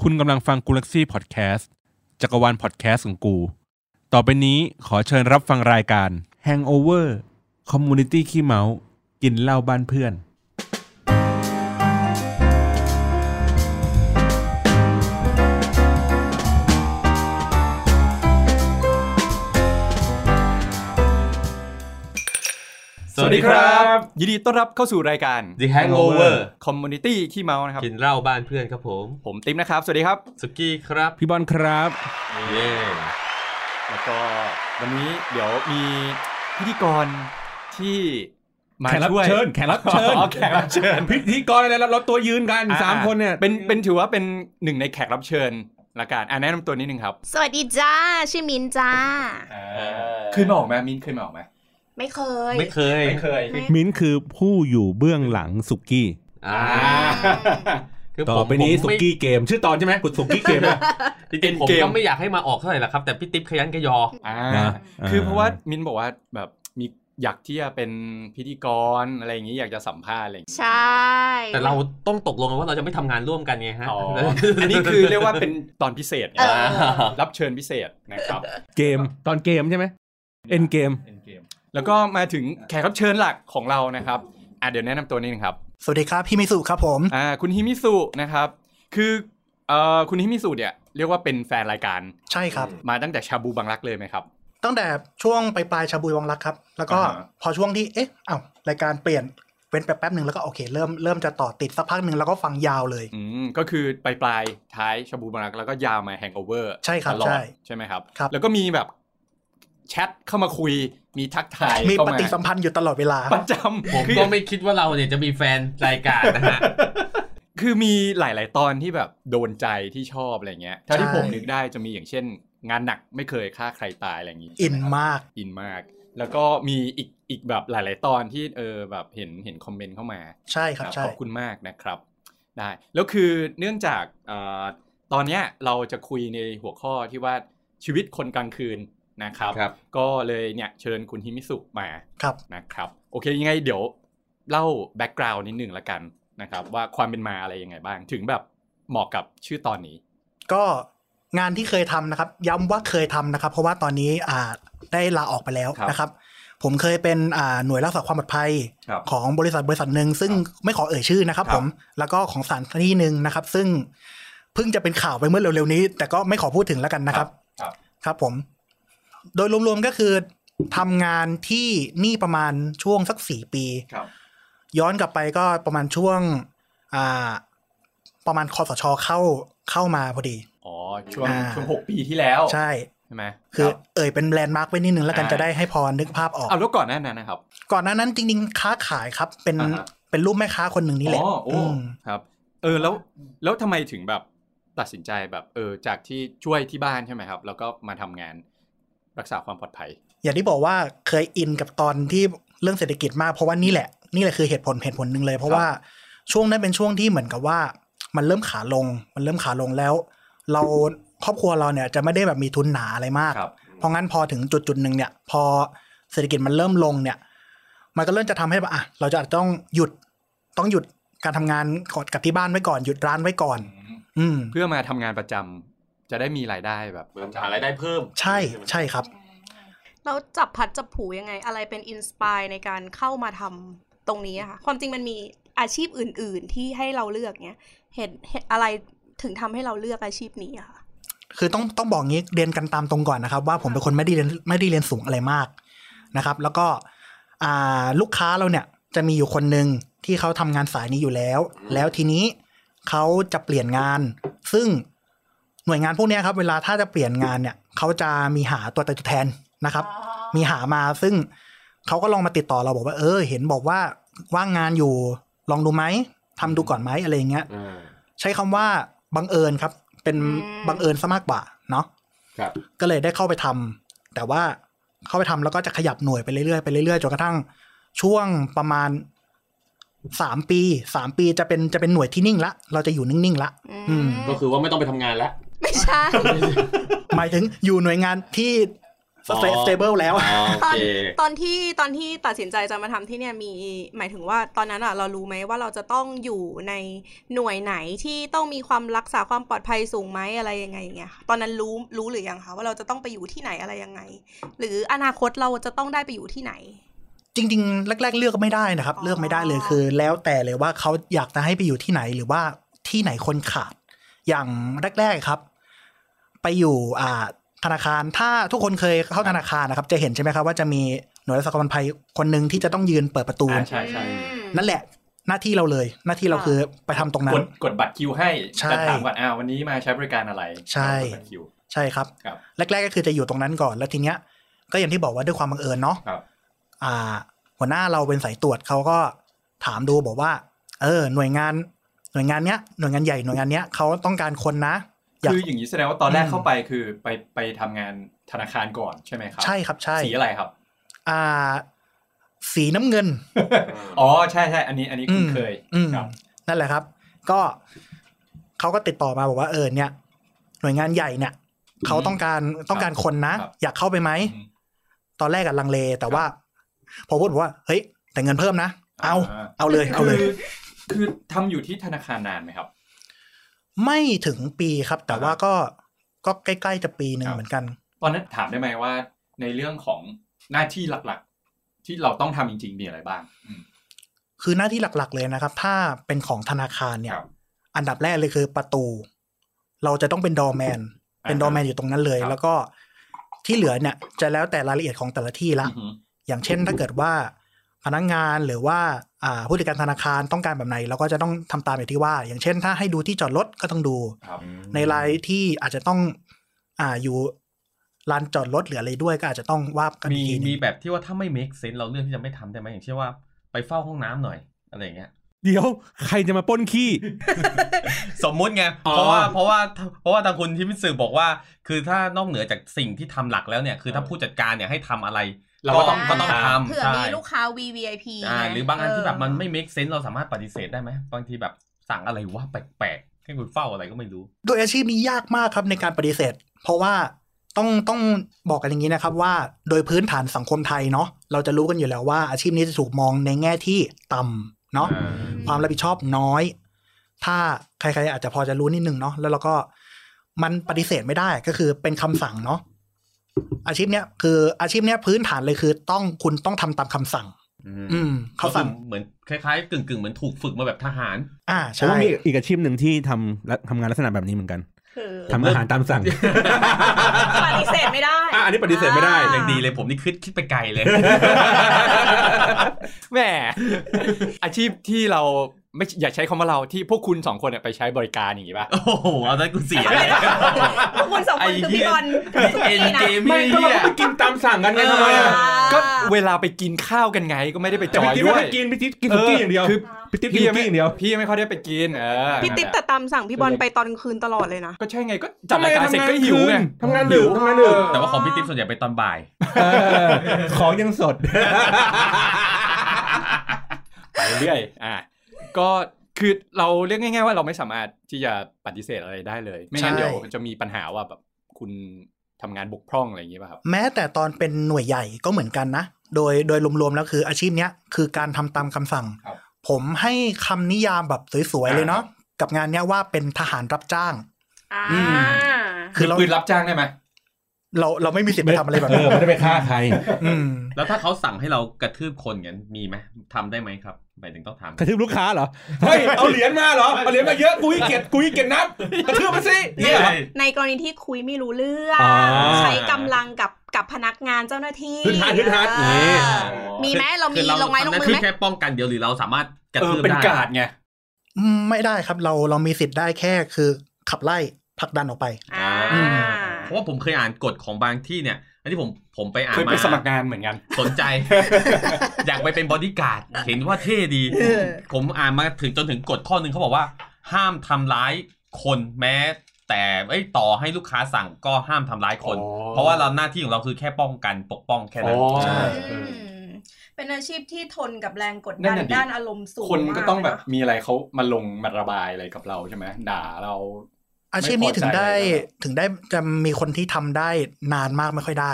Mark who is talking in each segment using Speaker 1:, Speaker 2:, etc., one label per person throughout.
Speaker 1: คุณกำลังฟังกูลักซี่พอดแคสต์จักรวาลพอดแคสต์ของกู ต่อไปนี้ขอเชิญรับฟังรายการ Hangover Community ขี้เมา กินเหล้าบ้านเพื่อน
Speaker 2: สวัสดีครับ
Speaker 3: ยินดีต้อนรับเข้าสู่รายการ
Speaker 2: The Hangover
Speaker 3: Community ขี้เมานะครับ
Speaker 2: กินเหล้าบ้านเพื่อนครับผม
Speaker 3: ผมติ๊มนะครับ สวัสดีครับ
Speaker 2: สุกี้ครับ
Speaker 1: พี่บอลครับ
Speaker 2: เย่
Speaker 3: แล้วก็วันนี้เดี๋ยวมีพิธีกรที่มา
Speaker 1: แขกรับ
Speaker 3: ช่วย
Speaker 1: เชิญ แขกรับเชิญ
Speaker 3: อ๋อแขกรับเชิญ
Speaker 1: พิธีกรอะไรเราเราตัวยืนกันสามคนเนี่ย
Speaker 3: เป็นเป็นถือว่าเป็นหนึ่งในแขกรับเชิญละกันอ่ะแนะนำตัวนิดนึงครับ
Speaker 4: สวัสดีจ้า ชื่อมินจ้า
Speaker 3: เคยมาออกไหมมินเคยมาออกไหม
Speaker 4: ไม่เคย
Speaker 2: ไม่เคย
Speaker 3: ไม่เคย
Speaker 4: ไม่
Speaker 1: มิ้นท์คือผู้อยู่เบื้องหลังสุกี้
Speaker 2: อ่าคือผม
Speaker 1: ต่อไปนี้
Speaker 2: ผม
Speaker 1: สุ
Speaker 2: ไม่
Speaker 1: กี้เกม ชื่อตอนใช่ไหมคุณสุกี้เกมอะ
Speaker 2: จริงๆผม
Speaker 3: เกม
Speaker 2: ก็ไม่อยากให้มาออกเท่าไหร่ละครับ แต่พี่ติ๊บขยันกระยอ
Speaker 3: อ่า
Speaker 1: นะ
Speaker 3: คือ
Speaker 1: เออ
Speaker 3: เพราะว่ามินบอกว่าแบบมีอยากที่จะเป็นพิธีกรอะไรอย่างนี้อยากจะสัมภาษณ์อะไรอย่างนี้
Speaker 4: ใช่
Speaker 2: แต่เราต้องตกลงกันว่าเราจะไม่ทำงานร่วมกันไงฮะ
Speaker 3: อ๋ออันนี้คือเรียกว่าเป็นตอนพิเศษไง
Speaker 2: อ่า
Speaker 3: รับเชิญพิเศษนะครับ
Speaker 1: เกมตอนเกมใช่ไหมเอ็นเกม
Speaker 3: แล้วก็มาถึงแขกรับเชิญหลักของเรานะครับอ่ะเดี๋ยวแนะนำตัวนิดนึงครับ
Speaker 5: สวัสดีครับ พี่มิสุครับผม
Speaker 3: อ่า คุณฮิมิสุนะครับ คือเอ่อคุณฮิมิสุเนี่ยเรียกว่าเป็นแฟนรายการ
Speaker 5: ใช่ครับ
Speaker 3: มาตั้งแต่ชาบูบางรักเลยไหมครับ
Speaker 5: ตั้งแต่ช่วงปลายๆชาบุยวังรักครับ แล้วก็
Speaker 3: อ่าฮะ
Speaker 5: พอช่วงที่เอ๊ะอ้าวรายการเปลี่ยนเว้นไปแป๊บหนึ่งแล้วก็โอเค เริ่มเริ่มจะต่อติดสักพักหนึ่งแล้วก็ฟังยาวเลย
Speaker 3: อืมก็คือปลายปลายๆท้ายชาบูบางรักแล้วก็ยาวมาแฮงโอเวอร์
Speaker 5: ใช่ครับ
Speaker 3: ตลอด
Speaker 5: ใช่
Speaker 3: ใช่ไหมครับ
Speaker 5: ครับ
Speaker 3: แล้วก็มีแบบแชทเข้ามาคุยมีทักทาย
Speaker 5: มี
Speaker 3: เข้า
Speaker 5: ป
Speaker 3: มา
Speaker 5: ฏิสัมพันธ์อยู่ตลอดเวลา
Speaker 3: ประจำ
Speaker 2: ผม
Speaker 3: คือ
Speaker 2: ก็ไม่คิดว่าเราเนี่ยจะมีแฟนรายการนะฮะ
Speaker 3: คือมีหลาย ๆ ตอนที่แบบโดนใจที่ชอบอะไรเงี้ยถ้าที่
Speaker 5: ใช่
Speaker 3: ผมนึกได้จะมีอย่างเช่น งานหนักไม่เคยฆ่าใครตายอะไรอย่างงี้
Speaker 5: อินมาก
Speaker 3: อินมาก แล้วก็มีอีกอีกแบบหลาย ๆ ตอนที่เออแบบเห็นเห็นคอมเมนต์เข้ามา
Speaker 5: ใช่ครับ
Speaker 3: อ่ะ
Speaker 5: ใช่
Speaker 3: ขอบคุณมากนะครับ ได้ แล้วคือเนื่องจากเอ่อตอนเนี้ยเราจะคุยในหัวข้อที่ว่าชีวิตคนกลางคืนนะครับ
Speaker 2: ครับ
Speaker 3: ก็เลยเนี่ยเชิญคุณฮิมิสุมา
Speaker 5: ครับ
Speaker 3: นะครับ โอเคยังไงเดี๋ยวเล่าแบ็กกราวน์นิดหนึ่งละกันนะครับ ว่าความเป็นมาอะไรยังไงบ้าง ถึงแบบเหมาะกับชื่อตอนนี้
Speaker 5: ก็งานที่เคยทำนะครับ ย้ำว่าเคยทำนะครับ เพราะว่าตอนนี้อ่าได้ลาออกไปแล้ว
Speaker 3: ครับ
Speaker 5: นะครับ ผมเคยเป็นอ่าหน่วยรักษาความปลอดภัย
Speaker 3: ครับ
Speaker 5: ของบริษัทบริษัทหนึ่งซึ่งไม่ขอเอ่ยชื่อนะครับ
Speaker 3: ครับ
Speaker 5: ผมแล้วก็ของสถารที่หนึ่งนะครับ ซึ่งเพิ่งจะเป็นข่าวไปเมื่อเร็วๆนี้ แต่ก็ไม่ขอพูดถึงแล้วกันนะครับ
Speaker 3: ครับ
Speaker 5: ครับผม โดยรวมๆก็คือทำงานที่นี่ประมาณช่วงสักสี่ปี
Speaker 3: ครับ
Speaker 5: ย้อนกลับไปก็ประมาณช่วงอ่าประมาณคอสชเข้าเข้ามาพอดี
Speaker 3: อ๋อช่วง
Speaker 5: อ่า
Speaker 3: ช่วงหกปีที่แล้ว
Speaker 5: ใช่
Speaker 3: ใช่ไหม
Speaker 5: คือ
Speaker 3: รับ
Speaker 5: เอ่ยเป็นแลนด์มาร์กไว้นิดนึงแล้วกัน
Speaker 3: อ่า
Speaker 5: จะได้ให้พอนึกภาพออก
Speaker 3: เอาแล้วก่อนหน้านั้นนะครับ
Speaker 5: ก่อนหน้านั้นจริงๆ ค้าขายครับ เป็น
Speaker 3: อ่าฮะ
Speaker 5: เป็นรูปแม่ค้าคนหนึ่งนี่แหละ
Speaker 3: อ๋อโอ้
Speaker 5: อืม
Speaker 3: ครับ เออแล้วแล้วทำไมถึงแบบตัดสินใจแบบเออจากที่ช่วยที่บ้านใช่ไหมครับ แล้วก็มาทำงานรักษาความปลอดภัย
Speaker 5: อย่างที่บอกว่าเคยอินกับตอนที่เรื่องเศรษฐกิจมากเพราะว่านี่แหละ นี่แหละคือเหตุผลเหตุผลหนึ่งเลย เพราะว่าช่วงนั้นเป็นช่วงที่เหมือนกับว่า มันเริ่มขาลง มันเริ่มขาลงแล้ว เราครอบครัวเราเนี่ยจะไม่ได้แบบมีทุนหนาอะไรมาก เพราะงั้นพอถึงจุดจุดหนึ่งเนี่ยพอเศรษฐกิจมันเริ่มลงเนี่ย มันก็เริ่มจะทำให้แบบอ่ะเราจะอาจจะต้องหยุดต้องหยุดการทำงานก่อนกับที่บ้านไว้ก่อน หยุดร้านไว้ก่อน อืม
Speaker 3: เพื่อมาทำงานประจำจะได้มีรายได้แบบ
Speaker 2: เหมือนหารายได้เพิ่ม
Speaker 5: ใช่ใช่ครับ
Speaker 4: เราจับพัดจับผูยังไง อะไรเป็นอินสปายในการเข้ามาทำตรงนี้อะค่ะ ความจริงมันมีอาชีพอื่น ๆ ที่ให้เราเลือกเนี้ยเห็นเห็นอะไรถึงทำให้เราเลือกอาชีพนี้อะค่ะ
Speaker 5: คือต้องต้องบอกงี้เรียนกันตามตรงก่อนนะครับ ว่าผมเป็นคนไม่ได้เรียนไม่ได้เรียนสูงอะไรมากนะครับ แล้วก็อ่าลูกค้าเราเนี่ยจะมีอยู่คนหนึ่งที่เขาทำงานสายนี้อยู่แล้ว แล้วทีนี้เขาจะเปลี่ยนงาน ซึ่งหน่วยงานพวกเนี้ยครับ เวลาถ้าจะเปลี่ยนงานเนี่ยเขาจะมีหาตัวตายตัวแทนนะครับ มีหามาซึ่งเขาก็ลองมาติดต่อเราบอกว่า เออ เห็นบอกว่าว่างงานอยู่ลองดูไหมทำดูก่อนไหมอะไรอย่างเงี้ย
Speaker 2: อ่า
Speaker 5: ใช้คำว่าบังเอิญครับ เป็น
Speaker 4: อืม
Speaker 5: บังเอิญซะมากกว่าเนาะ
Speaker 2: ครับ
Speaker 5: ก็เลยได้เข้าไปทำแต่ว่าเข้าไปทำแล้วก็จะขยับหน่วยไปเรื่อยๆไปเรื่อยๆจนกระทั่งช่วงประมาณสามปีสามปีจะเป็นจะเป็นหน่วยที่นิ่งละเราจะอยู่นิ่งๆละ อืม
Speaker 2: ก็คือว่าไม่ต้องไปทำงานแล้ว
Speaker 4: ไม่ใช่
Speaker 5: หมายถึงอยู่หน่วยงานที่ สเตสเตเบิลแล้ว
Speaker 3: อ๋อ
Speaker 4: ต
Speaker 3: โอ
Speaker 4: อน
Speaker 3: เค
Speaker 4: ตอนที่ตอนที่ตัดสินใจจะมาทำที่เนี่ยมีหมายถึงว่าตอนนั้นอ่ะเรารู้ไหมว่าเราจะต้องอยู่ในหน่วยไหนที่ต้องมีความรักษาความปลอดภัยสูงไหมอะไรยังไงอย่างเงี้ยค่ะตอนนั้นรู้รู้หรือยังคะว่าเราจะต้องไปอยู่ที่ไหนอะไรยังไง หรืออนาคตเราจะต้องได้ไปอยู่ที่ไหน
Speaker 5: จริงๆ แรก ๆ เลือกไม่ได้นะครับ
Speaker 4: อ๋อ
Speaker 5: เลือกไม่ได้เลยคือ แล้วแต่เลยว่าเขาอยากจะให้ไปอยู่ที่ไหนหรือว่าที่ไหนคนขาด อย่างแรก ๆครับ ไปอยู่อ่าธนาคารถ้าทุกคนเคยเข้าธนาคารนะครับ จะเห็นใช่ไหมครับว่าจะมีหน่วยรักษาความปลอดภัยคนหนึ่งที่จะต้องยืนเปิดประตู
Speaker 3: อ่าใช่ใช่
Speaker 4: อืม
Speaker 5: นั่นแหละหน้าที่เราเลย หน้าที่เรา
Speaker 4: ค่ะ
Speaker 5: คือไปทำตรงนั้
Speaker 3: ก
Speaker 5: น
Speaker 3: ดกดบัตรคิวให้
Speaker 5: ใช่
Speaker 3: จะถามก่อนอ้าววันนี้มาใช้บริการอะไร
Speaker 5: ใช่
Speaker 3: กดบัตรคิว
Speaker 5: ใช่ครับ
Speaker 3: ครับ
Speaker 5: แรก ๆ ก็คือจะอยู่ตรงนั้นก่อนแล้วทีเนี้ย ก็อย่างที่บอกว่าด้วยความบังเอิญเนาะ
Speaker 3: ครับ
Speaker 5: อ่าหัวหน้าเราเป็นสายตรวจเขาก็ถามดูบอกว่า เออ หน่วยงานหน่วยงานเนี้ยหน่วยงานใหญ่หน่วยงานเนี้ยเขาต้องการคนนะ อยาก
Speaker 3: คืออย่างนี้แสดงว่าตอนแรก
Speaker 5: อืม
Speaker 3: เข้าไปคือไปไปทำงานธนาคารก่อนใช่ไหมครับ
Speaker 5: ใช่ครับใช่
Speaker 3: สีอะไรครับ
Speaker 5: อ่า สีน้ำเงิน
Speaker 3: อ๋อใช่ใช่อันนี้อันนี้
Speaker 5: อื
Speaker 3: คุ้น
Speaker 5: ม
Speaker 3: เคย
Speaker 5: อืม
Speaker 3: ครับ
Speaker 5: นั่นแหละครับ ก็เขาก็ติดต่อมาบอกว่าเออเนี่ย หน่วยงานใหญ่เนี่ยเขาต้องการต้องการคนนะ อยากเข้าไปไหม
Speaker 3: อืม
Speaker 5: ตอนแรกกับลังเลแต่ว่าพอพูดบอกว่า เฮ้ย แต่เงินเพิ่มนะ เอา
Speaker 3: อ่า
Speaker 5: เอาเลยเอาเลย
Speaker 3: คือคือทำอยู่ที่ธนาคารนานไหมครับ
Speaker 5: ไม่ถึงปีครับ แต่ว่า
Speaker 3: อ่าฮะ
Speaker 5: ก็ก็ใกล้ๆจะปีหนึ่ง
Speaker 3: ครับ
Speaker 5: เหมือนกัน
Speaker 3: ตอนนั้นถามได้ไหมว่า ในเรื่องของหน้าที่หลักๆ ที่เราต้องทำจริง ๆ มีอะไรบ้างอืม
Speaker 5: คือหน้าที่หลักๆเลยนะครับ ถ้าเป็นของธนาคารเนี่ย
Speaker 3: ครับ
Speaker 5: อันดับแรกเลยคือประตู เราจะต้องเป็นดอแมน เป็นดอแมนอยู่ตรงนั้นเลย
Speaker 3: ครับ
Speaker 5: แล้วก็ที่เหลือเนี่ย จะแล้วแต่รายละเอียดของแต่ละที่ละ
Speaker 3: อือฮึ
Speaker 5: อย่างเช่นถ้าเกิดว่าพนักงานหรือว่าอ่าผู้จัดการธนาคารต้องการแบบไหนเราก็จะต้องทำตามอย่างที่ว่า อย่างเช่น ถ้าให้ดูที่จอดรถก็ต้องดู
Speaker 3: ครับ
Speaker 5: ในรายที่อาจจะต้องอ่าอยู่ลานจอดรถหรืออะไรด้วยก็อาจจะต้องว่ากัน
Speaker 2: มี
Speaker 5: อีกทีหนึ่ง
Speaker 2: มีแบบที่ว่าถ้าไม่ make sense เราเลือกที่จะไม่ทำได้ไหมอย่างเช่นว่าไปเฝ้าห้องน้ำหน่อยอะไรอย่างเงี้ย
Speaker 1: เดี๋ยว ใครจะมาปล้นขี้
Speaker 2: สมมุติไง
Speaker 1: อ๋อ
Speaker 2: เพราะว่าเพราะว่าเพราะว่าทางคุณทิมสื่อบอกว่า คือถ้านอกเหนือจากสิ่งที่ทำหลักแล้วเนี่ย คือถ้าผู้จัดการเนี่ยให้ทำอะไร
Speaker 3: เราก็ต้อง
Speaker 2: ก็ต้อง
Speaker 3: ตาม
Speaker 2: ทำ
Speaker 4: เผื่อ
Speaker 2: ใช่
Speaker 4: มีลูกค้า VVIP
Speaker 2: อ่า
Speaker 4: ไ
Speaker 2: หรือบางอันที่แบบมันไม่
Speaker 4: เอ
Speaker 2: make sense เราสามารถปฏิเสธได้ไหมบางทีแบบสั่งอะไรว่าแปลกๆให้คุณเฝ้าอะไรก็ไม่รู้
Speaker 5: โดยอาชีพนี้ยากมากครับในการปฏิเสธ เพราะว่าต้องต้องบอกกันอย่างนี้นะครับว่าโดยพื้นฐานสังคมไทยเนาะเราจะรู้กันอยู่แล้วว่าอาชีพนี้จะถูกมองในแง่ที่ต่ำเนาะ
Speaker 2: อ่า
Speaker 5: ความรับผิดชอบน้อย ถ้าใครๆอาจจะพอจะรู้นิดนึงเนาะแล้วเราก็มันปฏิเสธไม่ได้ก็คือเป็นคำสั่งเนาะอาชีพเนี้ยคืออาชีพเนี้ยพื้นฐานเลยคือ ต้องคุณต้องทำตามคำสั่ง อืมเขาสั่ง
Speaker 2: ก็คือเหมือนคล้ายๆกึ่งๆเหมือนถูกฝึกมาแบบทหาร
Speaker 5: อ่า
Speaker 1: เพราะ
Speaker 5: ใช่
Speaker 1: ว่ามีอีกอาชีพหนึ่งที่ทำและทำงานลักษณะแบบนี้เหมือนกัน
Speaker 4: คือ
Speaker 1: ทำอาหารตามสั่ง
Speaker 4: ปฏิเสธไม่ได้
Speaker 1: อ่ะอันนี้ปฏิเสธไม่ได้
Speaker 4: อ่า
Speaker 2: ยังดีเลยผมนี่คิดคิดไปไกล เลย
Speaker 3: แหมอาชีพที่เราไม่อย่าใช้คำว่าเราที่พวกคุณสองคนเนี่ยไปใช้บริการอย่างนี้ป่ะ
Speaker 2: โอ้โหเอาได้กูเสี ย
Speaker 4: พวกคุณสองคนคือพี่บอลกับสุ
Speaker 2: เอ็น
Speaker 4: กี้นะ
Speaker 2: เกมไม่
Speaker 1: ก็
Speaker 2: เหี้
Speaker 1: เรา
Speaker 2: ย
Speaker 1: ก็ไปกินตามสั่งกันไงทำไม
Speaker 4: อ่า
Speaker 1: อ่ะ
Speaker 3: ก็เวลาไปกินข้าวกันไงก็ไม่ได้ไปจอยด้วย
Speaker 1: กินไปกินสุกี้อย่างเดียว
Speaker 3: คือ
Speaker 1: ไปติ๊บกินสุกี้อย่างเดียว
Speaker 3: พี่ไม่ค่อยได้ไปกินเออ
Speaker 4: พี่ติ๊บแต่ตามสั่งพี่บอลไปตอนกลางคืนตลอดเลยนะ
Speaker 3: ก็ใช่ไงก็จัดรายการเสร็จก็หิวไง
Speaker 1: ทำงานดึกทำงานดึก
Speaker 2: แต่ว่าของพี่ติ๊บส่วนใหญ่ไปตอนบ่าย
Speaker 1: เออของยังสด
Speaker 3: ไปเรื่อยอ่ะก็คือเราเรียกง่าย ๆ ว่าเราไม่สามารถที่จะปฏิเสธอะไรได้เลย ไม่งั้นเดี๋ยวจะมีปัญหาว่าแบบคุณทำงานบกพร่องอะไรอย่างนี้ป่ะครับ
Speaker 5: แม้แต่ตอนเป็นหน่วยใหญ่ก็เหมือนกันนะ โดยโดยรวมๆแล้วคืออาชีพเนี้ยคือการทำตามคำสั่ง
Speaker 3: ครับ
Speaker 5: ผมให้คำนิยามแบบสวยๆเลยเนาะกับงานเนี้ยว่าเป็นทหารรับจ้าง
Speaker 4: อ่า
Speaker 3: อื
Speaker 5: คือเรา
Speaker 3: ปืนรับจ้างได้ไหม
Speaker 5: เราเราไม่มีสิทธิ์ไปทำอะไรแบบ
Speaker 1: เอ
Speaker 5: นั้
Speaker 1: อน ไม่ได้ไปฆ่าใคร
Speaker 5: อืม
Speaker 2: แล้วถ้าเขาสั่งให้เรากระทืบคนกันมีไหมทำได้ไหมครับหมายถึงต้องทำ
Speaker 1: กระทืบลูกค้าเหรอ เฮ้ย เอาเหรียญมาเหรอ เอาเหรียญมาเยอะ กูขี้เกียจกูขี้เกียจนับกระทืบมาสิเนี่ยเหรอ
Speaker 4: ในกรณีที่คุยไม่รู้เรื่อง
Speaker 1: อ่า
Speaker 4: ใช้กำลังกับกับพนักงานเจ้าหน้าที่
Speaker 1: ฮึดฮัดฮึดฮัด
Speaker 4: เอ
Speaker 1: นี่
Speaker 4: อมีไหมเรามี
Speaker 2: คือ
Speaker 4: ลงไม้ลงมือ
Speaker 2: ทำด้
Speaker 4: ไหม
Speaker 2: แค่ป้องกันเดียวหรือเราสามารถกระ
Speaker 3: เออ
Speaker 2: ทืบ
Speaker 3: เป็น
Speaker 2: ได้
Speaker 3: การ์ดไง
Speaker 5: อืมไม่ได้ครับเราเรามีสิทธิ์ได้แค่คือขับไล่ผลักดันออกไป
Speaker 4: อ่า
Speaker 5: อืม
Speaker 2: เพราะว่าผมเคยอ่านกฎของบางที่เนี่ย อันที่ผมผมไปอ่าน
Speaker 3: เคย
Speaker 2: มา
Speaker 3: ไปสมัครงานเหมือนกัน
Speaker 2: สนใจ อยากไปเป็นบอดี้การ์ดเห็นว่าเท่ดี
Speaker 4: เออ
Speaker 2: ผมอ่านมาถึงจนถึงกฎข้อหนึ่งเขาบอกว่า ห้ามทำร้ายคนแม้ แต่เอ้ยต่อให้ลูกค้าสั่งก็ห้ามทำร้ายคน
Speaker 3: อ๋อ
Speaker 2: เพราะว่าเราหน้าที่ของเราคือแค่ป้องกันปกป้องแค่นั้น
Speaker 5: ใช่
Speaker 4: อืมเป็นอาชีพที่ทนกับแรงกด
Speaker 3: นั่น
Speaker 4: ดัน
Speaker 3: น่ะดิ
Speaker 4: ด้านอารมณ์สูง
Speaker 3: คนก็ต้องแบบ
Speaker 4: มากเลยนะ
Speaker 3: มีอะไรเขามาลงมาระบายอะไรกับเราใช่ไหมด่าเรา
Speaker 5: อาชีพนี้ถึงได้
Speaker 3: ไม่พอใจอะไรแบบนั้น
Speaker 5: ถึงได้จะมีคนที่ทำได้นานมากไม่ค่อยได้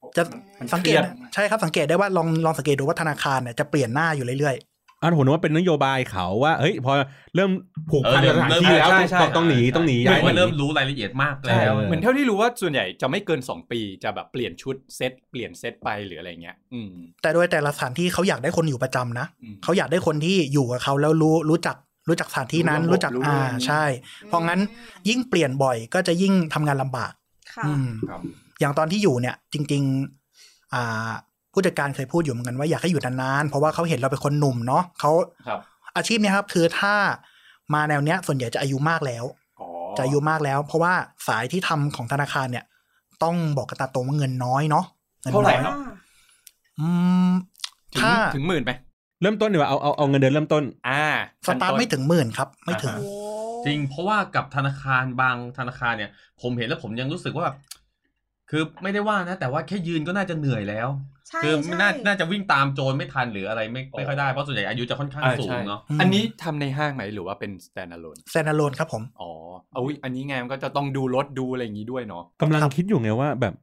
Speaker 3: โอ้
Speaker 5: จะ
Speaker 3: มัน
Speaker 5: สังเกต
Speaker 3: เครียด
Speaker 5: นะใช่ครับสังเกตได้ว่าลองลองสังเกตดูว่าธนาคารเนี่ยจะเปลี่ยนหน้าอยู่เรื่อย
Speaker 1: อันผมนึกว่าเป็นนโยบายเขาว่าเฮ้ยพอเริ่มผูกพัน
Speaker 2: เออ
Speaker 1: กับสถาน
Speaker 2: เริ่ม
Speaker 1: ที่แล้ว
Speaker 3: ใช่ใช่
Speaker 1: ต้องต้องหนีต้องหนี
Speaker 2: ใช่
Speaker 1: ย้ายห
Speaker 2: มัน
Speaker 1: นี
Speaker 2: เริ่มรู้รายละเอียดมาก
Speaker 3: ใช่
Speaker 2: แล้ว
Speaker 1: เออ
Speaker 3: เหมือนเท่าที่รู้ว่าส่วนใหญ่จะไม่เกิน 2 ปีจะแบบเปลี่ยนชุดเซตเปลี่ยนเซตไปหรืออะไรเงี้ย อืม
Speaker 5: ๆ แต่โดยแต่ละสถานที่เขาอยากได้คนอยู่ประจำนะ
Speaker 3: อืม
Speaker 5: เขาอยากได้คนที่อยู่กับเขาแล้วรู้รู้จักรู้จักสถานที่นั้น
Speaker 6: รู้
Speaker 5: รู้
Speaker 6: ระบบ
Speaker 5: จัก
Speaker 6: รู้
Speaker 5: อ่า
Speaker 6: อะไรอย่างนี้
Speaker 5: ใช่ เพราะงั้น
Speaker 4: อืม
Speaker 5: ยิ่งเปลี่ยนบ่อยก็จะยิ่งทำงานลำบาก
Speaker 4: ค่ะ
Speaker 5: อืม
Speaker 3: ครับ
Speaker 5: อย่างตอนที่อยู่เนี่ย จริง ๆ อ่า ผู้จัดการเคยพูดอยู่เหมือนกันว่าอยากให้อยู่นานๆเพราะว่าเขาเห็นเราเป็นคนหนุ่มเนาะเขา
Speaker 3: ครับ
Speaker 5: อาชีพเนี่ยครับ คือถ้ามาแนวเนี้ย ส่วนใหญ่จะอายุมากแล้ว
Speaker 3: อ๋อ
Speaker 5: จะอายุมากแล้ว เพราะว่าสายที่ทำของธนาคารเนี่ย ต้องบอกกันตามตรงว่าเงินน้อยเนาะงินน้อย
Speaker 3: เท่าไหร่ครับ
Speaker 5: อืม
Speaker 3: ถึง
Speaker 5: ถ้า
Speaker 3: ถึงหมื่นไหม
Speaker 1: เริ่มต้นดีกว่าเอาเอาเอาเงินเดือนเริ่มต้น
Speaker 3: อ่า
Speaker 5: สตาร์ทไม่ถึงหมื่นครับ ไม่ถึง
Speaker 4: โอ้
Speaker 2: จริงเพราะว่ากับธนาคารบางธนาคารเนี่ย ผมเห็นแล้วผมยังรู้สึกว่าแบบคือไม่ได้ว่านะ แต่ว่าแค่ยืนก็น่าจะเหนื่อยแล้ว
Speaker 4: ใช่
Speaker 2: คืไม่น่า
Speaker 4: ใช่
Speaker 2: น่าจะวิ่งตามโจรไม่ทันหรืออะไรไม่ไม่ค่อยได้เพราะส่วนใหญ่อายุจะค่อนข้าง
Speaker 3: อ่
Speaker 2: สูง
Speaker 3: ใช่
Speaker 2: เนาะ
Speaker 5: อืม
Speaker 3: อันนี้ทำในห้างไหมหรือว่าเป็น standalone
Speaker 5: แซน a โลนครับผม
Speaker 3: อ๋อเอาอุ๊ยอันนี้ไงมันก็จะต้องดูรถดูอะไรอย่างนี้ด้วยเนาะ
Speaker 1: กำลัง
Speaker 5: ครับ
Speaker 1: คิดอยู่ไงว่าแบบ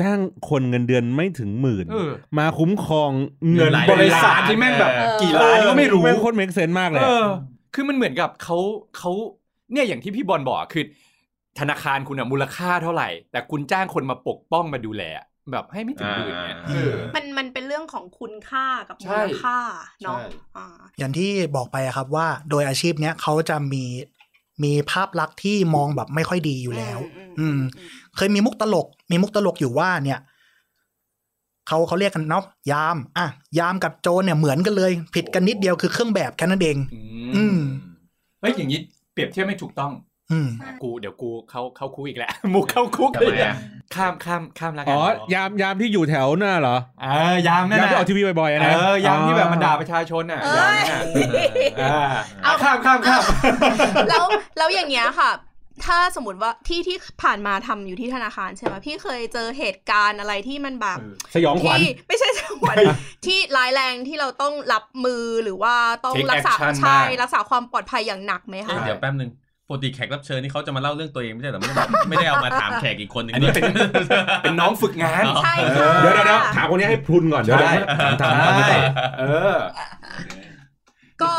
Speaker 1: จ้างคนเงินเดือนไม่ถึงหมื่น
Speaker 3: เออ
Speaker 1: มาคุ้มครองเงิน
Speaker 2: หลาย
Speaker 3: บริษัท
Speaker 2: ล้าน
Speaker 3: ที่แม่งแบบ
Speaker 2: เออ
Speaker 3: กี่ล้านก็ไม่รู้
Speaker 1: แงโคตรเมกเซนมากเลย
Speaker 3: เอ
Speaker 1: อะ
Speaker 3: อ คือมันเหมือนกับเขาเขาเนี่ยอย่างที่พี่บอลบอกอะคือ ธนาคารคุณอะมูลค่าเท่าไหร่ แต่คุณจ้างคนมาปกป้องมาดูแลอะแบบให้ไม่ถึงหมื่นเนี่ย
Speaker 2: อ่า
Speaker 3: เออ
Speaker 4: มันมันเป็นเรื่องของคุณค่ากับ
Speaker 3: ใช่
Speaker 4: มูลค่าเนาะ
Speaker 3: ใช่
Speaker 4: อ่า
Speaker 5: อย่างที่บอกไปอะครับว่าโดยอาชีพเนี้ยเขาจะมีมีภาพลักษณ์ที่มองแบบไม่ค่อยดีอยู่แล้ว
Speaker 4: ม
Speaker 5: อืม
Speaker 4: อืม
Speaker 5: เคยมีมุกตลก มีมุกตลกอยู่ว่าเนี่ยเขาเขาเรียกกันเนาะยาม อ่ะ ยามกับโจรเนี่ยเหมือนกันเลย ผิดกันนิดเดียวคือเครื่องแบบแค่นั้นเอง อืม
Speaker 3: เฮ้ยอย่างนี้เปรียบเทียบไม่ถูกต้อง
Speaker 5: อืม
Speaker 3: กูเดี๋ยวกูเข้าเข้าคุกอีกแล้ว มุกเข้าคุก
Speaker 2: ทำ
Speaker 3: เลย
Speaker 2: ไม
Speaker 3: เนี่ย
Speaker 2: อ่ะ
Speaker 3: ข้ามข้ามข้ามแล้วกั
Speaker 1: อ๋
Speaker 3: น
Speaker 1: อยามยามที่อยู่แถวหน้าเหรอ
Speaker 3: เออยามนั่น
Speaker 1: ยาม
Speaker 3: น่ะ
Speaker 1: ที่ออกทีวีบ่อยๆอะนะ
Speaker 3: เออยามที่แบบมันด่าประชาชนน่ะ
Speaker 4: เอ้ย
Speaker 3: ยามนั่นน่ะอ่า
Speaker 4: เอา
Speaker 3: ข้ามข้ามข้าม
Speaker 4: แล้วแล้วอย่างเงี้ยค่ะ ถ้าสมมติว่าที่ที่ผ่านมาทำอยู่ที่ธนาคารใช่ไหมพี่เคยเจอเหตุการณ์อะไรที่มันแบบ
Speaker 1: สยองขวัญ
Speaker 4: ที่ไม่ใช่สมวันที่ร้ายแรงที่เราต้องรับมือหรือว่าต้องรักษาใช่รักษาความปลอดภัยอย่างหนักไหม
Speaker 2: เอ๊ะ
Speaker 4: คะ
Speaker 2: เดี๋ยวแป๊บนึงปกติแขกรับเชิญนี่เขาจะมาเล่าเรื่องตัวเองไม่ใช่เหรอไม่ได้แบบไม่ได้เอามาถามแขกอีกคนหนึ่ง
Speaker 3: อันนี้เป็นเป็นน้องฝึกงาน
Speaker 4: ใช่
Speaker 3: เอ
Speaker 4: ค่ะ
Speaker 3: อ
Speaker 1: เดี๋ยวเดี๋ยวเดี๋ยวถามคนนี้ให้พรุนก่อนเดี๋ยว
Speaker 3: ได้
Speaker 1: เดี๋ยวถามถามถามไปก่อน
Speaker 3: เออ
Speaker 4: ก็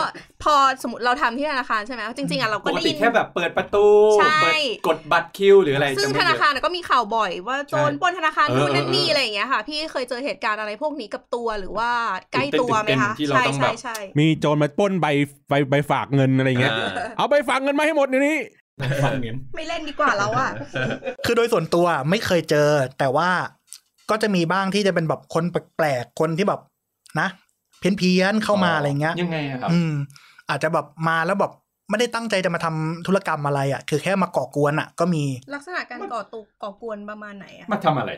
Speaker 4: พอสมมติเราทำที่ธนาคารใช่ไหมจริงๆอ่ะเรา
Speaker 3: ป
Speaker 4: ก็
Speaker 3: ก
Speaker 4: ได้
Speaker 3: ติ
Speaker 4: ยิน
Speaker 3: แค่แบบเปิดประตู
Speaker 4: ใช่
Speaker 3: เปิดกดบัตรคิวหรืออะไร
Speaker 4: ซึ่ง
Speaker 3: จะ
Speaker 4: ธ
Speaker 3: ไม่เยอะ
Speaker 4: นาคารน่ะก็มีข่าวบ่อยว่าโจร
Speaker 3: ใช่
Speaker 4: ปล้นธนาคาร
Speaker 3: เออ
Speaker 4: นู่นนั่น
Speaker 3: เออ
Speaker 4: นี่
Speaker 3: เอออ
Speaker 4: อะไรอย่างเงี้ยค่ะ พี่เคยเจอเหตุการณ์อะไรพวกนี้กับตัวหรือว่าใกล้ตัวไหมคะ
Speaker 3: ตื่นเต้นที่เรา
Speaker 4: ใช่
Speaker 3: ต้องแบ
Speaker 4: ใช่
Speaker 3: บ
Speaker 4: ใช่
Speaker 1: มีโจรมาปล้นใบใบใบฝากเงินอะไรเงี้ย
Speaker 2: เออ
Speaker 1: เอาใบฝากเงินมาให้หมดเดี๋ยวนี้
Speaker 3: ฟังเน้น
Speaker 4: ไม่เล่นดีกว่าเราอ่ะ
Speaker 5: คือโดยส่วนตัวไม่เคยเจอ แต่ว่าก็จะมีบ้างที่จะเป็นแบบคนแปลกๆ คนที่แบบนะเพี้ยนเพี้ยนๆเข้ามาอะไรเงี้ย
Speaker 3: ยังไงอะครับ
Speaker 5: อืม อาจจะแบบมาแล้วแบบไม่ได้ตั้งใจจะมาทำธุรกรรมอะไรอ่ะ คือแค่มาก่อกวนอ่ะ ก็มี
Speaker 4: ลักษณะการก่อตุกก่อกวนประมาณไหนอะ
Speaker 3: มาทำอะไร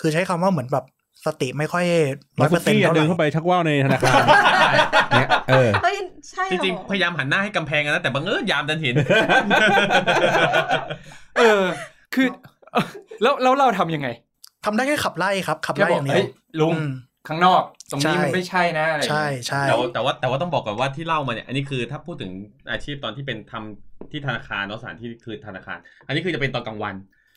Speaker 5: คือใช้คำว่าเหมือนแบบสติไม่ค่อยร้
Speaker 1: แล้
Speaker 5: อ
Speaker 1: วย คุ
Speaker 5: เปอร์เซ็นต์
Speaker 1: กี้อะ
Speaker 5: เท่าไห
Speaker 1: เดิน
Speaker 5: ร่
Speaker 1: เข้าไปชักว่าวในธนาคารเนี่ยเออ
Speaker 4: เฮ้ยใช่เห
Speaker 2: จ
Speaker 4: รอ
Speaker 2: ริงๆพยายามหันหน้าให้กำแพงอะนะแต่บังเอิญยามดั นเห็น
Speaker 3: เออ คือเออแล้วแล้วเราทำยังไง
Speaker 5: ทำได้แค่ขับไล่ครับ ขับ
Speaker 3: แค่
Speaker 5: ไล่
Speaker 3: บ
Speaker 5: อ
Speaker 3: อก
Speaker 5: ย่างเดีย
Speaker 3: เฮ้
Speaker 5: วย
Speaker 3: ลุง
Speaker 5: อืม
Speaker 3: ข้างนอก ตรงนี้
Speaker 5: ใช่
Speaker 3: มันไม่ใช่นะอะไรอย่าง
Speaker 5: ใช่
Speaker 3: เงี้ย
Speaker 5: ใช่
Speaker 2: แต่ว่าแต่ว่าแต่ว่าต้องบอกก่อนว่าที่เล่ามาเนี่ยอันนี้คือถ้าพูดถึงอาชีพตอนที่เป็นทำที่ธนาคารเนาะสถานที่คือธนาคาร อันนี้คือจะเป็นตอนกลางวัน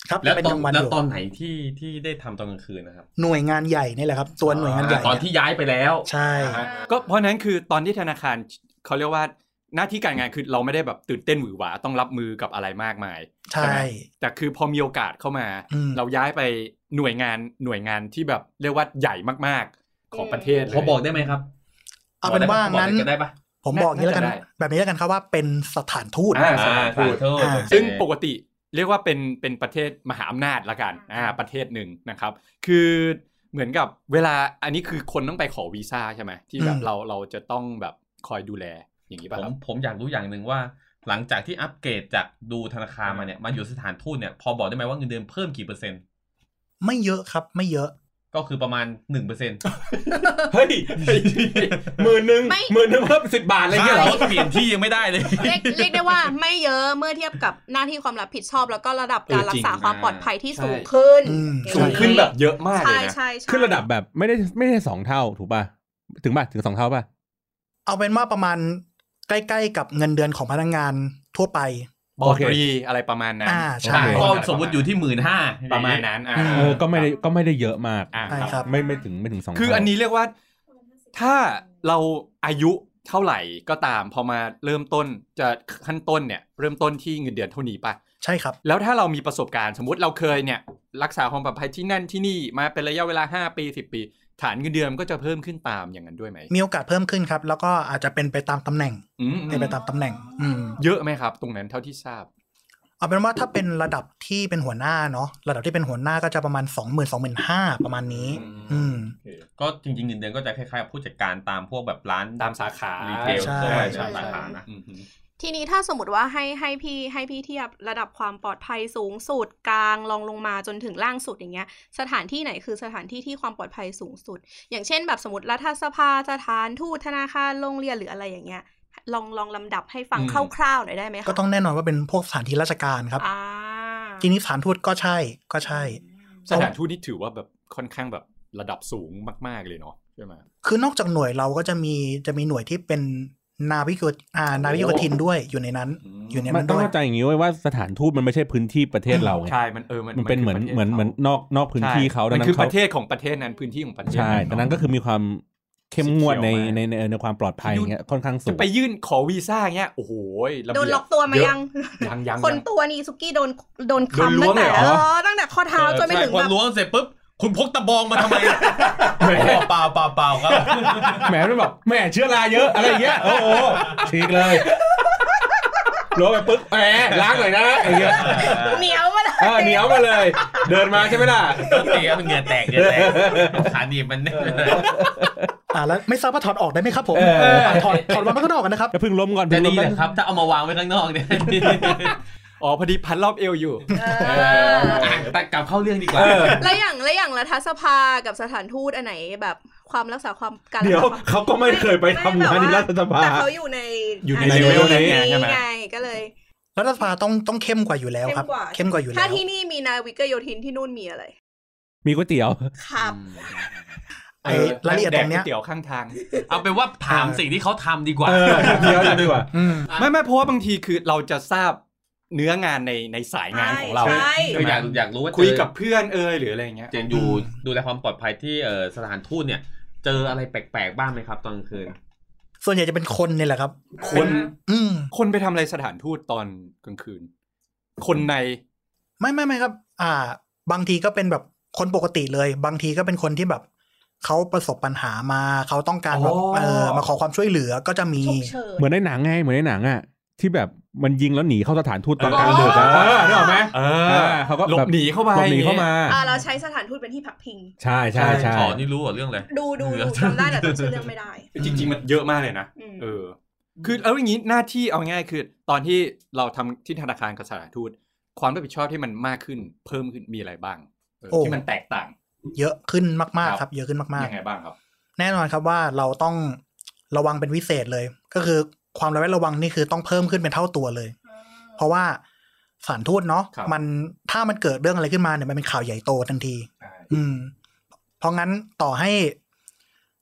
Speaker 5: ครับ
Speaker 2: แล้ว
Speaker 5: เป็น
Speaker 2: ตอก น
Speaker 5: ลางวันอ
Speaker 2: แล้ว
Speaker 5: ยู่
Speaker 2: ตอนไหนที่ที่ได้ทำตอนกลางคืนนะครับ
Speaker 5: หน่วยงานใหญ่นี่แหละครับตัวหน่วยงานใหญ่
Speaker 2: ตอนที่ย้ายไปแล้ว
Speaker 5: ใช่
Speaker 3: อ่าฮะก็เพราะนั้นคือตอนที่ธนาคารเขาเรียกว่าหน้าที่การงานคือเราไม่ได้แบบตื่นเต้นหวือหวาต้องรับมือกับอะไรมากมาย
Speaker 5: ใช่
Speaker 3: ไหมแต่คือพอมีโอกาสเข้ามา
Speaker 5: อืม
Speaker 3: เราย้ายไปหน่วยงานหน่วยงานที่แบบเรียกว่าใหญ่มากๆ ของประเทศลย
Speaker 2: ขอบอกได้ไหมครับ
Speaker 5: เอาเป็นว่างั้น
Speaker 2: บอกได้ปะ
Speaker 5: ผมบอกอย่างนี้แล้วกัน
Speaker 3: น่าจะได้
Speaker 5: แบบนี้แล้วกันครับว่าเป็นสถานทูต
Speaker 3: อ่า
Speaker 2: บอกได้
Speaker 3: ส
Speaker 2: ปะ
Speaker 3: ถานทูต
Speaker 2: อ่
Speaker 5: อ่า
Speaker 2: โอเค
Speaker 3: ซึ่งปกติเรียกว่าเป็นเป็นประเทศมหาอำนาจละกันอ่าประเทศหนึ่งนะครับ คือเหมือนกับเวลาอันนี้คือคนต้องไปขอวีซ่าใช่ไหมที่แบบ
Speaker 5: อืม
Speaker 3: เราเราจะต้องแบบคอยดูแลอย่างนี้
Speaker 2: ผ
Speaker 3: ป่ะค
Speaker 2: ม
Speaker 3: รับ
Speaker 2: ผมอยากรู้อย่างหนึ่งว่า หลังจากที่อัปเกรดจากดูธนาคารมาเนี่ยมาอยู่สถานทูตเนี่ยพอบอกได้ไหมว่าเงินเดือนเพิ่มกี่เปอร์เซ็นต์
Speaker 5: ไม่เยอะครับไม่เยอะ
Speaker 2: ก็คือประมาณหนึ่งเปอร์เซ็นต์
Speaker 1: เฮ้ยหมื่นหนึ่งหมื่นหนึ่งเพิ่มสิบบาทอะไร
Speaker 2: ค่า
Speaker 1: เงี้ยเหร
Speaker 2: ร
Speaker 1: อ
Speaker 2: ถเปลี่ยนที่ยังไม่ได้เลย
Speaker 4: เรียกเรียกได้ว่าไม่เยอะเมื่อเทียบกับหน้าที่ความรับผิดชอบ แล้วก็ระดับการ
Speaker 3: เออจริง
Speaker 4: รักษาความปลอดภัยที่
Speaker 3: ใช่
Speaker 4: สูงขึ้น
Speaker 5: อืม
Speaker 4: อย่า
Speaker 3: สูงขึ้นแบบเยอะมากเล
Speaker 4: ใช่
Speaker 3: ยนะ
Speaker 4: ใช่ใช่
Speaker 1: ขึ้นระดับแบบไม่ได้ไม่ได้สองเท่าถูกป่ะถึงป่ะถึงสองเท่าป่ะ
Speaker 5: เอาเป็นว่าประมาณใกล้ ๆ กับเงินเดือนของพนักงานทั่วไป
Speaker 3: ปอ
Speaker 1: โอเค
Speaker 3: ตรีอะไรประมาณนั้น
Speaker 5: อ่าใช่
Speaker 2: อ่ะก็
Speaker 3: โเค
Speaker 2: สมมติอยู่ที่หมื่นห้า
Speaker 3: ประมาณนั้นอ่า
Speaker 1: เออก็ไม่ได้ก็ไม่ได้เยอะมาก
Speaker 3: อ่า
Speaker 5: ใช่
Speaker 3: ค
Speaker 5: ครั
Speaker 3: รับ
Speaker 5: บ
Speaker 1: ไม่ไม่ถึงไม่ถึงสอง
Speaker 3: คืออัน
Speaker 1: เท่า
Speaker 3: นี้เรียกว่าถ้าเราอายุเท่าไหร่ก็ตาม พอมาเริ่มต้นจะขั้นต้นเนี่ยเริ่มต้นที่เงินเดือนเท่านี้ป่ะ
Speaker 5: ใช่ครับ
Speaker 3: แล้วถ้าเรามีประสบการณ์สมมติเราเคยเนี่ย รักษาความปลอดภัยที่นั่นที่นี่มาเป็นระยะเวลา 5 ปี 10 ปี ฐานเงินเดือนมันก็จะเพิ่มขึ้นตามอย่างนั้นด้วยไหม
Speaker 5: มีโอกาสเพิ่มขึ้นครับ แล้วก็อาจจะเป็นไปตามตำแหน่ง
Speaker 3: อืม
Speaker 5: เป็นไปตามตำแหน่ง อืม
Speaker 3: เยอะไหมครับ ตรงนั้นเท่าที่ทราบ
Speaker 5: เอาเป็นว่าถ้าเป็นระดับที่เป็นหัวหน้าเนาะระดับที่เป็นหัวหน้าก็จะประมาณ 2 0 0 0 0 2 5 0 0 0ประมาณนี้
Speaker 3: อื
Speaker 5: อื
Speaker 3: ม
Speaker 5: ม
Speaker 2: ก็จริงๆเงินเดือนก็จะคล้ายๆกับผู้จัดการตามพวกแบบร้าน
Speaker 3: ตามสาขา
Speaker 2: รีเทล
Speaker 5: ใช่
Speaker 2: ใช่
Speaker 3: ใช่
Speaker 2: ตามสาขานะ
Speaker 3: อืม
Speaker 4: ทีนี้ถ้าสมมติว่าให้ให้พี่ให้พี่เทียบระดับความปลอดภัยสูงสุดกลางรองลงมาจนถึงล่างสุดอย่างเงี้ย สถานที่ไหนคือสถานที่ที่ความปลอดภัยสูงสุด อย่างเช่น แบบสมมติรัฐสภาสถานทูตธนาคารโรงเรียนหรืออะไรอย่างเงี้ย ลองลองลำดับให้ฟัง
Speaker 3: อืม
Speaker 4: คร่าวๆหน่อยได้ไหมคะ
Speaker 5: ก็ต้องแน่นอนว่าเป็นพวกสถานที่ราชการครับ
Speaker 4: อ่า
Speaker 5: ทีนี้สถานทูตก็ใช่ก็ใช่
Speaker 3: สถานทูตนี่ถือว่าแบบค่อนข้างแบบระดับสูงมาก ๆเลยเนาะใช่ไหม
Speaker 5: คือนอกจากหน่วยเราก็จะมีจะมีหน่วยที่เป็นนาวิกโยอ่านาวิกโยธินด้วยอยู่ในนั้น
Speaker 3: อืม
Speaker 5: อยู่ใน
Speaker 1: มั
Speaker 5: นั้น น
Speaker 1: ต้อง
Speaker 5: ด้วย
Speaker 1: เข้าใจอย่างนี้ไว้ว่าสถานทูตมันไม่ใช่พื้นที่ประเทศเราไง
Speaker 3: ใช่มันเออมัน
Speaker 1: มันเป็นเหมือน
Speaker 3: คื
Speaker 1: เหมือนเหมือนนอกนอกพื้นที่เขาดั
Speaker 3: มั
Speaker 1: ง
Speaker 3: น
Speaker 1: นั้
Speaker 3: คือน
Speaker 1: เขา
Speaker 3: ประเทศของประเทศนั้นพื้นที่ของประเทศ
Speaker 1: ใช่
Speaker 3: นั้น
Speaker 1: ดังนั้นก็คือมีความเข้มงวดในในในในความปลอดภัยอย่างเงี้ยค่อนข้างสู
Speaker 3: จะ
Speaker 1: ง
Speaker 3: ไปยื่นขอวีซ่าเงี้ยโอ้โหระ
Speaker 4: โด
Speaker 3: เบียบ
Speaker 4: นล็อกตัวมา
Speaker 3: เะ
Speaker 4: ยัง
Speaker 3: ยังยัง
Speaker 4: คน
Speaker 3: ยัง
Speaker 4: ตัวนี่สุกี้โดนโดน
Speaker 3: โดน
Speaker 4: คำ
Speaker 3: ล้วง
Speaker 4: ตั้งแต่
Speaker 3: เลยเหรอ
Speaker 4: เออตั้งแต่ข้อเท้าจนไปถึง
Speaker 2: พอ
Speaker 4: แบบ
Speaker 2: ล้วงเสร็จปุ๊บ คุณพกตะบองมาทำไมเปล่าเปล่าเปล่าครับ
Speaker 1: แหมมันแบบแหมเชื้อราเยอะอะไรอย่างเงี้ยโอ้โหฉีก เลยล้วงไปปึ๊บแหมล้างหน่อยนะไอ้เงี้ย
Speaker 4: เหนียวมาเลย
Speaker 1: เออเหนียวมาเลย เดินมาใช่ไหมล่ะ
Speaker 2: ต้องตีครับเหงื่อแตกเหงื่อแตกขาหนีบมันเนี่ย
Speaker 5: อ่าแล้วไม่ทราบว่าถอดออกได้ไหมครับผม
Speaker 1: เออ
Speaker 5: เออถอดถอดวางไว้ข้างนอกกันนะครับ
Speaker 1: จะพึ่งล้มก่อน
Speaker 2: จะ
Speaker 1: เพึ่งล้ม
Speaker 2: ดีเหร
Speaker 1: ก่อน
Speaker 2: อครับ ถ้าเอามาวางไว้ข้างนอกเนี่ย
Speaker 3: อ๋อพอดีพันรอบเอวอยู่
Speaker 4: เออ
Speaker 2: อ่ะแต่กลับเข้าเรื่องดีกว่า
Speaker 4: แล้วอย่างแล้วอย่างรัฐสภากับสถานทูตอันไหนแบบความรักษาความการ
Speaker 1: เดี๋ยว
Speaker 4: รักษา
Speaker 1: เขาก็ไม่เคยไปทำงานที่รัฐสภา
Speaker 4: แต่เขาอยู่ใน
Speaker 3: อยู่ใน
Speaker 4: อั
Speaker 3: เลเวลนี้ใช่ไหม
Speaker 4: ไงก็เลย
Speaker 5: รัฐสภาต้องต้องเข้มกว่าอยู่แล้วครับ
Speaker 4: เข้
Speaker 5: เข้
Speaker 4: ม
Speaker 5: ม
Speaker 4: ก
Speaker 5: ก
Speaker 4: ว่า
Speaker 5: ว่าอยู่แล้
Speaker 4: ถ้าว ที่นี่มีนาวิกโยธินที่นู่นมีอะไร
Speaker 1: มีก๋วยเตี๋ยว
Speaker 4: ครับ
Speaker 5: ไอ้รายละเอียดตรงเนี้ย
Speaker 3: แก๋วยเตี๋ยวข้างทาง
Speaker 2: เอาเป็นว่าถามสิ่งที่เขาทำดีกว่า
Speaker 1: เออเดี๋ยวจะดีกว่า
Speaker 5: อืม
Speaker 3: ไม่ไม่เพราะว่าบางทีคือเราจะทราบเนื้องานในในสายงานของเรา
Speaker 4: ใช่
Speaker 2: คือ
Speaker 4: ใช่
Speaker 2: อยากอยากรู้ว่าเจ
Speaker 3: คุยกับเพื่อนเอยหรืออะไรอย่างเงี้ย
Speaker 2: เจนอยู่ดูแลความปลอดภัยที่เอ่อสถานทูตเนี่ย เจออะไรแปลกๆบ้างไหมครับ ตอนกลางคืน
Speaker 5: ส่วนใหญ่จะเป็นคนเนี่ยแหละครับ
Speaker 3: ค
Speaker 5: คน
Speaker 3: น
Speaker 5: อืม
Speaker 3: คนไปทำอะไรสถานทูตตอนกลางคืน คนใน
Speaker 5: ไม่ไม่ไม่ครับ อ่า บางทีก็เป็นแบบคนปกติเลย บางทีก็เป็นคนที่แบบเขาประสบปัญหามาเขาต้องการแบบ
Speaker 1: อ๋อ
Speaker 5: เออมาขอความช่วยเหลือก็จะมี
Speaker 4: ฉุกเฉิน
Speaker 1: เหมือนในหนังไงเหมือนในหนังอ่ะที่แบบมันยิงแล้วหนีเข้าสถานทูตตอนกลางดึกอะ
Speaker 4: อ๋อ
Speaker 1: เออนึกออกไหม
Speaker 3: เอ
Speaker 1: เออเขาก็
Speaker 3: หล
Speaker 1: แบบ บ
Speaker 3: หนีเข้าไป
Speaker 1: หลบหนีเข้ามา
Speaker 4: อ่าเราใช้สถานทูตเป็นที่พักพิง
Speaker 1: ใช่ใช่ใช่
Speaker 2: อ๋อนี่รู้เหรอเรื่องอะไร
Speaker 4: ดูดูดูจำได้แต่จำชื่อเรื่องไม่ได้
Speaker 3: จริง ๆ มันเยอะมากเลยนะ
Speaker 4: อืม
Speaker 3: เออ คือเอาอย่างงี้หน้าที่เอาง่ายๆคือ ตอนที่เราทำที่ธนาคารกับสถานทูตความรับผิดชอบที่มันมากขึ้น เพิ่มขึ้นมีอะไรบ้างเออ
Speaker 5: โอ้
Speaker 3: ที่มันแตกต่าง
Speaker 5: เยอะขึ้นมาก
Speaker 3: ครับ
Speaker 5: ๆครับ เยอะขึ้นมาก
Speaker 3: ยังไงบ้างครับ
Speaker 5: ๆ แน่นอนครับว่าเราต้องระวังเป็นวิเศษเลย ก็คือความระแวดระวังนี่คือต้องเพิ่มขึ้นเป็นเท่าตัวเลย เพราะว่าสถารทูตเนาะ
Speaker 3: ครับ
Speaker 5: มันถ้ามันเกิดเรื่องอะไรขึ้นมาเนี่ยมันเป็นข่าวใหญ่โตทันที อืม เพราะงั้นต่อให้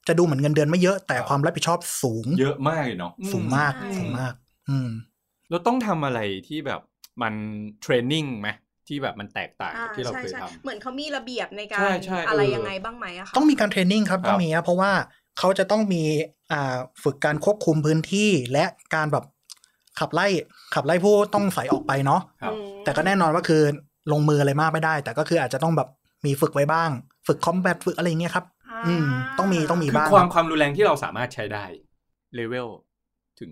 Speaker 5: จะดูเหมือนเงินเดือนไม่เยอะ แต่ความรับผิดชอบสูง
Speaker 3: เยอะมากเลยเนาะ
Speaker 5: สูงมาก
Speaker 4: ใช่
Speaker 5: สูงมาก อืม
Speaker 3: เราต้องทำอะไรที่แบบมันเทรนนิ่งไหมที่แบบมันแตกต่าง
Speaker 4: อ่า
Speaker 3: จากที่เรา
Speaker 4: ใช่
Speaker 3: เคย
Speaker 4: ใช่
Speaker 3: ท
Speaker 4: เหมือนเขามีระเบียบในการ
Speaker 3: ใช่ใช่เอออ
Speaker 4: อะไรยังไงบ้างไหมอะคะ
Speaker 5: ต้องมีการเทรนนิ่งครับ
Speaker 3: ครับ
Speaker 5: ต้องมีนะเพราะว่าเขาจะต้องมีอ่าฝึกการควบคุมพื้นที่และการแบบขับไล่ขับไล่ผู้ต้องใสยออกไปเนาะ
Speaker 3: ำครับ
Speaker 4: อืม
Speaker 5: แต่ก็แน่นอนว่าคือลงมืออะไรมากไม่ได้ แต่ก็คืออาจจะต้องแบบมีฝึกไว้บ้าง ฝึกคอมแบทฝึกอะไรอย่างเงี้ยครับ อืม ต้องมีต้องมี
Speaker 3: คือ
Speaker 5: บ้าง
Speaker 3: ความความรุนแรงที่เราสามารถใช้ได้เลเวลถึง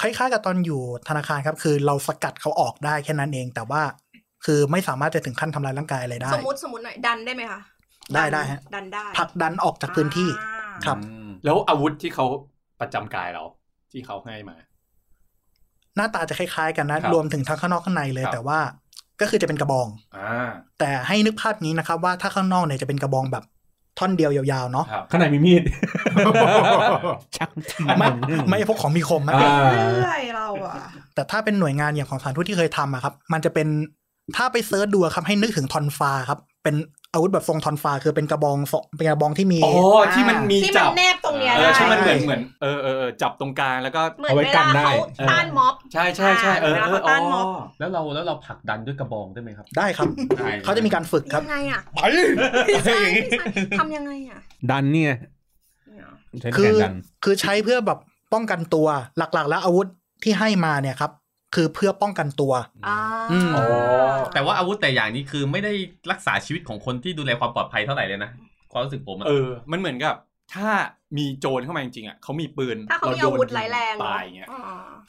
Speaker 5: คล้ายๆกับตอนอยู่ธนาคารครับ คือเราสกัดเขาออกได้แค่นั้นเอง แต่ว่าคือไม่สามารถจะถึงขั้นทำลายร่างกายอะไรได้
Speaker 4: สมมติสมมติหน่อยดันได้ไหมคะ
Speaker 5: ได้ได้ฮะ
Speaker 4: ดันได้
Speaker 5: ผลักดันออกจากพื้นที่
Speaker 4: อ่า
Speaker 5: ครับ
Speaker 3: แล้วอาวุธที่เขาประจำกายเรา ที่เขาให้มา
Speaker 5: หน้าตาจะคล้ายๆกันนะ
Speaker 3: ครับ
Speaker 5: รวมถึงทั้งข้างนอกข้างในเลย
Speaker 3: ครับ
Speaker 5: แต่ว่าก็คือจะเป็นกระบอง
Speaker 3: อ่า
Speaker 5: แต่ให้นึกภาพนี้นะครับ ว่าถ้าข้างนอกเนี่ยจะเป็นกระบองแบบท่อนเดียวยาวๆเนาะ
Speaker 3: ครับ
Speaker 1: ข้างในมีมีด ชัก
Speaker 5: ไม่ไม่พวกของมีคมนะ
Speaker 1: อ่า
Speaker 4: เรื่อยเราอะ
Speaker 5: แต่ถ้าเป็นหน่วยงานอย่างของสถานทูตที่เคยทำอะครับ มันจะเป็นถ้าไปเซิร์ชดูอะครับให้นึกถึงทอนฟ้าครับ เป็น อาวุธแบบทรงทอนฟ้าคือเป็นกระบองสองเป็นกระบองที่มี
Speaker 3: อ๋อที่มันมี
Speaker 4: ที่มั
Speaker 3: จั
Speaker 4: น
Speaker 3: บ
Speaker 4: แนบตรงเนี้ย
Speaker 3: เอ
Speaker 4: ได้
Speaker 3: อใช่มัน
Speaker 5: ได้
Speaker 3: เหมือนเหมือนเออเออเออจับตรงกลางแล้วก็
Speaker 4: เหมือน
Speaker 1: เอาไว้
Speaker 4: เว
Speaker 1: กั
Speaker 4: ลาน
Speaker 1: ได้
Speaker 4: เขา
Speaker 3: เออ
Speaker 4: ต้านม็อบ
Speaker 3: ใช่ใช่ใช่เออเออ
Speaker 4: เวลา
Speaker 3: อ๋
Speaker 4: เขาต้านม็
Speaker 3: อ
Speaker 4: อบ
Speaker 2: แล้วเราแล้วเราผลักดันด้วยกระบองได้ไหมครับ
Speaker 5: ได้ครับ
Speaker 2: ได้
Speaker 5: เขาจะมีการฝึกครับ
Speaker 4: ยังไงอ่ะ
Speaker 2: ไป
Speaker 4: ไม่ใช่ไม่ใช่ทำยังไงอ่ะ
Speaker 1: ดันเนี่ย
Speaker 4: เนี่ยเหรอ
Speaker 1: ใช้แข
Speaker 5: คื
Speaker 1: น
Speaker 5: อ
Speaker 1: ดัน
Speaker 5: คือใช้เพื่อแบบป้องกันตัวหลักๆ แล้วอาวุธที่ให้มาเนี่ยครับ คือเพื่อป้องกันตัว
Speaker 4: อ่า
Speaker 5: อืม
Speaker 2: แต่ว่าอาวุธแต่อย่างนี้คือไม่ได้รักษาชีวิตของคนที่ดูแลความปลอดภัยเท่าไหร่เลยนะ ความรู้สึกผมอะ
Speaker 3: เออ มันเหมือนกับ ถ้ามีโจรเข้ามาจริงๆอ่ะเขามีปืน
Speaker 4: ถ้าเขามี
Speaker 3: โย
Speaker 4: อาน วุธร้ายแรง
Speaker 3: ตายอย่างเงี้ย
Speaker 4: อ๋อ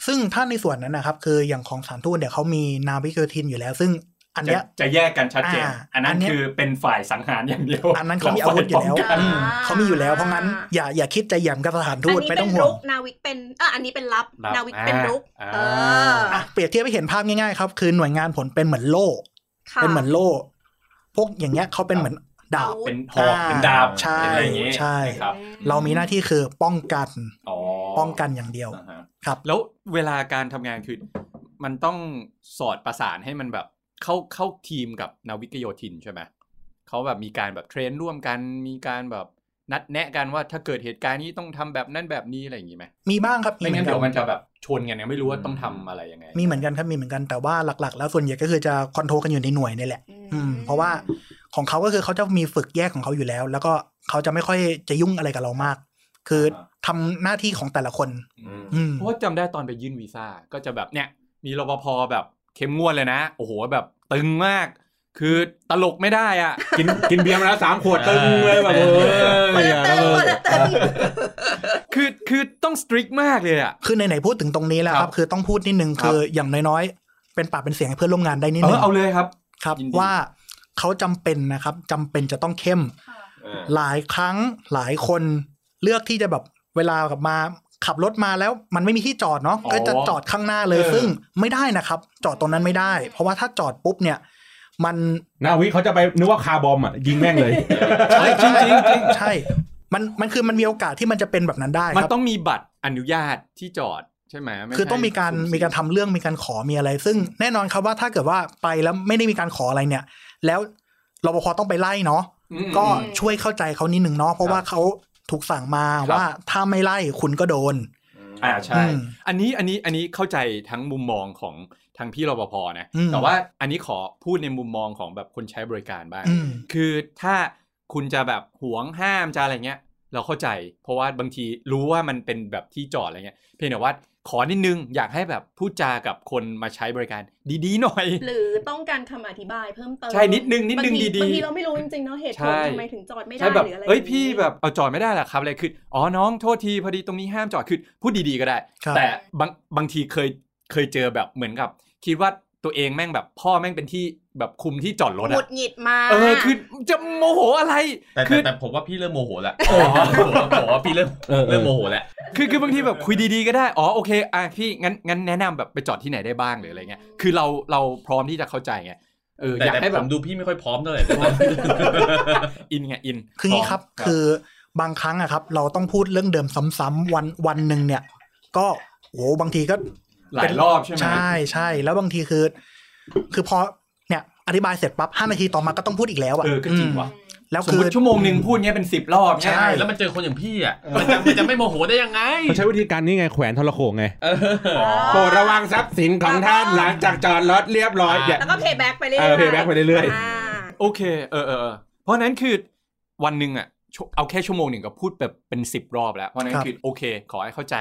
Speaker 5: ซึ่งถ้าในส่วนนั้นนะครับ คืออย่างของสถารทูตเนี่ยเขามีนาวิกโยธินอยู่แล้ว ซึ่งอัน
Speaker 3: จะ
Speaker 5: เนี้ย
Speaker 3: จะแยกกันชัดเจน
Speaker 5: อ่า
Speaker 3: อันนั้น
Speaker 5: อันเนี้ย
Speaker 3: คือเป็นฝ่ายสังหารอย่างเดียว
Speaker 5: อันนั้นเขามีอาวุธอยู่แล้ว
Speaker 3: ฝ่ป้งกัน
Speaker 5: ม เขามีอยู่แล้วเพราะงั้นอย่าอย่าคิดจะหย่ำกับสถาน
Speaker 4: อั
Speaker 5: ทู
Speaker 4: น
Speaker 5: ต
Speaker 4: นี้
Speaker 5: ไม่
Speaker 4: เป็
Speaker 5: ต้อน งห่ว
Speaker 4: รุ
Speaker 5: ง
Speaker 4: กนาวิกเป็นเอออันนี้เป็นลับ
Speaker 3: ลับ
Speaker 4: นาวิกเป็นรุก
Speaker 3: อ่า
Speaker 4: เอออ
Speaker 5: อ่ะเปรียบเทียบให้เห็นภาพง่ายๆครับคือหน่วยงานผลเป็นเหมือนโล่
Speaker 4: ค่ะ
Speaker 5: เป็นเหมือนโล่ พวกอย่างเงี้ยเขาเป็นเหมือนดาบ
Speaker 4: อาวุธ
Speaker 3: เป็นหอกเป็นดาบ
Speaker 5: ใช่
Speaker 3: เป็นอะไรอย่างเงี้ย
Speaker 5: ใช่
Speaker 3: ครับ
Speaker 5: เรามีหน้าที่คือป้องกัน
Speaker 3: อ๋อ
Speaker 5: ป้องกันอย่างเดียว
Speaker 3: อ่าฮะ
Speaker 5: ครับ
Speaker 3: แล้วเวลาการทำงานคือมันต้องสอดประสานให้มันแบบเข้าเข้าทีมกับนาวิกโยธินใช่ไหมเขาแบบมีการแบบเทรนร่วมกันมีการแบบนัดแนะกันว่าถ้าเกิดเหตุการณ์นี้ต้องทำแบบนั้นแบบนี้อะไรอย่างงี้ไหม
Speaker 5: มีบ้างครับ
Speaker 3: ไม่
Speaker 5: เหมื
Speaker 3: งั้
Speaker 5: อน นกั
Speaker 3: เดี๋ย
Speaker 5: น
Speaker 3: วมันจะแบบชนกันเนี่ยไม่รู้ว่าต้องทำอะไรยังไง
Speaker 5: มีเหมือนกันครับมีเหมือนกันแต่ว่าหลักๆ แล้วส่วนใหญ่ก็คือจะคอนโทรลกันอยู่ในหน่วยนี่แหละ อืมเพราะว่าของเขาก็คือเขาจะมีฝึกแยกของเขาอยู่แล้ว แล้วก็เขาจะไม่ค่อยจะยุ่งอะไรกับเรามาก คือทำหน้าที่ของแต่ละคน อืม
Speaker 3: เพราะว่าจำได้ตอนไปยื่นวีซ่าก็จะแบบเนี่ย มีรปภแบบเข้มงวดเลยนะ โอ้โหแบบตึงมาก คือตลกไม่ได้อ่ะ
Speaker 6: กินกินเบียร์มาแล้วสามขวดตึงเลยแบบ
Speaker 4: ค
Speaker 6: เอน อ
Speaker 4: ละเติมคนละเติม
Speaker 3: คือคือต้องสตริกมากเลยอ่ะ
Speaker 5: คือไหนๆพูดถึงตรงนี้แล้วค
Speaker 3: ครั
Speaker 5: รับบ คือต้องพูดนิดนึงคืออย่างน้อยๆ เป็นปากเป็นเสียงให้เพื่อนร่วมงานได้นิด
Speaker 3: เอ
Speaker 5: นึ
Speaker 3: อง เอาเลยครับ
Speaker 5: ครับ
Speaker 3: ยินดี
Speaker 5: ว่าเขาจำเป็นนะครับจำเป็นจะต้องเข้ม หลายครั้งหลายคนเลือกที่จะแบบเวลากลับมาขับรถมาแล้วมันไม่มีที่จอดเนาะ
Speaker 3: อ๋อ
Speaker 5: ก็จะจอดข้างหน้าเลย
Speaker 3: เออ
Speaker 5: ซึ่งไม่ได้นะครับ จอดตรงนั้นไม่ได้ เพราะว่าถ้าจอดปุ๊บเนี่ย มัน
Speaker 6: นาวิเขาจะไปนึกว่าคาร์บอมอ่ะยิงแม่งเลย
Speaker 5: ใช่จริงจริงใช่ มันมันคือมันมีโอกาสที่มันจะเป็นแบบนั้นได้
Speaker 3: มัน
Speaker 5: ครับ
Speaker 3: ต้องมีบัตรอนุญาตที่จอดใช่ไหมไใช่
Speaker 5: คือต้องมีการ
Speaker 3: สุ่
Speaker 5: มีการทำเรื่องมีการขอมีอะไร ซึ่งแน่นอนครับว่าถ้าเกิดว่าไปแล้วไม่ได้มีการขออะไรเนี่ย แล้วรปภต้องไปไล่เนาะ
Speaker 3: อืม
Speaker 5: ก็ช่วยเข้าใจเขานิดหนึ่งเนาะเพราะว่าเขาถูกสั่งมา
Speaker 3: ครับ
Speaker 5: ว่าถ้าไม่ไล่คุณก็โดน
Speaker 3: อ่าใช่
Speaker 5: อืม
Speaker 3: อันนี้อันนี้อันนี้เข้าใจทั้งมุมมองของทางพี่รปภนะ
Speaker 5: อืม
Speaker 3: แต่ว่าอันนี้ขอพูดในมุมมองของแบบคนใช้บริการบ้าง
Speaker 5: อืม
Speaker 3: คือถ้าคุณจะแบบหวงห้ามจะอะไรเงี้ย เราเข้าใจ เพราะว่าบางทีรู้ว่ามันเป็นแบบที่จอดอะไรเงี้ยเพียงแต่ว่าขอนิดนึงอยากให้แบบพูดจากับคนมาใช้บริการดีๆหน่อย
Speaker 4: หรือต้องการคำอธิบายเพิ่มเติม
Speaker 3: ใช่นิดนึงนิดนึง
Speaker 4: บาที
Speaker 3: ดีๆ
Speaker 4: บางทีเราไม่รู้จริงๆเนาะเหตุผ
Speaker 3: ใช่
Speaker 4: ลทำไมถึงจอดไม่ได้
Speaker 3: ใช่แบบ
Speaker 4: หรืออะ
Speaker 3: เอ้ย
Speaker 4: ไรางนี้
Speaker 3: พี่แบบเอาจอดไม่ได้เหรอครับอะไรคืออ๋อน้องโทษทีพอดีตรงนี้ห้ามจอดคือพูดดีๆก็ได้
Speaker 5: ครับ
Speaker 3: แต่บางบางทีเคยเคยเจอแบบเหมือนกับ คิดว่าตัวเองแม่งแบบพ่อแม่งเป็นที่แบบคุมที่จอดรถ
Speaker 4: หงุ
Speaker 3: อะ
Speaker 4: ดหงิดมา
Speaker 3: เออคือจะโมโหอะไร
Speaker 2: แต่
Speaker 3: คื
Speaker 2: แต่
Speaker 3: อ
Speaker 2: แต่ผมว่าพี่เริ่มโมโหแล้วผมว่าผมว่าพี่เริ่ม
Speaker 6: เออเออ
Speaker 2: เริ่มโมโหแล้ว
Speaker 3: คือคือบางทีแบบคุยดีๆก็ได้ อ๋อโอเคอ่ะพี่งั้นงั้นแนะนำแบบไปจอดที่ไหนได้บ้างหรืออะไรเงี้ย คือเราเราพร้อมที่จะเข้าใจไง เออ
Speaker 2: แต่
Speaker 3: อยาก
Speaker 2: แต่
Speaker 3: ให้แบ
Speaker 2: ผ
Speaker 3: บ
Speaker 2: มดูพี่ไม่ค่อยพร้อมเท่าไหร่
Speaker 3: อินไงอิน
Speaker 5: คืองี้ครับ
Speaker 3: พม
Speaker 5: คือบางครั้งอะครับ เราต้องพูดเรื่องเดิมซ้ำๆวันวันหนึ่งเนี่ย ก็โหบางทีก็
Speaker 3: หลายรอบใช่ไหม
Speaker 5: ใช่ใช่แล้วบางทีคือ คือพอเนี่ยอธิบายเสร็จปั๊บห้านาทีต่อมาก็ต้องพูดอีกแล้วอะ
Speaker 3: เออก็จริงว่ะ
Speaker 5: อืมแล้ว
Speaker 3: สม
Speaker 5: คื
Speaker 3: ม
Speaker 5: อ
Speaker 3: ติชั่วโมงหนึ่งพูดเงี้ยเป็นสิบรอบเงี้ย
Speaker 5: ใช่
Speaker 2: แล้วมันเจอคนอย่างพี่อ่ะมันจะมันจะไม่โมโหได้ยังไง
Speaker 6: เขาใช้วิธีการนี้ไงแขวนทรโขงไง
Speaker 2: เออ
Speaker 6: โปรดระวังทรัพย์สินของท่านหลังจากจอดรถเรียบร้อยเนี่ย
Speaker 4: แล้วก็เพย์แบ็กไปเรื่อย
Speaker 6: เออ payback ไปเรื่อย
Speaker 4: า
Speaker 3: โอเคเออเออเออเพราะฉะนั้นคือวันหนึ่งอ่ะชั่วเอาแค่ชั่วโมงหนึ่งก็พูดแบบเป็นสิบรอบแล้ว เพราะฉะนั้น
Speaker 5: ครับ
Speaker 3: คือโอเค ขอให้เข้าใจ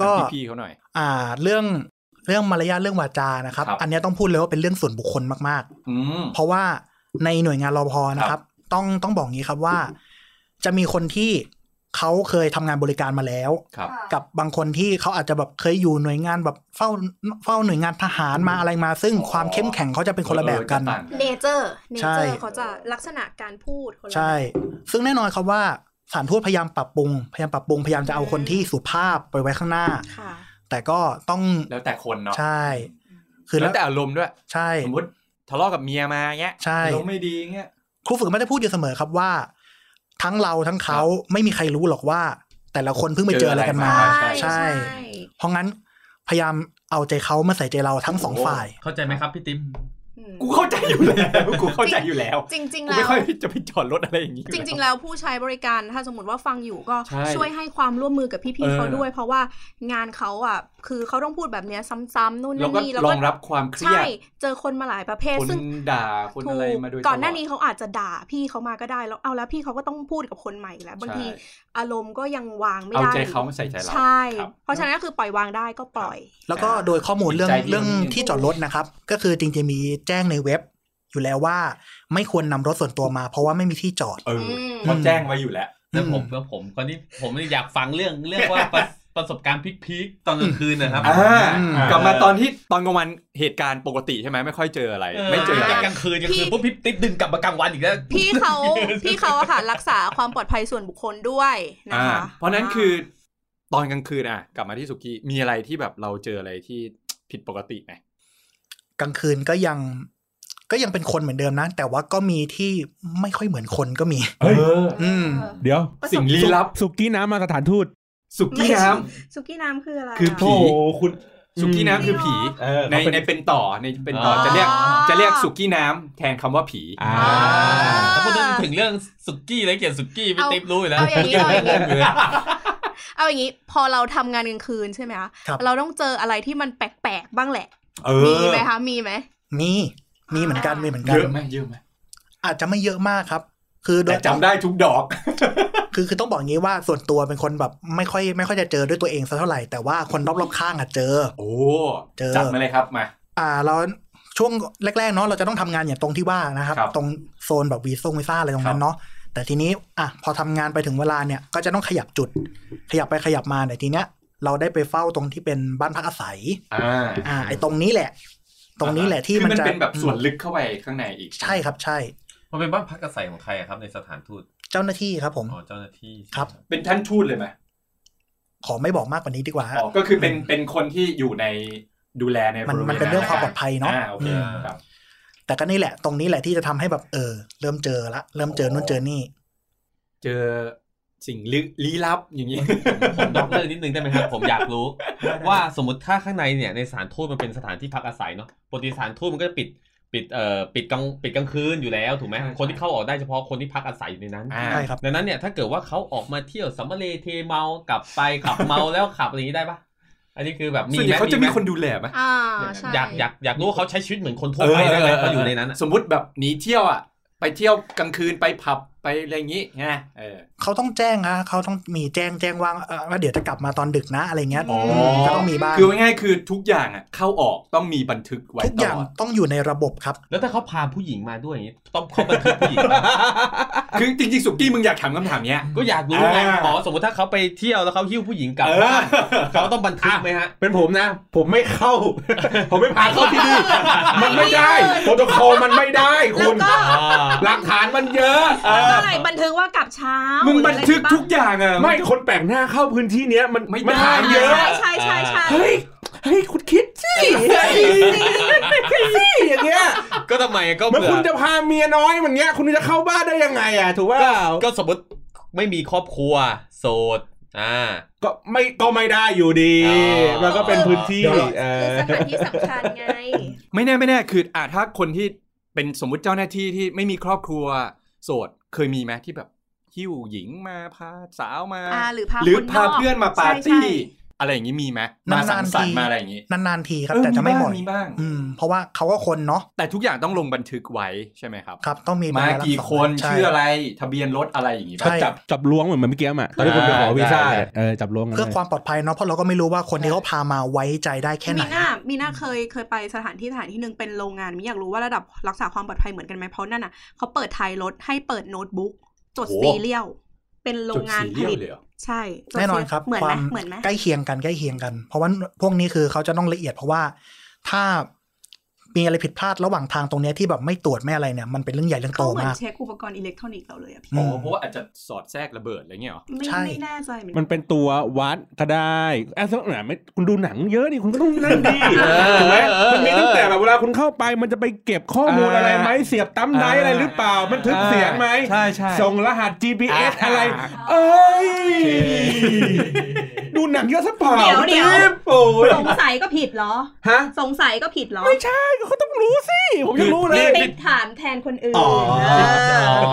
Speaker 5: ก็
Speaker 3: พี่พี่ๆเขาหน่อย
Speaker 5: อ่าเรื่องเรื่องมารยาทเรื่องวาจานะครับ
Speaker 3: ครับ
Speaker 5: อันเนี้ยต้องพูดเลยว่าเป็นเรื่องส่วนบุคคลมากๆ
Speaker 3: อืม
Speaker 5: เพราะว่าในหน่วยงานรอพอนะครับ ต้องต้องบอกงี้ครับว่า จะมีคนที่เขาเคยทำงานบริการมาแล้ว
Speaker 3: ครับ
Speaker 5: กับบางคนที่เขาอาจจะแบบเคยอยู่หน่วยงานแบบเฝ้าเฝ้าหน่วยงานทหารมาอะไรมา ซึ่ง
Speaker 3: อ๋อ
Speaker 5: ความเข้มแข็งเขาจะเป็นคนละแบบกัน
Speaker 3: เออต่าง
Speaker 4: เนเจอร์เน
Speaker 5: ใช่
Speaker 4: เจอร์เขาจะลักษณะการพูดคนละ
Speaker 5: ใช่ ซึ่งแน่นอนครับว่าสถารทูตพยายามปรับปรุง พยายามปรับปรุงพยายามจะเอาคนที่สุภาพไปไว้ข้างหน้า
Speaker 4: ค่ะ
Speaker 5: แต่ก็ต้อง
Speaker 3: แล้วแต่คนเนาะ
Speaker 5: ใช่ คือ
Speaker 3: แล้
Speaker 5: แล้ว
Speaker 3: วแต่อารมณ์ด้วย
Speaker 5: ใช่
Speaker 3: สมมติทะเลาะกับเมียมาเงี้ย
Speaker 5: ใช่
Speaker 3: อารมณ์ไม่ดีเงี้ย
Speaker 5: ครูฝึกมันจะพูดอยู่เสมอครับว่า ทั้งเราทั้งเขาไม่มีใครรู้หรอกว่า แต่ละคนเพิ่งไปเจออะไรกันมา
Speaker 3: เจออะไรมา
Speaker 5: ใช่ เพราะงั้นพยายามเอาใจเขามาใส่ใจเราทั้งสองฝ่าย
Speaker 2: เข้าใจไหมครับพี่ติ๊ม
Speaker 4: อื อืม
Speaker 3: กูเข้าใจอยู่แล้ว กูเข้าใจอยู่แล้ว
Speaker 4: จริง ๆ
Speaker 3: กู
Speaker 4: แล้
Speaker 3: ไม่
Speaker 4: ว
Speaker 3: ค่อยจะไปจอดรถอะไรอย่างนี้อยู่
Speaker 4: จ
Speaker 3: แล้ว
Speaker 4: ริง ๆ แล้วผู้ใช้บริการถ้าสมมติว่าฟังอยู่ก็
Speaker 3: ใช่
Speaker 4: ช่วยให้ความร่วมมือกับพี่
Speaker 3: เอ
Speaker 4: ๆ
Speaker 3: อ
Speaker 4: เขาด้วย เพราะว่างานเขาอ่ะ คือเขาต้องพูดแบบเนี้ยซ้ำๆนู่น
Speaker 3: แล้ว
Speaker 4: นั่น
Speaker 3: ก็
Speaker 4: นี่
Speaker 3: รองรับความเครียด
Speaker 4: ใช่เจอคนมาหลายประเภท
Speaker 3: คน
Speaker 4: ซึ่ง
Speaker 3: ด่าคนอะไรมาโดย
Speaker 4: ถูกก่อนหน้า
Speaker 3: ตลด
Speaker 4: นี้เขาอาจจะด่าพี่เขามาก็ได้แล้วเอาแล้วพี่เขาก็ต้องพูดกับคนใหม่อีกแล้วบางที
Speaker 3: ใช่
Speaker 4: อารมณ์ก็ยังวางไม่
Speaker 3: เอา
Speaker 4: ได้
Speaker 3: ใจเขามาใส่ใจเรา
Speaker 4: ใช่
Speaker 3: ครับ
Speaker 4: เพราะฉะนั้นก็คือปล่อยวางได้ก็ปล่อย
Speaker 5: แล้วก็โดยข้อมูลเรื่อง
Speaker 3: ใจดี
Speaker 5: เรื่อง
Speaker 3: นิดนึง
Speaker 5: ที่จอดรถนะครับ ก็คือจริงๆมีแจ้งในเว็บ อยู่แล้วว่าไม่ควรนำรถส่วนตัวมา เพราะว่าไม่มีที่จอด
Speaker 3: เออ
Speaker 4: ม
Speaker 3: เขาแจ้งไว้อยู่แล้ว
Speaker 2: แล้วผม
Speaker 5: อืม
Speaker 2: แล้วผมก็นี่ผมนี่อยากฟังเรื่องเรื่อง ว่าประประสบการณ์พลิกๆตอนกลางคืนนะครับ
Speaker 3: อ่า
Speaker 5: อ่า
Speaker 3: กลับมาตอนที่ตอนกลางวันเหตุการณ์ปกติใช่ไหมไม่ค่อยเจออะไร ไม่เจออะไร
Speaker 2: แต่กลางคืนกลางคืน
Speaker 4: พี่
Speaker 2: ปุ๊บพี่ติดดึงกลับมากลางวันอีกแล้ว
Speaker 4: พี่ เขาพี่เขาอะค่ะรักษาความปลอดภัยส่วนบุคคลด้วยนะ
Speaker 3: อ่า
Speaker 4: คะ
Speaker 3: เพราะนั้นคือตอนกลางคืนอ่ะ กลับมาที่สุกี้มีอะไรที่แบบเราเจออะไรที่ผิดปกติไหม
Speaker 5: กลางคืนก็ยังก็ยังเป็นคนเหมือนเดิมนะ แต่ว่าก็มีที่ไม่ค่อยเหมือนคนก็มี
Speaker 1: เฮ้ย
Speaker 5: อืม
Speaker 4: เออ
Speaker 1: เดี๋ยว
Speaker 4: ประสบ
Speaker 3: สิ่งลี้ลับ
Speaker 1: สุกี้น้ำมาสถานทูต
Speaker 3: สุกี้น้ำ
Speaker 4: สุกี้น้ำคืออะไระ
Speaker 3: คือ ผี
Speaker 1: โอ้โหคุณ
Speaker 3: สุกี้น้ำคือผี
Speaker 1: เออ
Speaker 3: ใน
Speaker 1: เขาเป็น
Speaker 3: ในเป็นต่อในเป็นต่ออ
Speaker 4: อ
Speaker 3: จะเรียกจะเรียกสุกี้น้ำแทนคำว่าผี
Speaker 1: อ่า
Speaker 4: อ่า
Speaker 2: แล้วพูดถึงเรื่องสุกี้อะไรเกี่ยวกับสุกี้พี่
Speaker 4: เอา
Speaker 2: ติ๊บรู้อยู่แล้ว
Speaker 4: เอาอย่างนี้เอาอย่าง
Speaker 2: ผมเลย
Speaker 4: นี้เอาอย่างนี้พอเราทำงานกลางคืนใช่ไหมคะ
Speaker 5: ครับ
Speaker 4: เราต้องเจออะไรที่มันแปลกๆบ้างแหละ
Speaker 3: เอ
Speaker 4: มีไหมคะมีไหม
Speaker 5: มีมีเหมือนกันมีเหมือนกั
Speaker 3: เย
Speaker 5: น
Speaker 3: อะไหมเยอะไหม
Speaker 5: อาจจะไม่เยอะมากครับ คือโด
Speaker 3: แต่
Speaker 5: ย
Speaker 3: จำได้ทุกดอก
Speaker 5: คือคือต้องบอกงี้ว่าส่วนตัวเป็นคนแบบไม่ค่อยไม่ค่อยจะเจอด้วยตัวเองสักเท่าไหร่แต่ว่าคนรอบๆข้างอะเจอ
Speaker 3: โอ้
Speaker 5: เจอ
Speaker 3: จัดมาเลยครับมา
Speaker 5: อ่าเราช่วงแรกๆเนาะเราจะต้องทำงานอย่างตรงที่ว่านะครับ
Speaker 3: ครับ
Speaker 5: ตรงโซนแบบวีซ่งวีซ่าอะไรตรง
Speaker 3: ค
Speaker 5: นั้
Speaker 3: รั
Speaker 5: น
Speaker 3: บ
Speaker 5: เนาะแต่ทีนี้อ่ะพอทำงานไปถึงเวลาเนี่ยก็จะต้องขยับจุด ขยับไปขยับมาแต่ยทีเนี้ยเราได้ไปเฝ้าตรงที่เป็นบ้านพักอาศัย
Speaker 3: อ่า
Speaker 5: อ่าไอ้ตรงนี้แหละ ตรงนี้แหละที่
Speaker 3: คือ
Speaker 5: มัน
Speaker 3: มัน
Speaker 5: จะ
Speaker 3: เป็นแบบส่วนลึกเข้าไปข้างในอีก
Speaker 5: ใช่ครับใช่
Speaker 2: มันเป็นบ้านพักอาศัยของใครอะครับในสถานทูต
Speaker 5: เจ้าหน้าที่ครับผม
Speaker 2: อ๋อเจ้าหน้าที่
Speaker 5: ครับ
Speaker 3: เป็นท่านทูตเลยไหม
Speaker 5: ขอไม่บอกมากกว่านี้ดีกว่าฮะ
Speaker 3: อ๋อก็คือเป็นเป็นคนที่อยู่ในดูแลใน
Speaker 5: มัน
Speaker 3: บริวณ
Speaker 5: มันเป็นเรื่องความปลอดภัยเนาะ
Speaker 3: อ่าโอเค
Speaker 5: อืม
Speaker 3: ครับ
Speaker 5: แต่ก็นี่แหละ ตรงนี้แหละที่จะทำให้แบบเออ เริ่มเจอละเริ่มเจอนู่นเจอนี่
Speaker 3: เจอสิ่งลึกลี้ลับอย่างนี้
Speaker 2: ผมดอกเรื่องนิดนึงได้ไหมครับ ผมอยากรู้ ว่าสมมติถ้าข้างในเนี่ยในสถานทูตมันเป็นสถานที่พักอาศัยเนาะปกติสถานทูตมันก็จะปิดปิดเอ่อปิดกลางปิดกลางคืนอยู่แล้วถูกไหม
Speaker 3: ใช่
Speaker 2: คนที่เข้าออกได้เฉพาะคนที่พักอาศัยอยู่ในนั้น
Speaker 3: อ่า
Speaker 5: ใช่ครับ
Speaker 2: ดังนั้นเนี่ยถ้าเกิดว่าเขาออกมาเที่ยวสัมมาเลเทเมากลับไปขับเมาแล้วขับอะไรอย่างนี้ได้ปะอันนี้คือแบบมี
Speaker 3: ส่วนให
Speaker 2: ไหม
Speaker 3: ญ่เขาจะมี
Speaker 2: ไห
Speaker 3: คนดูแลไหม
Speaker 4: อ่าใช่
Speaker 2: อยากอยากอยากรู้ว่าเขาใช้ชีวิตเหมือนคนทั่วไปได้ไหมเขาอยู่ในนั้นอะ
Speaker 3: สมมติแบบหนีเที่ยวอ่ะ ไปเที่ยวกลางคืนไปผับไปอะไรอย่างงี้ไงเออ
Speaker 5: เขาต้องแจ้งนะเขาต้องมีแจ้งแจ้งว่าเอ่อว่าเดี๋ยวจะกลับมาตอนดึกนะอะไรเงี้ย
Speaker 3: อ๋อ
Speaker 5: ก็ต้องมีบ้าง
Speaker 3: คือง่ายๆคือทุกอย่างอ่ะเข้าออกต้องมีบันทึกไว้
Speaker 5: ทุก
Speaker 3: ต
Speaker 5: อย่าง
Speaker 3: ลอด
Speaker 5: ต้องอยู่ในระบบครับ
Speaker 2: แล้วถ้าเขาพาผู้หญิงมาด้วยอย่างนี้ต้องเขาบันทึกผู้หญิงไหม
Speaker 3: คือจริงๆสุกี้มึงอยากถามคำถามเนี้ย
Speaker 2: ก็อยากรู้ไง
Speaker 3: อ่า
Speaker 2: อ๋อสมมติถ้าเขาไปเที่ยวแล้วเขาหิ้วผู้หญิงกลับ
Speaker 3: เออ
Speaker 2: บ้านเขาต้องบันทึกไหมฮะ
Speaker 6: เป็นผมนะ ผมไม่เข้า ผมไม่พาเข้าที่นี่ มันไม่ได้โปรโตคอลมันไม่ได้
Speaker 4: แล้ว
Speaker 6: คุณ
Speaker 4: ก็
Speaker 6: หลักฐานมันเยอะเออ
Speaker 4: แล้วก็อะไรบันทึกว่ากลับเช้า
Speaker 3: มึ
Speaker 4: มึ
Speaker 3: งบันทึกทุกอย่างอ่ะ
Speaker 6: ไม่คนแปลกหน้าเข้าพื้นที่เนี้ยมัน
Speaker 3: ไม่ได้
Speaker 6: มันถามเยอะ
Speaker 4: ใช่ใช่ใช่ใช่
Speaker 6: เฮ้ยเฮ้ยคุณคิดสิเฮ้ยคิดสิอย่างเงี้ย
Speaker 2: ก็ทำไมก็
Speaker 6: เมื่อ
Speaker 2: เบื่
Speaker 6: คุณ
Speaker 2: อ
Speaker 6: จะพาเมียน้อยอย่างเงี้ย คุณจะเข้าบ้านได้ยังไงอ่ะถูกว่า
Speaker 2: ก็สมมติไม่มีครอบครัว โสดอ่า
Speaker 6: ก็ไม่ก็ไม่ได้อยู่ดี
Speaker 2: อ๋อ
Speaker 6: มันก็เป็นพื้นที่เอ
Speaker 4: คือ
Speaker 6: อ
Speaker 4: สถานที่สำคัญไง
Speaker 3: ไม่แน่ไม่แน่คืออ่ะถ้าคนที่เป็นสมมติเจ้าหน้าที่ที่ไม่มีครอบครัวโสดเคยมีไหมที่แบบหิ้วหญิงมาพาสาวมา
Speaker 4: อ่าหรือพา
Speaker 3: หรือ
Speaker 4: คนนอก
Speaker 3: พาเพื่อนมาปาร์
Speaker 4: ใช่
Speaker 3: ตี้
Speaker 4: ใช่
Speaker 3: อะไรอย่างงี้มีไหม
Speaker 5: นาม
Speaker 3: าน
Speaker 5: ๆ
Speaker 3: สังสรร
Speaker 5: ที
Speaker 3: ค์มาอะไรอย่างงี้
Speaker 5: นานๆทีครับ
Speaker 3: เออ
Speaker 5: แต่จะไม่บ่อย
Speaker 3: มีบ้าง
Speaker 5: อืม เพราะว่าเขาก็คนเนาะ
Speaker 3: แต่ทุกอย่างต้องลงบันทึกไว้ใช่ไหมครับ
Speaker 5: ครับ ต้องมี
Speaker 3: มา
Speaker 5: ใบรับ
Speaker 3: กี่
Speaker 5: รอง
Speaker 3: คน
Speaker 5: ใ
Speaker 3: ชื่ออะไรทะเบียนรถอะไรอย่างงี้
Speaker 5: ใช่
Speaker 3: ป่ะ
Speaker 1: จับจับล้วงเหมือนเมื่อกี้อ่ะตอนที่คุณไปขอวีซ่า
Speaker 6: ได้
Speaker 1: เนี่ยเออจับล้วงกัน
Speaker 5: เพื่อ
Speaker 1: เลย
Speaker 5: ความปลอดภัยเนาะเพราะเราก็ไม่รู้ว่าคนที่เขาพามาไว้ใจได้แค่ไหน
Speaker 4: มีหน้ามีหน้าเคยเคยไปสถานที่สถานที่หนึ่งเป็นโรงงานมีอยากรู้ว่าระดับรักษาความปลอดภัยเหมือนกันไหมเพราะนั่นน่ะเขาเปิดท้ายรถให้เปิดโน้ตบุ๊กจดซีเรียลเป็นโร
Speaker 3: จ
Speaker 4: ง
Speaker 3: ด
Speaker 4: งาน
Speaker 3: สี
Speaker 4: ผ
Speaker 3: เลี่ยม
Speaker 4: ลิต
Speaker 3: เลยเหรอ
Speaker 4: ใช่จด
Speaker 5: แน่นอนครับ
Speaker 4: เหมือน
Speaker 5: ค
Speaker 4: ไหม
Speaker 5: วาม
Speaker 4: เหมือนไหม
Speaker 5: ใกล้เคียงกันใกล้เคียงกัน เพราะว่าพวกนี้คือเขาจะต้องละเอียดเพราะว่าถ้ามีอะไรผิดพลาดระหว่างทางตรงเนี้ยที่แบบไม่ตรวจไม่อะไรเนี่ยมันเป็นเรื่องใหญ่เรื่องโต
Speaker 4: เขาเหมือน
Speaker 5: มาก
Speaker 4: เช็คอุปกรณ์อิเล็กทรอนิกส์เราเลยอะพี่
Speaker 5: อื
Speaker 3: อ๋อ
Speaker 5: ม
Speaker 3: เพราะว่าอาจจะสอดแทรกระเบิดอะไรเงี้ยเหรอ
Speaker 4: ไม่
Speaker 5: ใช่
Speaker 4: ไม่แน่ใจเหมือน
Speaker 1: มันเป็นตัววัดก็ได้แอบสมมติไม่คุณดูหนังเยอะนี่คุณก็ต้องนั่นดิถูกไหม
Speaker 6: เออ
Speaker 1: มันมีตั้งแต่แบบเวลาคุณเข้าไปมันจะไปเก็บข้อมูลอะไรไหม
Speaker 6: เออ
Speaker 1: เสียบตั้มไดรฟ์อะไรหรือเปล่า มันทึกเสียงไหม
Speaker 6: ใช่ใช่
Speaker 1: ส่งรหัส GPS
Speaker 6: อ่า
Speaker 1: อะไร เอ้ย
Speaker 6: โอเค ดูหนังเยอะสักเปล่า
Speaker 7: เดี๋ยวเดี๋ยว
Speaker 6: ติ๊บโอ้ย
Speaker 7: สงสัยก็ผิดเหรอ
Speaker 6: ฮะ
Speaker 7: สงสัยก็ผิดเหรอ
Speaker 6: ไม่ใช่เขาต้องรู้สิ ผมจะรู้เลย
Speaker 7: ติดถามแทนคนอื่น
Speaker 6: อ๋อ
Speaker 7: เออ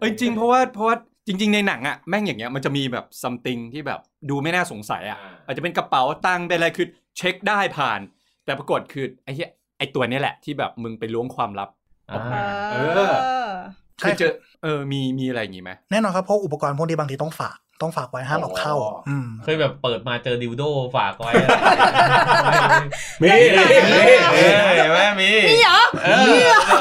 Speaker 3: เอ้ยจริงเพราะว่าเพราะว่าจริง ๆ ในหนังอะแม่งอย่างเงี้ยมันจะมีแบบซัมติงที่แบบดูไม่น่าสงสัยอะ
Speaker 2: อ่า
Speaker 3: อาจจะเป็นกระเป๋าตังค์เป็นอะไรคือเช็คได้ผ่าน แต่ปรากฏคือไอ้เหี้ยไอ้ตัวเนี้ยแหละที่แบบมึงไปล้วงความลับ
Speaker 7: เอ
Speaker 3: เอ
Speaker 7: อ
Speaker 3: อ
Speaker 5: ใช่
Speaker 3: คือเจอเออมีมีอะไรอย่างงี้ไหม
Speaker 5: แน่นอนครับเพราะอุปกรณ์พวกนี้บางทีต้องฝากต้องฝากไว้ห้ามเอาเข้า
Speaker 6: อ๋ออื
Speaker 5: อืม
Speaker 2: เคยแบบเปิดมาเจอดิวโดฝากไว้
Speaker 6: มีมีมี
Speaker 2: เออเห็นไหมมี
Speaker 7: นี่เหรอ
Speaker 2: เออเอ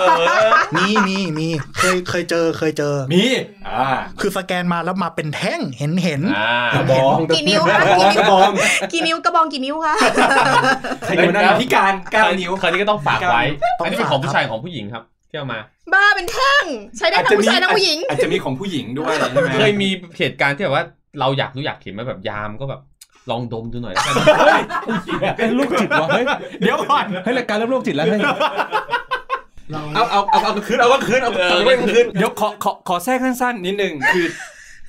Speaker 2: อ
Speaker 5: มีมีมีเคยเคยเจอเคยเจอ
Speaker 3: มีอ่า
Speaker 5: คือสแกนมาแล้วมาเป็นแท่งเห็นเห็น
Speaker 2: อ่า
Speaker 6: กระบอง
Speaker 4: กี่นิ้วคะ
Speaker 6: กระบองกระบอง
Speaker 4: กี่นิ้วกระบองกี่นิ้วคะ
Speaker 3: ใครดูหน้าพิการเก้านิ้ว
Speaker 2: คราวนี้ก็ต้องฝากไว้
Speaker 5: ต้
Speaker 2: อั
Speaker 5: องฝาก
Speaker 2: นนี้เป็นของผู้ชายของผู้หญิงครับที่เอามา
Speaker 4: บ้าเป็นแท่งใช้ได้ทั้งผู้ชายทั้งผู้หญิง
Speaker 3: อาจจะมีของผู้หญิง ด้วยใช่ไหม
Speaker 2: เคยมีเหตุการณ์ที่แบบว่าเราอยากรู้อยากเห็นไหมาแบบยามก็แบบลองดมดูหน่อยแล้วกัน
Speaker 1: เป็นโรคจิตวะเฮ้ย
Speaker 3: เดี๋ยวก่อน
Speaker 1: เฮ้ยรายการเริ่มโรคจิตแล้วเฮ้ย
Speaker 6: เอาเอาเอาเอากลางคืนเอากลางคืนเอากลางคืนเอากลางคืน
Speaker 3: เดี๋ยวขอขอขอแทรกสั้นๆนิดนึง คือ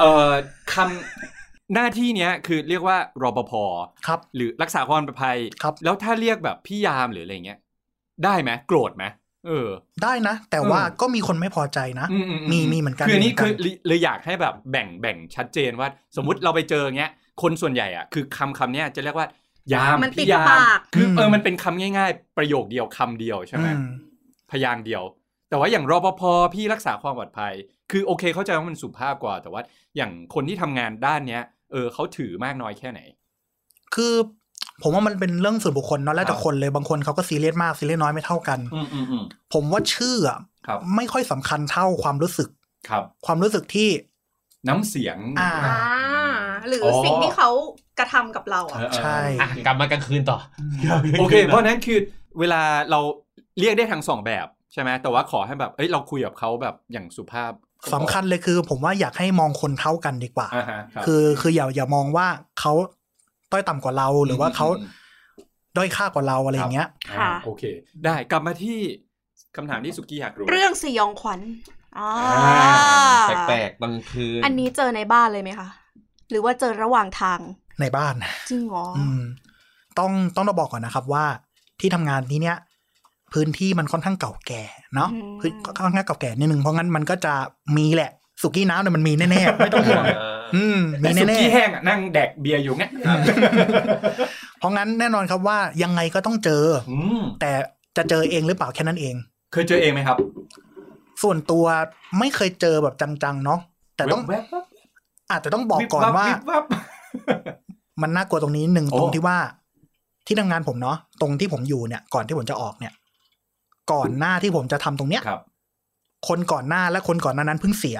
Speaker 3: เอ่อคำหน้าที่เนี้ยคือเรียกว่ารปภ
Speaker 5: ครับ
Speaker 3: หรือรักษาความปลอดภัย
Speaker 5: ครับ
Speaker 3: แล้วถ้าเรียกแบบพี่ยามหรืออะไรเงี้ย ได้ไหมโกรธไหมเออ
Speaker 5: ได้นะ แต่ว่าก็มีคนไม่พอใจนะ
Speaker 3: อือื
Speaker 5: มีมีเหมือนกัน
Speaker 3: คืออันนี้
Speaker 5: มีเหมื
Speaker 3: คือ อน
Speaker 5: กัน
Speaker 3: เลยเลยอยากให้แบบแบ่งแบ่งชัดเจนว่า สมมติเราไปเจอเงี้ย คนส่วนใหญ่อ่ะคือคำคำเนี้ยจะเรียกว่ายาม
Speaker 4: มันติด
Speaker 3: พี่ยม
Speaker 4: ปาก
Speaker 3: คืออ
Speaker 5: ม
Speaker 3: เออมันเป็นคำง่าย ๆ ประโยคเดียวคำเดียวใช่ไหม
Speaker 5: อืม
Speaker 3: พยางค์เดียว แต่ว่าอย่างรปภพี่รักษาความปลอดภัย คือโอเคเข้าใจว่ามันสุภาพกว่า แต่ว่าอย่างคนที่ทำงานด้านเนี้ยเออเขาถือมากน้อยแค่ไหน
Speaker 5: คือผมว่ามันเป็นเรื่องส่วนบุคคลเนาะแล้ว
Speaker 3: ค
Speaker 5: แต่
Speaker 3: รับ
Speaker 5: คนเลยบางคนเขาก็ซีเรียสมากซีเรียสน้อยไม่เท่ากัน
Speaker 3: อืมอืมอืม
Speaker 5: ผมว่าชื่ออะ
Speaker 3: ครับ
Speaker 5: ไม่ค่อยสำคัญเท่าความรู้สึก
Speaker 3: ครับ
Speaker 5: ความรู้สึกที่
Speaker 3: น้ำเสียง
Speaker 5: อ่า
Speaker 4: อ่าหรืออ
Speaker 3: อ
Speaker 4: สิ่งที่เขากระทำกับเราอะ
Speaker 3: เออเออ
Speaker 5: ใช่
Speaker 2: อ่ะกลับมากลางคืนต่อ
Speaker 3: โอเค เพราะฉะนั้นคือเวลาเราเรียกได้ทั้งสองแบบใช่ไหมแต่ว่าขอให้แบบเอ้ยเราคุยกับเขาแบบอย่างสุภาพ
Speaker 5: สำคัญเลยคือ ผมว่าอยากให้มองคนเท่ากันดีกว่า
Speaker 3: อ่าฮะรับ
Speaker 5: คือคืออย่าอย่ามองว่าเขาต้อยต่ำกว่าเราหรือว่าเขาด้อยค่ากว่าเราอะไรอย่างเงี้ย
Speaker 4: ค่ะ
Speaker 3: โอเค ได้กลับมาที่คำถามที่สุกี้อยากรู้
Speaker 4: เรื่องสยองขวัญอ่า
Speaker 2: แปลกๆกลางคืน
Speaker 4: อันนี้เจอในบ้านเลยไหมคะ หรือว่าเจอระหว่างทาง
Speaker 5: ในบ้าน
Speaker 4: จริงเหรออ
Speaker 5: อืม ต้องต้องเราบอกก่อนนะครับว่าที่ทำงานนี้เนี่ย พื้นที่มันค่อนข้างเก่าแก่เนาะคือค่อนข้างเก่าแก่นิดนึงเพราะงั้นมันก็จะมีแหละสุกี้น้ำเนี่ยมันมีแน่ๆ ไม่ต้องห่วง
Speaker 2: เออ
Speaker 5: อืมมี
Speaker 3: แต่สุ
Speaker 5: แน่
Speaker 3: กี้แห้งอ่ะนั่งแดกเบียร์อยู่เงี้ย
Speaker 5: ๆเพราะงั้นแน่นอนครับว่ายังไงก็ต้องเจอ
Speaker 3: อืม
Speaker 5: แต่จะเจอเองหรือเปล่าแค่นั้นเอง
Speaker 3: เคยเจอเองไหมครับ
Speaker 5: ส่วนตัวไม่เคยเจอแบบจังๆเนาะแต่ต้อง
Speaker 3: แว๊บๆ
Speaker 5: อาจจะต้องบอกก่อนว่า
Speaker 3: วิบวับวิบวับ
Speaker 5: มันน่ากลัวตรงนี้หนึ่ง
Speaker 3: โอ้
Speaker 5: ตรงที่ว่าที่ทำงานผมเนาะตรงที่ผมอยู่เนี่ย ก่อนที่ผมจะออกเนี่ย ก่อนหน้าที่ผมจะทำตรงเนี้ย
Speaker 3: ครับ
Speaker 5: คนก่อนหน้าและคนก่อนหน้านั้นเพิ่งเสีย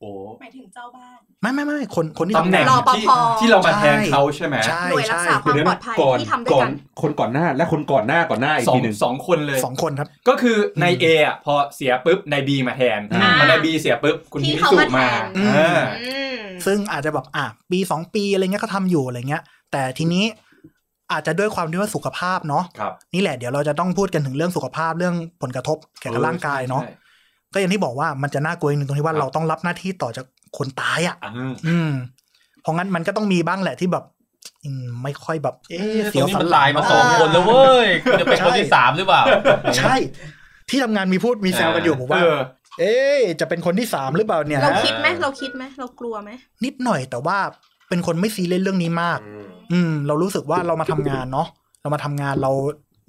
Speaker 3: โอ้
Speaker 7: ไปถึงเจ้าบ้าน
Speaker 5: ไม่ไม่ไม่คนคนที่
Speaker 3: ตำแหน่ง
Speaker 5: ทำ
Speaker 4: รอปภ
Speaker 3: ที่ที่เรามาแทนเขาใช่ไหม
Speaker 5: ใช่
Speaker 4: หน่วยรักษาความปลอดภัย
Speaker 6: ก่อน
Speaker 4: ที่ทำด้วย
Speaker 6: ก่อ
Speaker 4: กัน น
Speaker 6: คนก่อนหน้าและคนก่อนหน้าก่อนหน้าอีก
Speaker 3: สอ
Speaker 6: ที
Speaker 3: ง
Speaker 6: หนึ่ง
Speaker 3: สองคนเลย
Speaker 5: สองคนครับ
Speaker 3: ก็คือนายเออ่ะพอเสียปุ๊บนายบีมาแทน
Speaker 6: อ่า
Speaker 3: พอนายบีเสียปุ๊บคุณ
Speaker 4: ที่
Speaker 3: มิ
Speaker 4: เขา
Speaker 3: สุ
Speaker 4: มาแทน
Speaker 3: มา
Speaker 5: อืม
Speaker 3: อ่า
Speaker 4: อืม
Speaker 5: ซึ่งอาจจะแบบอ่ะปีสองปีอะไรเงี้ยก็ทำอยู่อะไรเงี้ย แต่ทีนี้อาจจะด้วยความที่ว่าสุขภาพเนาะ
Speaker 3: ครับ
Speaker 5: นี่แหละเดี๋ยวเราจะต้องพูดกันถึงเรื่องสุขภาพเรื่องผลกระทบแก่กับร่างกายเนาะ
Speaker 3: ใช่ใช่
Speaker 5: ก็อย่างที่บอกว่ามันจะน่ากลัวอีกหนึ่งตรงที่ว่า
Speaker 3: ครับ
Speaker 5: เราต้องรับหน้าที่ต่อจากคนตายอ่ะ
Speaker 3: อ่า
Speaker 5: อืม เพราะงั้นมันก็ต้องมีบ้างแหละที่แบบ อืม ไม่ค่อยแบบ เอ๊ะ
Speaker 2: ตร
Speaker 5: เสียว
Speaker 2: งนี้
Speaker 5: สั
Speaker 2: มัน น
Speaker 5: หลั
Speaker 2: ตาง ยมาสองคนแล้วเว้ยคุณจะเป็นคนที่สามหรือเปล่า
Speaker 5: ใช่ ที่ทำงานมีพูดมีแซวกันอยู่ผมว่า
Speaker 3: เออ
Speaker 5: เอ๊ะจะเป็นคนที่สามหรือเปล่าเนี่ย
Speaker 4: เรา
Speaker 5: ฮะ
Speaker 4: คิดไหมเราคิดไหมเรากลัวไหม
Speaker 5: นิดหน่อยแต่ว่าเป็นคนไม่ซีเรียสเรื่องนี้มาก อืม เรารู้สึกว่าเรามาทำงานเนาะเรามาทำงานเรา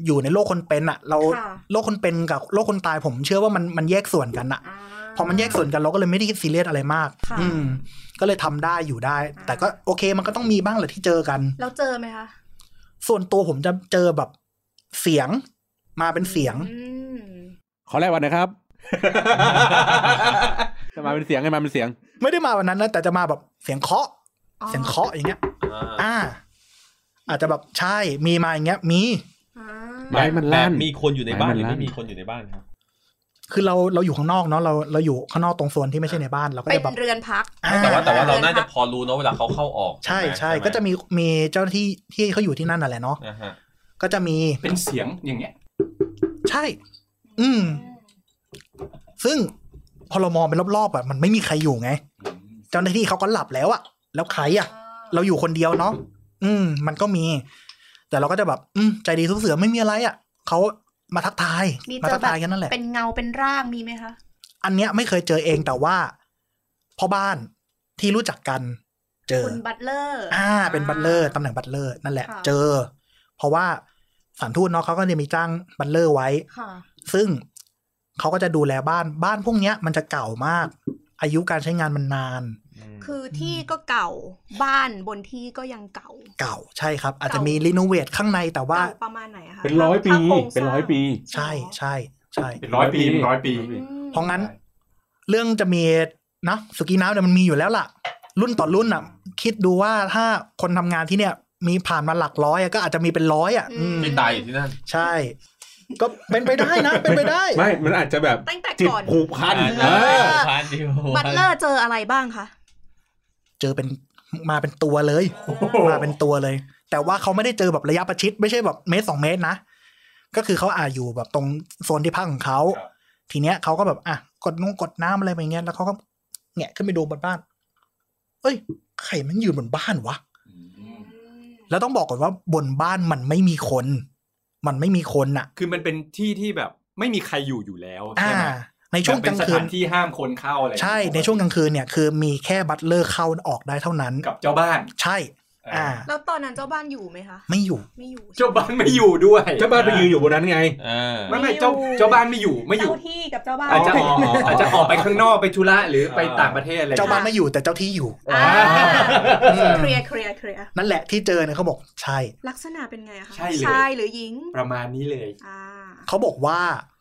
Speaker 5: อยู่ในโลกคนเป็นอะเรา
Speaker 4: ค่ะ
Speaker 5: โลกคนเป็นกับโลกคนตายผมเชื่อว่ามันมันแยกส่วนกันอะ
Speaker 4: อ่า
Speaker 5: พอมันแยกส่วนกันเราก็เลยไม่ได้ซีเรียสอะไรมาก
Speaker 4: ค่ะ
Speaker 5: อืม ก็เลยทำได้อยู่ได้
Speaker 4: อ่า
Speaker 5: แต่ก็โอเคมันก็ต้องมีบ้างแหละที่เจอกัน
Speaker 4: เราเจอไหมคะ
Speaker 5: ส่วนตัวผมจะเจอแบบเสียงมาเป็นเสียง
Speaker 4: อืม
Speaker 1: ขอแรกวัน นะครับ จะมาเป็นเสียงไงมาเป็นเสียง
Speaker 5: ไม่ได้มาวันนั้นนะแต่จะมาแบบเสียงเคาะ
Speaker 4: อ๋อ
Speaker 5: เสียงเคาะอย่างเงี้ย อ่า อาจจะแบบใช่มีมาอย่างเงี้ยมี
Speaker 4: อ่า
Speaker 1: ไม้มันลั่น
Speaker 2: แต่มีคนอยู่ในบ้านหรือ
Speaker 1: ไม้มันลั่น
Speaker 2: ไม่มีคนอยู่ในบ้านครับ
Speaker 5: คือเราเราอยู่ข้างนอกเนาะเราเราอยู่ข้างนอกตรงโซนที่ไม่ใช่ในบ้านเราก็
Speaker 4: เป็
Speaker 5: จะแบบ
Speaker 4: นเรือนพัก
Speaker 5: อ่
Speaker 2: แต่ว่าแต่ว่า
Speaker 4: อ่า
Speaker 2: เราน่าจะพอรู้เนาะเวลาเขาเข้าออก
Speaker 5: ใช่
Speaker 2: ไหม
Speaker 5: ใช่ก็จะมีมีเจ้าหน้าที่ที่เขาอยู่ที่นั่นน่ะแหละเนาะ
Speaker 2: นะฮะ
Speaker 5: ก็จะมี
Speaker 3: เป็นเสียงอย่างเงี้ย
Speaker 5: ใช่ อืม ซึ่งพอเรามองไปรอบๆอะมันไม่มีใครอยู่ไง เจ้าหน้าที่เขาก็หลับแล้วอะแล้วใครอะเราอยู่คนเดียวเนาะ อืม มันก็มี แต่เราก็จะแบบ อืมใจดีทุกเสือไม่มีอะไรอะ่ะเขามาทักทาย
Speaker 4: มีเจอ
Speaker 5: มาทักทาย
Speaker 4: แบบ
Speaker 5: กันนั่นแหละ
Speaker 4: เป็นเงาเป็นร่างมีไหมคะ
Speaker 5: อันเนี้ยไม่เคยเจอเองแต่ว่าพ่อบ้านที่รู้จักกัน เจอ
Speaker 4: คุณบัตเลอร์
Speaker 5: อ่า เป็นบัตเลอร์ตำแหน่งบัตเลอร์นั่นแหละ
Speaker 4: ค่ะ
Speaker 5: เจอ เพราะว่าสถานทูตเนาะเขาก็จะมีจ้างบัตเลอร์ไว้
Speaker 4: ค่ะ
Speaker 5: ซึ่งเขาก็จะดูแลบ้านบ้านพวกเนี้ย มันจะเก่ามาก อายุการใช้งานมันนาน
Speaker 4: คือที่ก็เก่าบ้านบนที่ก็ยังเก่า
Speaker 5: เก่าใช่ครับ อาจจะ
Speaker 4: เก่ามี
Speaker 5: มีรีโนเวทข้างในแต่ว่า
Speaker 4: เก่าประมาณไหนอะคะ
Speaker 6: เป็นร้อยปี
Speaker 4: ถ้าโคงส
Speaker 6: เป็น
Speaker 4: ร้าง
Speaker 6: ร้อยปี
Speaker 5: ใช่ใช่ใช่
Speaker 6: เป็นร้อยปีเป็นร้อยปี
Speaker 4: อืม
Speaker 5: เพราะงั้น เรื่องจะมีนะสุกี้น้ำเนี่ยมันมีอยู่แล้วล่ะ รุ่นต่อรุ่นอ่ะ คิดดูว่าถ้าคนทำงานที่เนี่ย มีผ่านมาหลักร้อยอะก็อาจจะมีเป็นร้อยอ่ะอืม
Speaker 2: ที่ตายอยู่ที่นั่น
Speaker 5: ใช่ ก็เป็นไปได้ นะ เป็นไปได้
Speaker 6: ไม่ มันอาจจะแบบ
Speaker 4: ตั้งแต่
Speaker 6: จิต
Speaker 4: ก่อน
Speaker 6: ผูกพัน
Speaker 4: เอ
Speaker 6: เอ
Speaker 4: อ
Speaker 6: อ
Speaker 2: พันอยู่
Speaker 4: บัตเลอร์เจออะไรบ้างคะ
Speaker 5: เจอเป็นมาเป็นตัวเลย มาเป็นตัวเลย แต่ว่าเขาไม่ได้เจอแบบระยะประชิด ไม่ใช่แบบเมตรสองเมตรนะ ก็คือเขาอาอยู่แบบตรงโซนที่พักของเขาทีเนี้ยเขาก็แบบอ่ะกดนุ่งกดน้ำอะไรไปเงี้ยแล้วเขาก็แงะขึ้นไปดูบนบ้าน เอ้ยใครมันยืนบนบ้านวะ แล้วต้องบอกก่อนว่าบนบ้านมันไม่มีคน มันไม่มีคนน่ะ
Speaker 3: คือมันเป็นที่ที่แบบไม่มีใครอยู่อยู่แล้วใช่
Speaker 5: อ่า
Speaker 3: ไหม
Speaker 5: ในช่วงกลางคื
Speaker 3: แบบเป็นสถาน นที่ห้ามคนเข้าอะไร
Speaker 5: ใช่ ในช่วงกลางคืนเนี่ยคือมีแค่บัตเลอร์เข้าออกได้เท่านั้น
Speaker 3: กับเจ้าบ้าน
Speaker 5: ใช่ อ่า
Speaker 4: แล้วตอนนั้นเจ้าบ้านอยู่ไหมคะ
Speaker 5: ไม่อยู่
Speaker 4: ไม่อยู่ใช่ไหม
Speaker 3: เจ้าบ้านไม่อยู่ด้วย
Speaker 6: เจ้าบ้านไปยืนอยู่บนนั้นไง
Speaker 2: เออ
Speaker 3: ไม่ไม่เจ้าเจ้าบ้านไม่อยู่ไม่อยู่
Speaker 7: เจ้าที่กับเจ้าบ้าน
Speaker 3: อาจจะออก
Speaker 6: อ๋ออ๋ออ๋ออ
Speaker 3: อาจจะออกไปข้างนอกไปธุระหรือไปต่างประเทศอะไรอย่ง
Speaker 5: เจ้า
Speaker 3: งี้ย
Speaker 5: บ้านไม่อยู่แต่เจ้าที่อยู่
Speaker 4: อ่า
Speaker 5: อืม
Speaker 4: เคลียร์เคลียร์เคลียร์
Speaker 5: นั่นแหละที่เจอเนี่ยเขาบอกใช่
Speaker 4: ลักษณะเป็นไงอะคะ
Speaker 3: ใช่เลย
Speaker 4: ชายหรือหญิง
Speaker 3: ประมาณนี้เลย
Speaker 4: อ่า
Speaker 5: เขาบอกว่า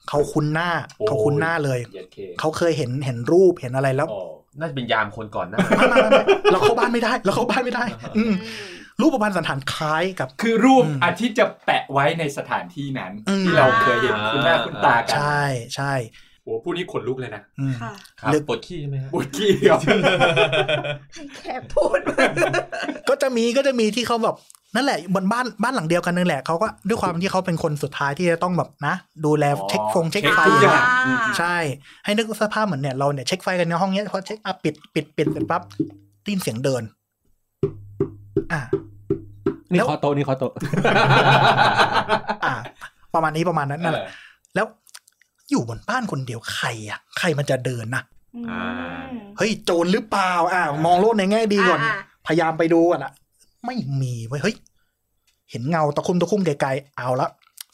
Speaker 5: เขาคุ้นหน้า เขาคุ้นหน้าเลย
Speaker 3: เหยียดเค
Speaker 5: เขาเคยเห็นเห็นรูปเห็นอะไรแล้ว
Speaker 3: อ๋อ
Speaker 2: น่าจะเป็นยามคนก่อนหนะ
Speaker 5: ไม่ไม่ไม่ไม่เราเข้าบ้านไม่ได้ เราเข้าบ้านไม่ได้ อืม
Speaker 4: อืม
Speaker 5: รูปประพันธ์สันฐานคล้ายกับ
Speaker 3: คือรูป
Speaker 5: อืม
Speaker 3: อาที่จะแปะไว้ในสถานที่นั้น
Speaker 5: อืม
Speaker 3: ที่เราเคยเห็น
Speaker 2: อ่า
Speaker 3: คุณหน้าคุณตากัน
Speaker 5: ใช่ใช่
Speaker 3: โอ้ผู้นี้ขนลุกเลยนะ
Speaker 5: อืม
Speaker 4: ค่ะ
Speaker 2: ครับ
Speaker 5: ลึก
Speaker 2: ปวดขี้ใช่ไหมฮะ
Speaker 3: ปวดขี้เหรอ
Speaker 4: ให้แขกพูดมา
Speaker 5: ก็จะมีก็จะมีที่เขาแบบนั่นแหละบนบ้านบ้านหลังเดียวกันนึงแหละเขาก็ด้วยความที่เขาเป็นคนสุดท้ายที่จะต้องแบบนะ ดูแลเช็คฟงเช็คไฟ
Speaker 3: ทุก
Speaker 5: อ
Speaker 3: อย่าง ย่าง
Speaker 5: เงี้ยใช่ ให้นึกสภาพเหมือนเนี่ยเราเนี่ยเช็คไฟกันในห้องเนี้ยพอเช็คอ่ะปิดปิดปิดเสร็จปั๊บได้ยินเสียงเดิน อ่ะ
Speaker 1: นี่
Speaker 5: แล้ว
Speaker 1: ขอโตะนี่ขอโตะ
Speaker 5: อ่ะประมาณนี้ประมาณนั้นนั่นแหละแล้วอยู่บนบ้านคนเดียวใครอ่ะใครมันจะเดินนะ
Speaker 2: อ่า
Speaker 5: เฮ้ยโจรหรือเปล่าอ่ะมองโลกในแง่ดีก่อน
Speaker 4: อ่า
Speaker 5: พยายามไปดูอ่ะนะไม่มีเว้ยเฮ้ย เห็นเงาตะคุ่มตะคุ่มไกลๆเอาละ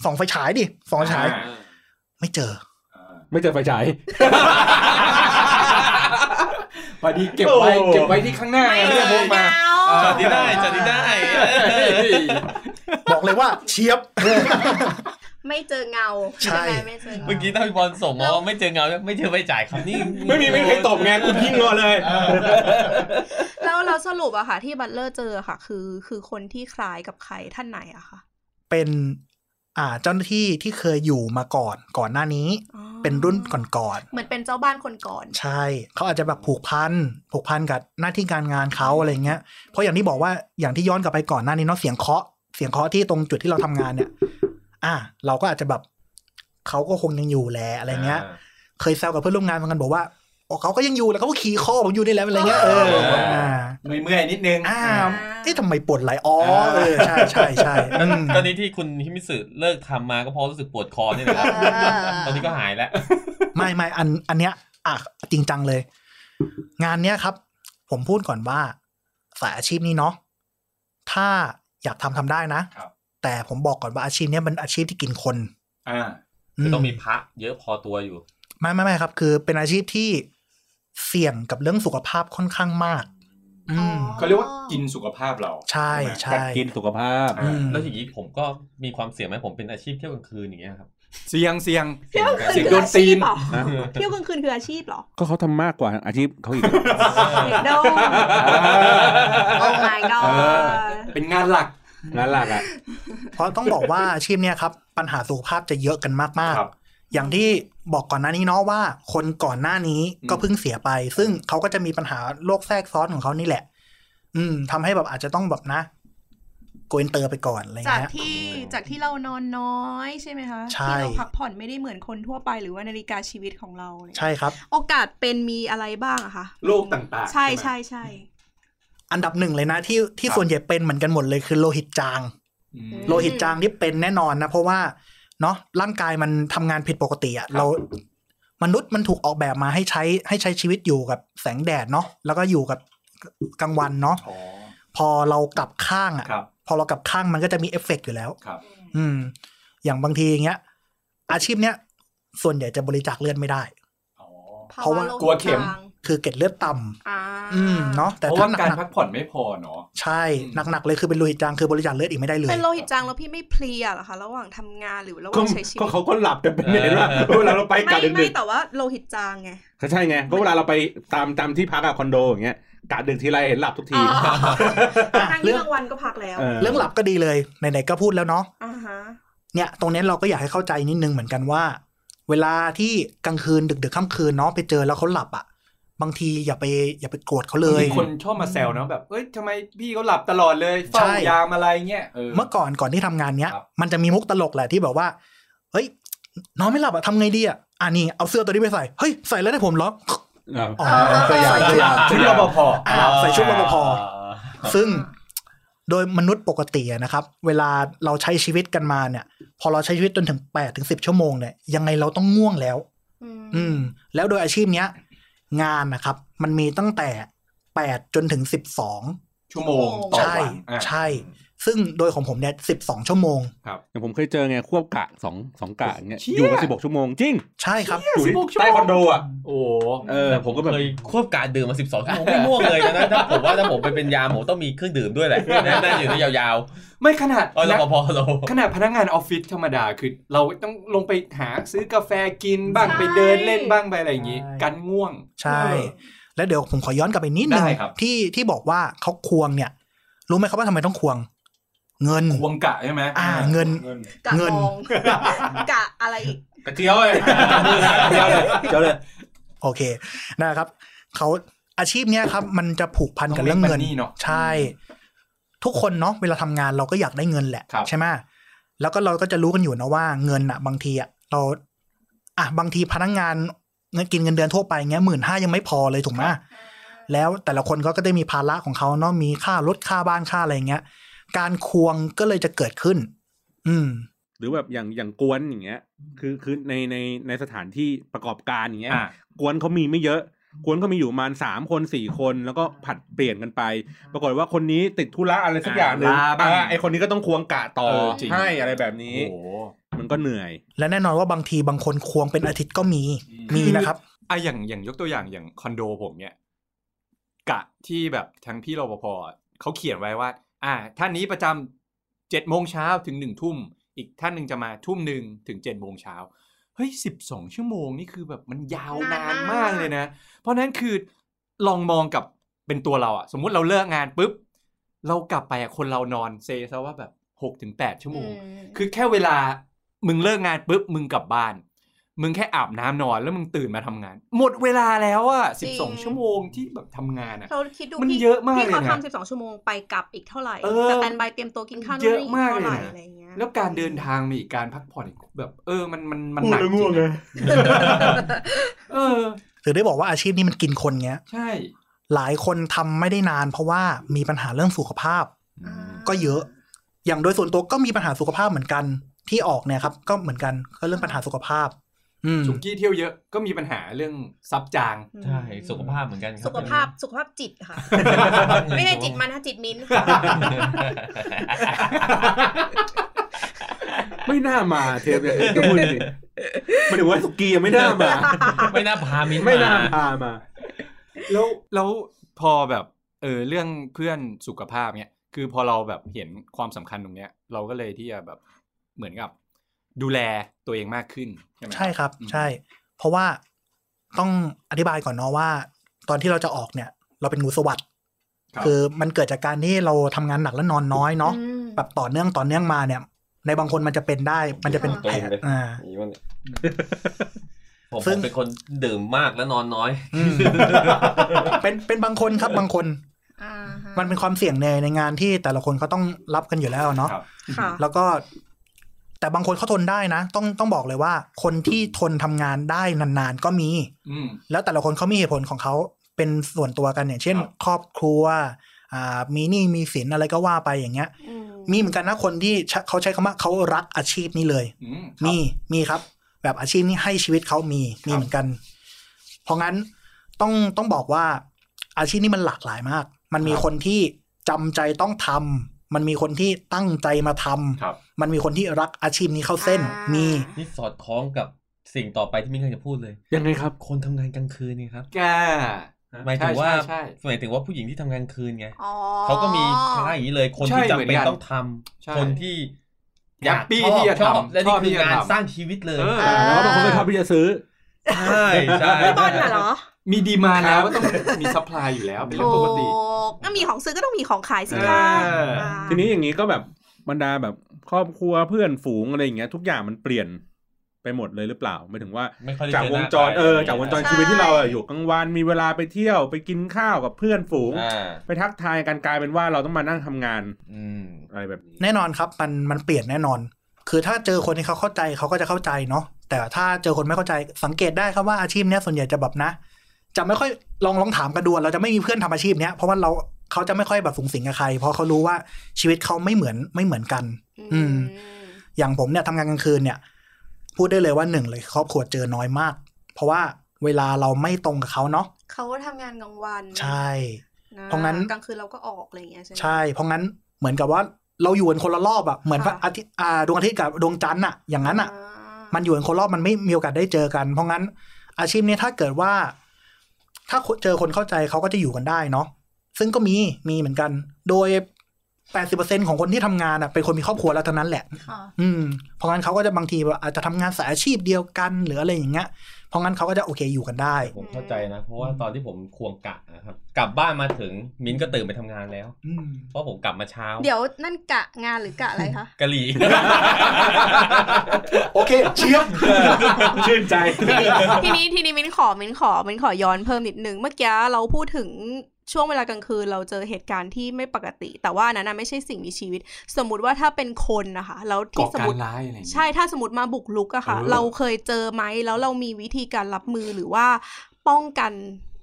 Speaker 5: ส่องไฟฉายดิส่องไฟฉาย
Speaker 3: อ่
Speaker 5: ไม่เจอ
Speaker 3: อ่า
Speaker 1: ไม่เจอไฟฉาย
Speaker 3: พอดีเก็บไว้เก็บไว้ที่ข้างหน้า
Speaker 4: ไม่
Speaker 3: เรื่
Speaker 4: เจ
Speaker 3: องพ
Speaker 4: อ
Speaker 3: วกมา
Speaker 4: เงา
Speaker 2: จอดที่ได้จอดที่ได้
Speaker 5: บอกเลยว่าเชียบ
Speaker 4: ไม่เจอเงา
Speaker 5: ใช่
Speaker 4: ไหมไม่เจอเงา
Speaker 2: เมื่อกี้ถ้าพี่บอลส่งมาว่าไม่เจอเงาด้วยไม่เจอไปจ่ายครับนี่
Speaker 6: ไม่มีไม่มีใครตอบงานคุณทิ้งรอเลย
Speaker 4: แล้วเราสรุปอะค่ะ ที่บัตเลอร์เจอค่ะ คือคือคนที่คล้ายกับใครท่านไหนอะค่ะ
Speaker 5: เป็นอ่าเจ้าหน้าที่ที่เคยอยู่มาก่อนก่อนหน้านี้
Speaker 4: อ๋อ
Speaker 5: เป็นรุ่นก่อน
Speaker 4: เหมือนเป็นเจ้าบ้านคนก่อน
Speaker 5: ๆใช่ เขาอาจจะแบบผูกพันผูกพันกับหน้าที่การงานเขาอะไรเงี้ยเพราะอย่างที่บอกว่าอย่างที่ย้อนกลับไปก่อนหน้านี้เนาะเสียงเคาะเสียงเคาะที่ตรงจุดที่เราทำงานเนี่ย อ่า เราก็อาจจะแบบเขาก็คงยังอยู่แหละอะไรเงี้ย เคยแซวกับเพื่อนร่วมงานเหมือนกันบอกว่าอ๋อเขาก็ยังอยู่แล้วเขาก็ขี่คอผมอยู่นี่แหล้วอะไรเงี้ยเอออ่า
Speaker 3: เมื่อยๆนิดนึง
Speaker 5: อ่าเอ๊ะทำไมปวดไหลอ๋อเออใช่ใช่ใช่อืม
Speaker 2: ตอนนี้ที่คุณฮิมิสึเลิกทำมาก็เพราะรู้สึกปวดคอนี่แหละครับ
Speaker 4: อ่า
Speaker 2: ตอนนี้ก็หายแล้ว
Speaker 5: ไม่ไม่อันอันเนี้ยอ่ะจริงจังเลย งานเนี้ยครับ ผมพูดก่อนว่าสายอาชีพนี้เนาะถ้าอยากทำทำได้นะ
Speaker 3: ครับ
Speaker 5: แต่ผมบอกก่อนว่าอาชีพเนี้ยมันอาชีพที่กินคน
Speaker 3: อ่า
Speaker 2: คือต้อง
Speaker 5: ม
Speaker 2: มีพระเยอะพอตัวอยู่
Speaker 5: ไม่ไม่ไม่ครับ คือเป็นอาชีพที่เสี่ยงกับเรื่องสุขภาพค่อนข้างมาก อืม
Speaker 3: เขาเรียกว่ากินสุขภาพเรา
Speaker 5: ใช่
Speaker 3: ไหม
Speaker 5: ใช่
Speaker 1: กินสุขภาพ
Speaker 3: อ่า
Speaker 5: อืม
Speaker 2: แล้วอย่างนี้ผมก็มีความเสี่ยงไหมผมเป็นอาชีพเที่ยวกลางคืนอย่างเงี้ยครับ
Speaker 3: เสียงเสียง
Speaker 4: เที่ยวกลาง
Speaker 3: เสียง
Speaker 4: คืนคื
Speaker 3: โด
Speaker 4: อน อา
Speaker 3: ตี
Speaker 4: ชี
Speaker 3: น
Speaker 4: พเหรอเที่ยวกลางคืนคืออาชีพเหรอ
Speaker 1: ก็เขาทำมากกว่าอาชีพเขาอีก
Speaker 4: เด็กดงโอ้ my god
Speaker 3: เป็นงานหลัก
Speaker 1: นั่นหลักอ่ะ
Speaker 5: เพราะต้องบอกว่า อาชีพเนี่ยครับ ปัญหาสุขภาพจะเยอะกันมาก
Speaker 3: ครับ
Speaker 5: ๆ อย่างที่บอกก่อนหน้านี้เนาะว่า คนก่อนหน้านี้ก็เพิ่งเสียไป ซึ่งเขาก็จะมีปัญหาโรคแทรกซ้อนของเขานี่แหละ อืมทำให้แบบอาจจะต้องแบบนะโกนเตอร์ไปก่อนอะไร
Speaker 4: จาก
Speaker 5: เงี้ย
Speaker 4: ที่จากที่เรานอนน้อยใช่ไหมคะ
Speaker 5: ใช่
Speaker 4: ที่เราพักผ่อนไม่ได้เหมือนคนทั่วไปหรือว่านาฬิกาชีวิตของเราเนี่ย
Speaker 5: ใช่ครับ
Speaker 4: โอกาสเป็นมีอะไรบ้างอะคะ
Speaker 3: โรคต่างๆ
Speaker 4: ใช่
Speaker 3: ไหม
Speaker 4: ใช่ใช่
Speaker 5: อันดับหนึ่งเลยนะที่ที่
Speaker 3: ครับ
Speaker 5: ส่วนใหญ่เป็นเหมือนกันหมดเลยคือโลหิตจาง
Speaker 3: อืม
Speaker 5: โลหิตจางที่เป็นแน่นอนนะเพราะว่าเนาะร่างกายมันทำงานผิดปกติอะเรามนุษย์มันถูกออกแบบมาให้ใช้ให้ใช้ชีวิตอยู่กับแสงแดดเนาะแล้วก็อยู่กับกลางวันเนาะ
Speaker 3: อ๋อ
Speaker 5: พอเรากลับข้างอะ
Speaker 3: ครับ
Speaker 5: พอเรากลับข้างมันก็จะมีเอฟเฟกต์อยู่แล้ว
Speaker 3: ครับ
Speaker 5: อืม อย่างบางทีอย่างเงี้ย อาชีพเนี้ยส่วนใหญ่จะบริจาคเลือดไม่ได้
Speaker 3: อ๋อ
Speaker 5: เพราะว่า
Speaker 4: ภโหิต
Speaker 3: กลัวเข็ม
Speaker 4: จาง
Speaker 5: คือเกล็ดเลือดต่ำ
Speaker 4: อ่า
Speaker 5: อืมเนาะแต่
Speaker 3: เพราะ
Speaker 5: ถ้า
Speaker 3: ว่า
Speaker 5: ห
Speaker 3: การ
Speaker 5: นัก
Speaker 3: พักผ่อนไม่พอเนาะ
Speaker 5: ๆใช่หนักๆเลยคือเป็นโลหิตจางคือบริจาคเลือดอีกไม่ได้เลย
Speaker 4: เป็นโลหิตจางแล้วพี่ไม่เพลียเหรอคะระหว่างทำงานหรือระห
Speaker 6: ก็
Speaker 4: ว่างใช้ชีวิต
Speaker 6: เขาก็หลับแต่เป็นเห็นว่า
Speaker 2: เออ
Speaker 6: เวลาเราไปกะ
Speaker 4: ไม่
Speaker 6: ดึก
Speaker 4: ไม่
Speaker 6: ดึก
Speaker 4: แต่ว่าโลหิตจางไง
Speaker 6: ๆก็ใช่ไงก็เวลาเราไปตามตามที่พักอะคอนโดอย่างเงี้ยกะดึกทีไรเห็นหลับทุกที
Speaker 4: อ๋อ ทั้งที่
Speaker 5: เรื่อง
Speaker 4: กลางวันก็พักแล้ว
Speaker 6: เออ
Speaker 5: เรื่องหลับก็ดีเลยไหนๆก็พูดแล้วเนาะ
Speaker 4: อ่าฮะ
Speaker 5: เนี่ยตรงนี้เราก็อยากให้เข้าใจนิดนึงเหมือนกันว่า เวลาที่กลางคืนดึกๆค่ำคืนเนาะไปเจอแล้วเขาหลับอะ่ะ บางทีอย่าไปอย่าไปโกรธเขาเลย
Speaker 3: มีคนชอบมาแซวเนาะแบบ เอ้ยทำไมพี่เขาหลับตลอดเลยเฝ้า
Speaker 5: ใช่
Speaker 3: ยามอะไรเงี้ยเออ
Speaker 5: เมื่อก่อนก่อนที่ทำงานเนี้ย
Speaker 3: ครับ
Speaker 5: มันจะมีมุกตลกแหละที่แบบว่า เฮ้ยน้องไม่หลับอะทำไงดีอะอ่านี่เอาเสื้อตัวนี้ไปใส่เฮ้ยใส่แล้วได้ผมเหรอ
Speaker 6: อ่ะ
Speaker 5: อ๋อใส่เสื้อ
Speaker 3: ชุดรปภ
Speaker 5: อ่าใส่ชุดรปภ
Speaker 3: า
Speaker 5: ซึ่งโดยมนุษย์ปกติอะนะครับ เวลาเราใช้ชีวิตกันมาเนี่ย พอเราใช้ชีวิตจนถึง8ปดถึงสิชั่วโมงเนี่ยยังไงเราต้องง่วงแล้ว
Speaker 4: อืม
Speaker 5: อืมแล้วโดยอาชีพเนี้ย งานนะครับ มันมีตั้งแต่ 8 จนถึง 12
Speaker 3: ชั่วโมงต่อ
Speaker 5: ใช่
Speaker 3: วันอ่ะ
Speaker 5: ใช่ ซึ่งโดยของผมเนี่ย 12 ชั่วโมง
Speaker 6: อย่างผมเคยเจอไงควบกะสองสองกะอย่างเงี้ย
Speaker 3: เชี่ย
Speaker 6: อยู่กันสิบกชั่วโมงจริง
Speaker 5: ใช่ครับ
Speaker 6: อยู่ที่
Speaker 3: 16ชั่วโมง
Speaker 6: ใต้คอนโดอ่ะ
Speaker 3: โอ้โห
Speaker 6: เออผมก็แบบ
Speaker 2: เคยควบการดื่มมา 12ชั่วโมงไม่ง่วงเลยนะถ้าผมว่าถ้าผมไปเป็นยามผมต้องมีเครื่องดื่มด้วยแหละนั่งอยู่ได้ยาว
Speaker 3: ไม่ขนาด
Speaker 2: ๆเออรปภเรา
Speaker 3: ขนาดพนักงานออฟฟิศธรรมดาคือ เราต้องลงไปหาซื้อกาแฟกินบ้าง
Speaker 7: ใช่
Speaker 3: ไปเดินเล่นบ้างไปอะไรอย่างงี้
Speaker 5: ใช่
Speaker 3: กันง่วง
Speaker 5: ใช่ แล้วเดี๋ยวผมขอย้อนกลับไปนิดนึง
Speaker 3: ได้ครับ
Speaker 5: ที่ที่บอกว่าเขาควงเนี่ย รู้ไหมครับว่าทำไมต้องควง เงิน
Speaker 3: ควงกะใช่ไหม
Speaker 5: อ่าเงิน
Speaker 4: กะ
Speaker 5: เงิน
Speaker 4: มองกะอะไรอีก
Speaker 2: กระเจียวเลยกระเจียวเลยกระเจียวเลย
Speaker 5: โอเคนะครับเขาอาชีพเนี้ยครับ มันจะผูกพันกับเรื่องเงิน
Speaker 3: นี่เนาะ
Speaker 5: ใช่ ทุกคนเนาะเวลาทำงานเราก็อยากได้เงินแหละ
Speaker 3: ครับ
Speaker 5: ใช่ไหมแล้วก็เราก็จะรู้กันอยู่นะว่าเงินอะบางทีอะเราอะบางทีพนักงานเงินกินเงินเดือนทั่วไปเงี้ยหมื่นห้ายังไม่พอเลยถูกไหมแล้วแต่ละคนก็ก็ได้มีภาระของเขาเนาะมีค่ารถค่าบ้านค่าอะไรเงี้ย การควงก็เลยจะเกิดขึ้น อืม
Speaker 6: หรือแบบอย่างอย่างกวนอย่างเงี้ย คือคือในในในสถานที่ประกอบการอย่างเงี้ย
Speaker 3: อ่ะ
Speaker 6: กวนเขามีไม่เยอะ กวนเขามีอยู่ประมาณสามคนสี่คนแล้วก็ผัดเปลี่ยนกันไป ปรากฏว่าคนนี้ติดธุระอะไรสักอย่างหนึ่ง
Speaker 3: ลาบ้าง
Speaker 6: อ่ะไอคนนี้ก็ต้องควงกะต่อ
Speaker 3: เออจริง
Speaker 6: ให้อะไรแบบนี้
Speaker 3: โอ้โห
Speaker 6: มันก็เหนื่อย
Speaker 5: และแน่นอนว่าบางทีบางคนควงเป็นอาทิตย์ก็มีมีนะครับ
Speaker 3: อ่ะอย่างอย่างยกตัวอย่างอย่างคอนโดผมเนี่ยกะที่แบบทั้งพี่รปภเขาเขียนไว้ว่า อ่า ท่านนี้ประจำเจ็ดโมงเช้าถึงหนึ่งทุ่ม อีกท่านหนึ่งจะมาทุ่มหนึ่งถึงเจ็ดโมงเช้าเฮ้ยสิบสองชั่วโมงนี่คือแบบมันยาวนาน
Speaker 4: าน
Speaker 3: น
Speaker 4: มาม
Speaker 3: าก กเลยนะ เพราะฉะนั้นคือลองมองกับเป็นตัวเราอะสมมุติเราเลิกงานปุ๊บ เรากลับไปอะคนเรานอนเซซะว่าแบบหกถึงแปดชั่วโมง คือแค่เวลามึงเลิกงานปุ๊บมึงกลับบ้าน มึงแค่อาบน้ำนอนแล้วมึงตื่นมาทำงาน หมดเวลาแล้วอะ
Speaker 4: จริ
Speaker 3: สิบสอง
Speaker 4: ง
Speaker 3: ชั่วโมงที่แบบทำงานอะ
Speaker 4: เราคิดดู
Speaker 3: มัน
Speaker 4: พี่
Speaker 3: เยอะมาก
Speaker 4: พี่
Speaker 3: เล
Speaker 4: เขา
Speaker 3: ยนะ
Speaker 4: ทำสิบสองชั่วโมงไปกลับอีกเท่าไหร่
Speaker 3: เออ
Speaker 4: สแตนบายเตรียมตัวกินข้าวนู่น
Speaker 3: เยอะ
Speaker 4: นี่
Speaker 3: มาก
Speaker 4: เท่าไหร่
Speaker 3: เลยนะ
Speaker 4: อะไรอย่างเงี้ย
Speaker 3: แล้วการเดินทางมีอีกการพักผ่อนอีกแบบ เออมันมันมันหนักจริงอะเออ
Speaker 5: ถือได้บอกว่าอาชีพนี้มันกินคนเงี้ย
Speaker 3: ใช่
Speaker 5: หลายคนทำไม่ได้นาน เพราะว่ามีปัญหาเรื่องสุขภาพ
Speaker 4: อ่า
Speaker 5: ก็เยอะ อย่างโดยส่วนตัวก็มีปัญหาสุขภาพเหมือนกัน ที่ออกเนี่ยครับ ก็เหมือนกันก็เรื่องปัญหาสุขภาพ อืม
Speaker 3: สุกี้เที่ยวเยอะก็มีปัญหาเรื่องซับจาง
Speaker 4: อืม
Speaker 2: ใช่ สุขภาพเหมือนกันครับ
Speaker 4: สุขภาพสุขภาพจิตค่ะ ไม่ใช่จิตมันนะจิตมิ้น
Speaker 6: ไม่น่ามาเทปเนี่ยจะพูดจริงๆหมันถึงว่าสุกี้ยังไม่น่ามา
Speaker 2: ไม่น่าพามิน
Speaker 6: ไม่น่าพามา
Speaker 3: แล้วแล้วพอแบบเออเรื่องเพื่อนสุขภาพเนี่ยคือพอเราแบบเห็นความสำคัญตรงเนี้ย เราก็เลยที่จะแบบเหมือนกับ ดูแลตัวเองมากขึ้นใช่ไหม
Speaker 5: ใช่ครับ ใช่ เพราะว่าต้องอธิบายก่อนเนาะว่า ตอนที่เราจะออกเนี่ย เราเป็นงูสวัสด์
Speaker 3: ครับ
Speaker 5: คือมันเกิดจากการที่เราทำงานหนักและนอนน้อยเนาะ
Speaker 4: อืม
Speaker 5: แบบต่อเนื่องต่อเนื่องมาเนี่ย ในบางคนมันจะเป็นได้มันจะเป็นแผลอ่า
Speaker 2: ผม
Speaker 5: ซึ่
Speaker 2: ผ
Speaker 5: ง
Speaker 2: มเป็นคนดื่มมากและนอนน้อย
Speaker 5: อืม เป็นเป็นบางคนครับบางคน
Speaker 4: อ่าฮะ
Speaker 5: มันเป็นความเสี่ยงในในงานที่แต่ละคนเขาต้องรับกันอยู่แล้วเนาะ
Speaker 3: ครับ
Speaker 4: ค่ะ
Speaker 5: แล้วก็ แต่บางคนเขาทนได้นะ ต้องต้องบอกเลยว่า คนที่ทนทำงานได้นานๆก็มี
Speaker 3: อืม
Speaker 5: แล้วแต่ละคนเขามีเหตุผลของเขาเป็นส่วนตัวกันอย่างเช่น
Speaker 3: ครับ
Speaker 5: ครอบครัว อ่ามีหนี้มีสินอะไรก็ว่าไปอย่างเงี้ย
Speaker 4: อื
Speaker 5: มีเหมือนกันนะคนที่ใช้เขาใช้คำว่าเขารักอาชีพนี้เลย
Speaker 3: อืม
Speaker 5: มีมีครับ แบบอาชีพนี้ให้ชีวิตเขามีมีเหมือนกัน เพราะงั้นต้องต้องบอกว่า อาชีพนี้มันหลากหลายมาก มันมีคนที่จำใจต้องทำมันมีคนที่ตั้งใจมาทำ
Speaker 3: ครับ
Speaker 5: มันมีคนที่รักอาชีพนี้เข้าเส้น
Speaker 4: อ่า
Speaker 5: มี
Speaker 2: นี่สอดคล้องกับสิ่งต่อไปที่มิ้งกำลังจะพูดเลย
Speaker 6: ยังไงครับ
Speaker 2: คนทำงานกลางคืนนี่ครับ
Speaker 3: แก
Speaker 2: หมายถึงว่า
Speaker 3: ใช่ใช่ใช่
Speaker 2: หมายถึงว่าผู้หญิงที่ทำงานคืนไง
Speaker 4: อ๋อ
Speaker 2: เขาก็มีคล้ายอย่างนี้เลย คน
Speaker 3: ใช่
Speaker 2: ที่
Speaker 3: เหมือน
Speaker 2: จำเป็น
Speaker 3: กัน
Speaker 2: ต้องทำ
Speaker 3: ใช่
Speaker 2: คนที่
Speaker 3: อยากปี้ที่จะ
Speaker 2: ชอบ
Speaker 3: ทำ
Speaker 2: และนี่คือ
Speaker 3: ชอบที่จะ
Speaker 2: งาน
Speaker 3: ทำ
Speaker 2: สร้างชีวิตเลย
Speaker 3: เออ
Speaker 6: แล้วก็บางคนก็ชอบที่จะซื้อ
Speaker 2: ใช่ใช่
Speaker 4: พี่บอลน่ะเหรอ
Speaker 3: มีดีมาแล้วก็ต้องมีซัพพลายอยู่แล้วเป็นเรื่องปกติ
Speaker 4: โอ้ก็มีของซื้อก็ต้องมีของขายสิ
Speaker 3: เออ
Speaker 4: คะา
Speaker 6: ทีนี้อย่างนี้ก็แบบบรรดาแบบครอบครัวเพื่อนฝูงอะไรอย่างเงี้ยทุกอย่างมันเปลี่ยนไปหมดเลยหรือเปล่าไม่ถึงว่า
Speaker 2: ไม่ค่อยได้
Speaker 6: จาก
Speaker 2: เอ
Speaker 6: ว
Speaker 2: ห
Speaker 6: ง
Speaker 2: น้
Speaker 6: จรเออจากวงจรชีวิตที่เราอะอยู่กลางวันมีเวลาไปเที่ยวไปกินข้าวกับเพื่อนฝูง
Speaker 2: อ่า
Speaker 6: ไปทักทายกันกลายเป็นว่าเราต้องมานั่งทำงาน
Speaker 2: อืม
Speaker 6: อะไรแบบนี้
Speaker 5: แน่นอนครับมันมันเปลี่ยนแน่นอน คือถ้าเจอคนที่เขาเข้าใจเขาก็จะเข้าใจเนาะแต่ถ้าเจอคนไม่เข้าใจสังเกตได้ครับว่าอาชีพเนี้ยส่วนใหญ่จะแบบนะ จะไม่ค่อยลองลองถามกันดูเราจะไม่มีเพื่อนทำอาชีพเนี้ยเพราะว่าเราเขาจะไม่ค่อยแบบสูงสิงกับใคร เพราะเขารู้ว่าชีวิตเขาไม่เหมือนไม่เหมือนกัน
Speaker 4: อืม
Speaker 5: อย่างผมเนี่ยทำงานกลางคืนเนี่ย พูดได้เลยว่าหนึ่งเลยครอบครัวเจอน้อยมาก เพราะว่าเวลาเราไม่ตรงกับเขาเนาะ
Speaker 4: เขาทำงานกลางวัน
Speaker 5: ใช่
Speaker 4: นะ
Speaker 5: เพราะงั้น
Speaker 4: กลางคืนเราก็ออกอะไรอย่างเงี้ยใช่ไหม
Speaker 5: ใช่ เพราะงั้นเหมือนกับว่าเราอยู่กันคนละรอบอะเหมือนพระ
Speaker 4: ค่ะ
Speaker 5: อาทิตย์อ่าดวงอาทิตย์กับดวงจันทร์อะอย่างนั้นอะ
Speaker 4: อ่า
Speaker 5: มันอยู่กันคนรอบมันไม่มีโอกาสได้เจอกัน เพราะงั้น อาชีพนี้ถ้าเกิดว่า ถ้าเจอคนเข้าใจเขาก็จะอยู่กันได้เนาะซึ่งก็มีมีเหมือนกัน โดย 80%ของคนที่ทำงานอ่ะเป็นคนมีครอบครัวแล้วเท่านั้นแหละ
Speaker 7: ค่ะ
Speaker 5: อืมเพราะงั้นเขาก็จะบางทีแบบอาจจะทำงานสายอาชีพเดียวกันหรืออะไรอย่างเงี้ยเพราะงั้นเขาก็จะโอเคอยู่กันได้
Speaker 2: ผมเข้าใจนะ เพราะว่าตอนที่ผมควงกะนะครับ กลับบ้านมาถึงมิ้นก็ตื่นไปทำงานแล้ว
Speaker 5: อืม
Speaker 2: เพราะผมกลับมาเช้า
Speaker 4: เดี๋ยวนั่นกะงานหรือกะอะไรคะ
Speaker 2: กะหรี่
Speaker 5: โอเคเชียบ
Speaker 6: ชื่นใจ
Speaker 4: ทีนี้ทีนี้มิ้นขอมิ้นขอมิ้นขอย้อนเพิ่มนิดนึงเมื่อกี้เราพูดถึงช่วงเวลากลางคืนเราเจอเหตุการณ์ที่ไม่ปกติ แต่ว่าอันนั้นนะไม่ใช่สิ่งมีชีวิต สมมติว่าถ้าเป็นคนนะคะ แล้ว
Speaker 3: ก่
Speaker 4: ที่
Speaker 3: อ
Speaker 4: สม
Speaker 3: กาม ร
Speaker 4: ติ
Speaker 3: ร้ายอะไรอย่างเงี้ย
Speaker 4: ใช่ถ้าสมมติมาบุกลุกอะค่ะ
Speaker 3: เออ
Speaker 4: เราเคยเจอไหมแล้วเรามีวิธีการรับมือหรือว่าป้องกัน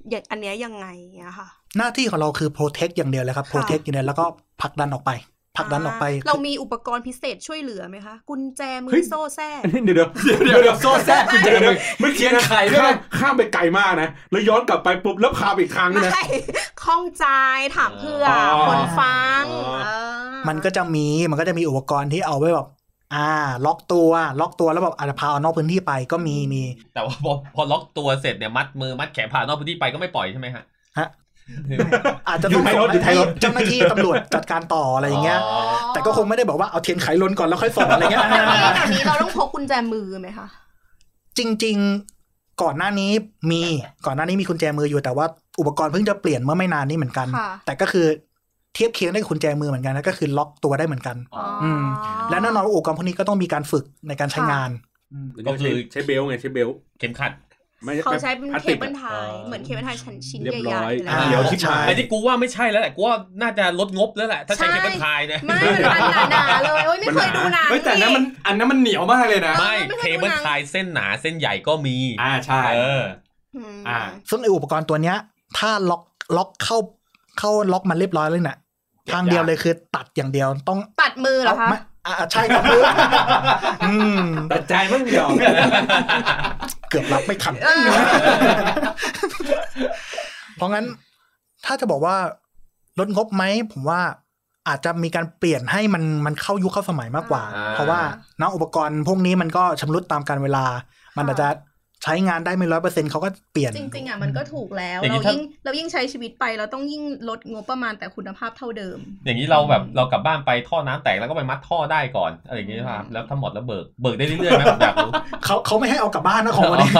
Speaker 4: อย่างอันเนี้ยยังไงอะค่ะ
Speaker 5: หน้าที่ของเราคือโปรเทคอย่างเดียวเลยครับโปรเทคอย่างเดียวแล้วก็ผลักดันออกไปผลักดันออกไป
Speaker 4: เรามีอุปกรณ์พิเศษช่วยเหลือไหมคะ กุญแจมื
Speaker 6: เฮ้
Speaker 4: อย โซ่แทรก
Speaker 6: เดี๋ยวเดี๋ยวเดี๋ยวเดี๋ยวโซ่แซ่คุณเจอเลยเมื่อกี้นะ
Speaker 3: เขียนไข่ด้วยนะ
Speaker 6: ข้ามไปไกลมากนะแล้วย้อนกลับไปปุ๊บแล้วพาไปอีกครั้งนะ
Speaker 4: ไม่ ข้องใจถามเพื่ออ
Speaker 6: อ
Speaker 4: คนฟัง
Speaker 6: อ๋อ
Speaker 4: เออ
Speaker 5: มันก็จะมีมันก็จะมีอุปกรณ์ที่เอาไว้แบบอ่า ล็อกตัว ล็อกตัวแล้วแบบอาจจะพาออกนอกพื้นที่ไปก็มีมี
Speaker 2: แต่ว่าพอพอล็อกตัวเสร็จเนี่ยมัดมือมัดแขนผ่านนอกพื้นที่ไปก็ไม่ปล่อยใช่ไหมฮะ
Speaker 5: ฮะ
Speaker 2: คือ
Speaker 5: อาจจะต้อง
Speaker 6: อยู่
Speaker 5: ส่
Speaker 6: ใน
Speaker 5: ง
Speaker 6: รถอยู่ใน
Speaker 5: ให้
Speaker 6: รถ
Speaker 5: เจ้าหน้าที่ตำรวจจัดการต่ออะไรอย่างเงี้ย
Speaker 2: อ๋อ
Speaker 5: แต่ก็คงไม่ได้บอกว่าเอาเทียนไขลนก่อนแล้วค่อยส่งอะไรเงี้ย
Speaker 4: แบบนี้
Speaker 5: อ่า
Speaker 4: แบบนี้เราต้องพกกุญแจมือไหมคะ
Speaker 5: จริง ๆก่อนหน้านี้มีก่อนหน้านี้มีกุญแจมืออยู่แต่ว่าอุปกรณ์เพิ่งจะเปลี่ยนเมื่อไม่นานนี้เหมือนกัน
Speaker 4: ค่ะ
Speaker 5: แต่ก็คือเทียบเคียงได้กับกุญแจมือเหมือนกันนะก็คือล็อกตัวได้เหมือนกัน
Speaker 3: อ๋อ
Speaker 5: อืม และแน่นอนว่าอุปกรณ์พวกนี้ก็ต้องมีการฝึกในการใช้งาน
Speaker 2: ก็คือ
Speaker 6: ใช้เบลต์ไงใช้เบลต์
Speaker 2: เข็มขัด
Speaker 6: ไม่
Speaker 4: เขาใช้เป็น
Speaker 6: พลาส
Speaker 4: เค
Speaker 6: ติก
Speaker 4: เบิล
Speaker 6: อะ
Speaker 4: ไทาย
Speaker 2: อ๋อ
Speaker 4: เหมือนเคเบิลไทายชั้นชิ้น
Speaker 6: เรียบ
Speaker 4: ให
Speaker 6: ร้
Speaker 4: ญ่
Speaker 6: อย
Speaker 4: ๆอะไร
Speaker 5: อ่า
Speaker 4: เงี้ย
Speaker 6: เดี๋ยวชิบหาย
Speaker 2: ไอ้ที่กูว่าไม่ใช่แล้วแหละกูว่าน่าจะลดงบแล้วแหละถ้าใช้
Speaker 4: ใช่
Speaker 2: เข็มขัดทายเนี่ย
Speaker 4: ไม่มันอันหนาๆเลยโอ้ยไม่เคยดูหนัง
Speaker 3: เฮ้ยแต่อันนั้นมันอันนั้นมันเหนียวมากเลยนะ
Speaker 2: ไม่เคเบิลทายเส้นหนาเส้นใหญ่ก็มี
Speaker 3: อ่าใช่
Speaker 2: เออ
Speaker 4: อืม
Speaker 3: อ่า
Speaker 5: ซึ่งไอ้อุปกรณ์ตัวเนี้ย ถ้าล็อกล็อกเข้าเข้าล็อกมันเรียบร้อยเลยเนี่ยทางเดียวเลยคือตัดอย่างเดียวต้อง
Speaker 4: ตัดมือเหรอคะ
Speaker 5: ไม่อ่ าใช่ครับอืม
Speaker 3: ตัดใจมั่งเดียว
Speaker 5: เกือบรับไม่ทัน
Speaker 4: เออ
Speaker 5: เพราะงั้นถ้าจะบอกว่าลดงบไหมผมว่าอาจจะมีการเปลี่ยนให้มันมันเข้ายุคเข้าสมัยมากกว่า
Speaker 2: อ่า
Speaker 5: เพราะว่าเนาะอุปกรณ์พวกนี้มันก็ชำรุดตามการเวลา มันอาจจะใช้งานได้ไม่ร้อยเปอร์เซ็นต์เขาก็เปลี่ยน
Speaker 4: จริงๆอ่ะมันก็ถูกแล้ว
Speaker 2: อย่างนี้
Speaker 4: เรา
Speaker 2: ถ้า
Speaker 4: ยิ่งเรายิ่งใช้ชีวิตไปเราต้องยิ่งลดงบประมาณแต่คุณภาพเท่าเดิม
Speaker 2: อย่างนี้เราแบบเรากลับบ้านไปท่อน้ำแตกแล้วก็ไปมัดท่อได้ก่อนอะไรอย่างนี้ครับแล้วทั้งหมดแล้วเบิกเบิกได้เรื่อยๆไหมผมอยากรู้
Speaker 5: เขาเขาไม่ให้เอากลับบ้านนะของวันนี้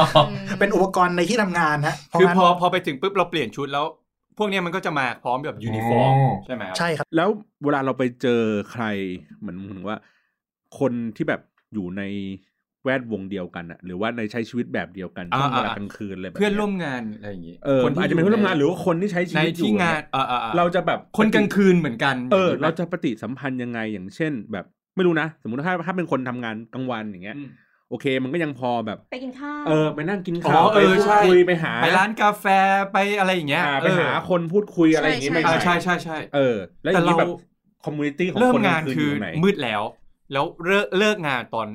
Speaker 5: เป็นอุปกรณ์ในที่ทำงานฮะเพราะ
Speaker 3: คือ
Speaker 5: งั้น
Speaker 3: พอพอไปถึงปุ๊บเราเปลี่ยนชุดแล้ว พวกเนี้ยมันก็จะมาพร้อมแบบยูนิฟอร์ม
Speaker 2: อืม
Speaker 3: ใช่ไหมครับ
Speaker 5: ใช่ครับ
Speaker 6: แล้วเวลาเราไปเจอใครเหมือนเหมือนว่า คนที่แบบอยู่ในแวดวงเดียวกันอะหรือว่าในใช้ชีวิตแบบเดียวกัน
Speaker 3: อ่า
Speaker 6: ช่วงเวลา
Speaker 3: อ่า
Speaker 6: กลางคืนอะไรแบบ
Speaker 3: เพื่อนร่วม
Speaker 6: ย
Speaker 3: งานอะไรอย่างงี้
Speaker 6: เอออาจจะเป็นเพื่อนร่วมงานหรือว่าคนที่ใช้ชี
Speaker 3: ใน
Speaker 6: วิตอยู่
Speaker 3: ที่งาน
Speaker 6: เย
Speaker 3: เออเออเออ
Speaker 6: เราจะแบบ
Speaker 3: คนกลางคืนเหมือนกัน
Speaker 6: เออ
Speaker 3: ย่งงี้ป
Speaker 6: เราจะปฏิสัมพันธ์ยังไงอย่างเช่น แบบไม่รู้นะ สมมติถ้าถ้าเป็นคนทำงานกลางวันอย่างเงี้ย
Speaker 3: อืม
Speaker 6: โอเค มันก็ยังพอแบบ
Speaker 7: ไปกินข้าว
Speaker 6: เออไปนั่งกินข้าว
Speaker 3: อ๋อ
Speaker 6: ไป
Speaker 3: เออ
Speaker 6: พูด
Speaker 3: ใช่
Speaker 6: คุยไปหา
Speaker 3: ไปร้านกาแฟไปอะไรอย่างเงี้ย
Speaker 6: อ่า
Speaker 3: เอ
Speaker 6: ไป
Speaker 3: อ
Speaker 6: หาคนพูดคุยอะไรอย่างงี้
Speaker 4: ใช่
Speaker 6: ไม่
Speaker 3: อ่า
Speaker 6: ใช่
Speaker 3: ใช่ใช่ใช่
Speaker 6: เออ แล้วอย่างนี้
Speaker 3: แต่
Speaker 6: แบ
Speaker 3: เรา
Speaker 6: บคอมมูนิตี้ของ
Speaker 3: เริ่ม
Speaker 6: คนกล
Speaker 3: งาน
Speaker 6: คื
Speaker 3: คือ อยู่
Speaker 6: ไหน
Speaker 3: มืดแล้ว แล้วเลิกเลิกงานตอน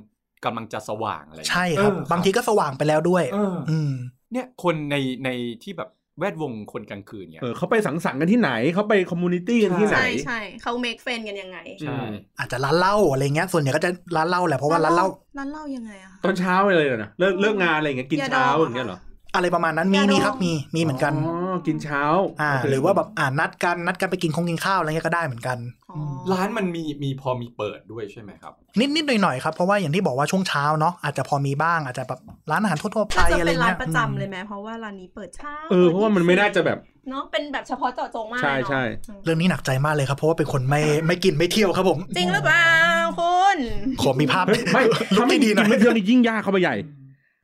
Speaker 3: กำลังจะสว่างอะไร
Speaker 5: ใช่ครับ
Speaker 3: เออบ
Speaker 5: างทีก็สว่างไปแล้วด้วย
Speaker 3: เออ
Speaker 5: อืม
Speaker 3: เนี่ยคนในในที่แบบแวดวงคนกลางคืนเนี่ย
Speaker 6: เออเขาไปสังสรรค์กันที่ไหน เขาไปคอมมูนิตี้กันที่ไหน
Speaker 4: ใช่ใช่เขาเมคเฟนกันยังไง
Speaker 3: ใช่
Speaker 6: อืม
Speaker 5: อาจจะร้านเหล้าอะไรเงี้ย ส่วนใหญ่ก็จะร้านเหล้าแหละเพราะว่าร้านเหล้า
Speaker 4: ร้านเหล้ายังไงอะคะ
Speaker 6: ตอนเช้าไปเลยเหรอนะเลิกเลิกงานอะไรอย่างเงี้ยกิน
Speaker 4: อย่าดอง
Speaker 6: เช้า
Speaker 4: อะ
Speaker 6: อย่างเงี้ยเหรอ
Speaker 5: อะไรประมาณนั้นมีมีครับมีมีเหมือนกัน
Speaker 6: อ๋อกินเช้า
Speaker 5: อ่า
Speaker 6: โเค
Speaker 5: หรือว่าแบบอ่านัดกันนัดกันไปกินคงกินข้าวอะไรเงี้ยก็ได้เหมือนกัน
Speaker 4: อ๋อ
Speaker 3: ร้านมันมีมีพอมีเปิดด้วยใช่ไหมครับ
Speaker 5: นิดนิดหน่อยหน่อยๆครับเพราะว่าอย่างที่บอกว่าช่วงเช้าเนาะอาจจะพอมีบ้างอาจจะแบบร้านอาหารทั่วๆไป
Speaker 4: น่าจะ
Speaker 5: อะไร
Speaker 4: เป็นร้า
Speaker 5: เงี้
Speaker 4: น
Speaker 5: ย
Speaker 4: ประ
Speaker 5: อื
Speaker 4: จำ
Speaker 5: ม
Speaker 4: เลยไหมเพราะว่าร้านนี้เปิดเช้า
Speaker 6: เออเพราะว่ามันไม่น่าจะแบบ
Speaker 4: เนาะเป็นแบบเฉพาะเจาะจงมาก
Speaker 6: ใช่
Speaker 4: เลยเนาะ
Speaker 6: ใช่
Speaker 4: อืม
Speaker 5: เรื่องนี้หนักใจมากเลยครับ เพราะว่าเป็นคนไม่ไม่กินไม่เที่ยวครับผม
Speaker 4: จริงหรือเปล่าคุณ
Speaker 5: ขอมีภาพ
Speaker 6: เฮ้ยไม่
Speaker 5: ลุก
Speaker 6: ถ้าไม่กิ
Speaker 5: ไม่ดี
Speaker 6: น
Speaker 5: หน่อย
Speaker 6: ไม่เที่ยวนี่ยิ่งยากเข้าไปใหญ่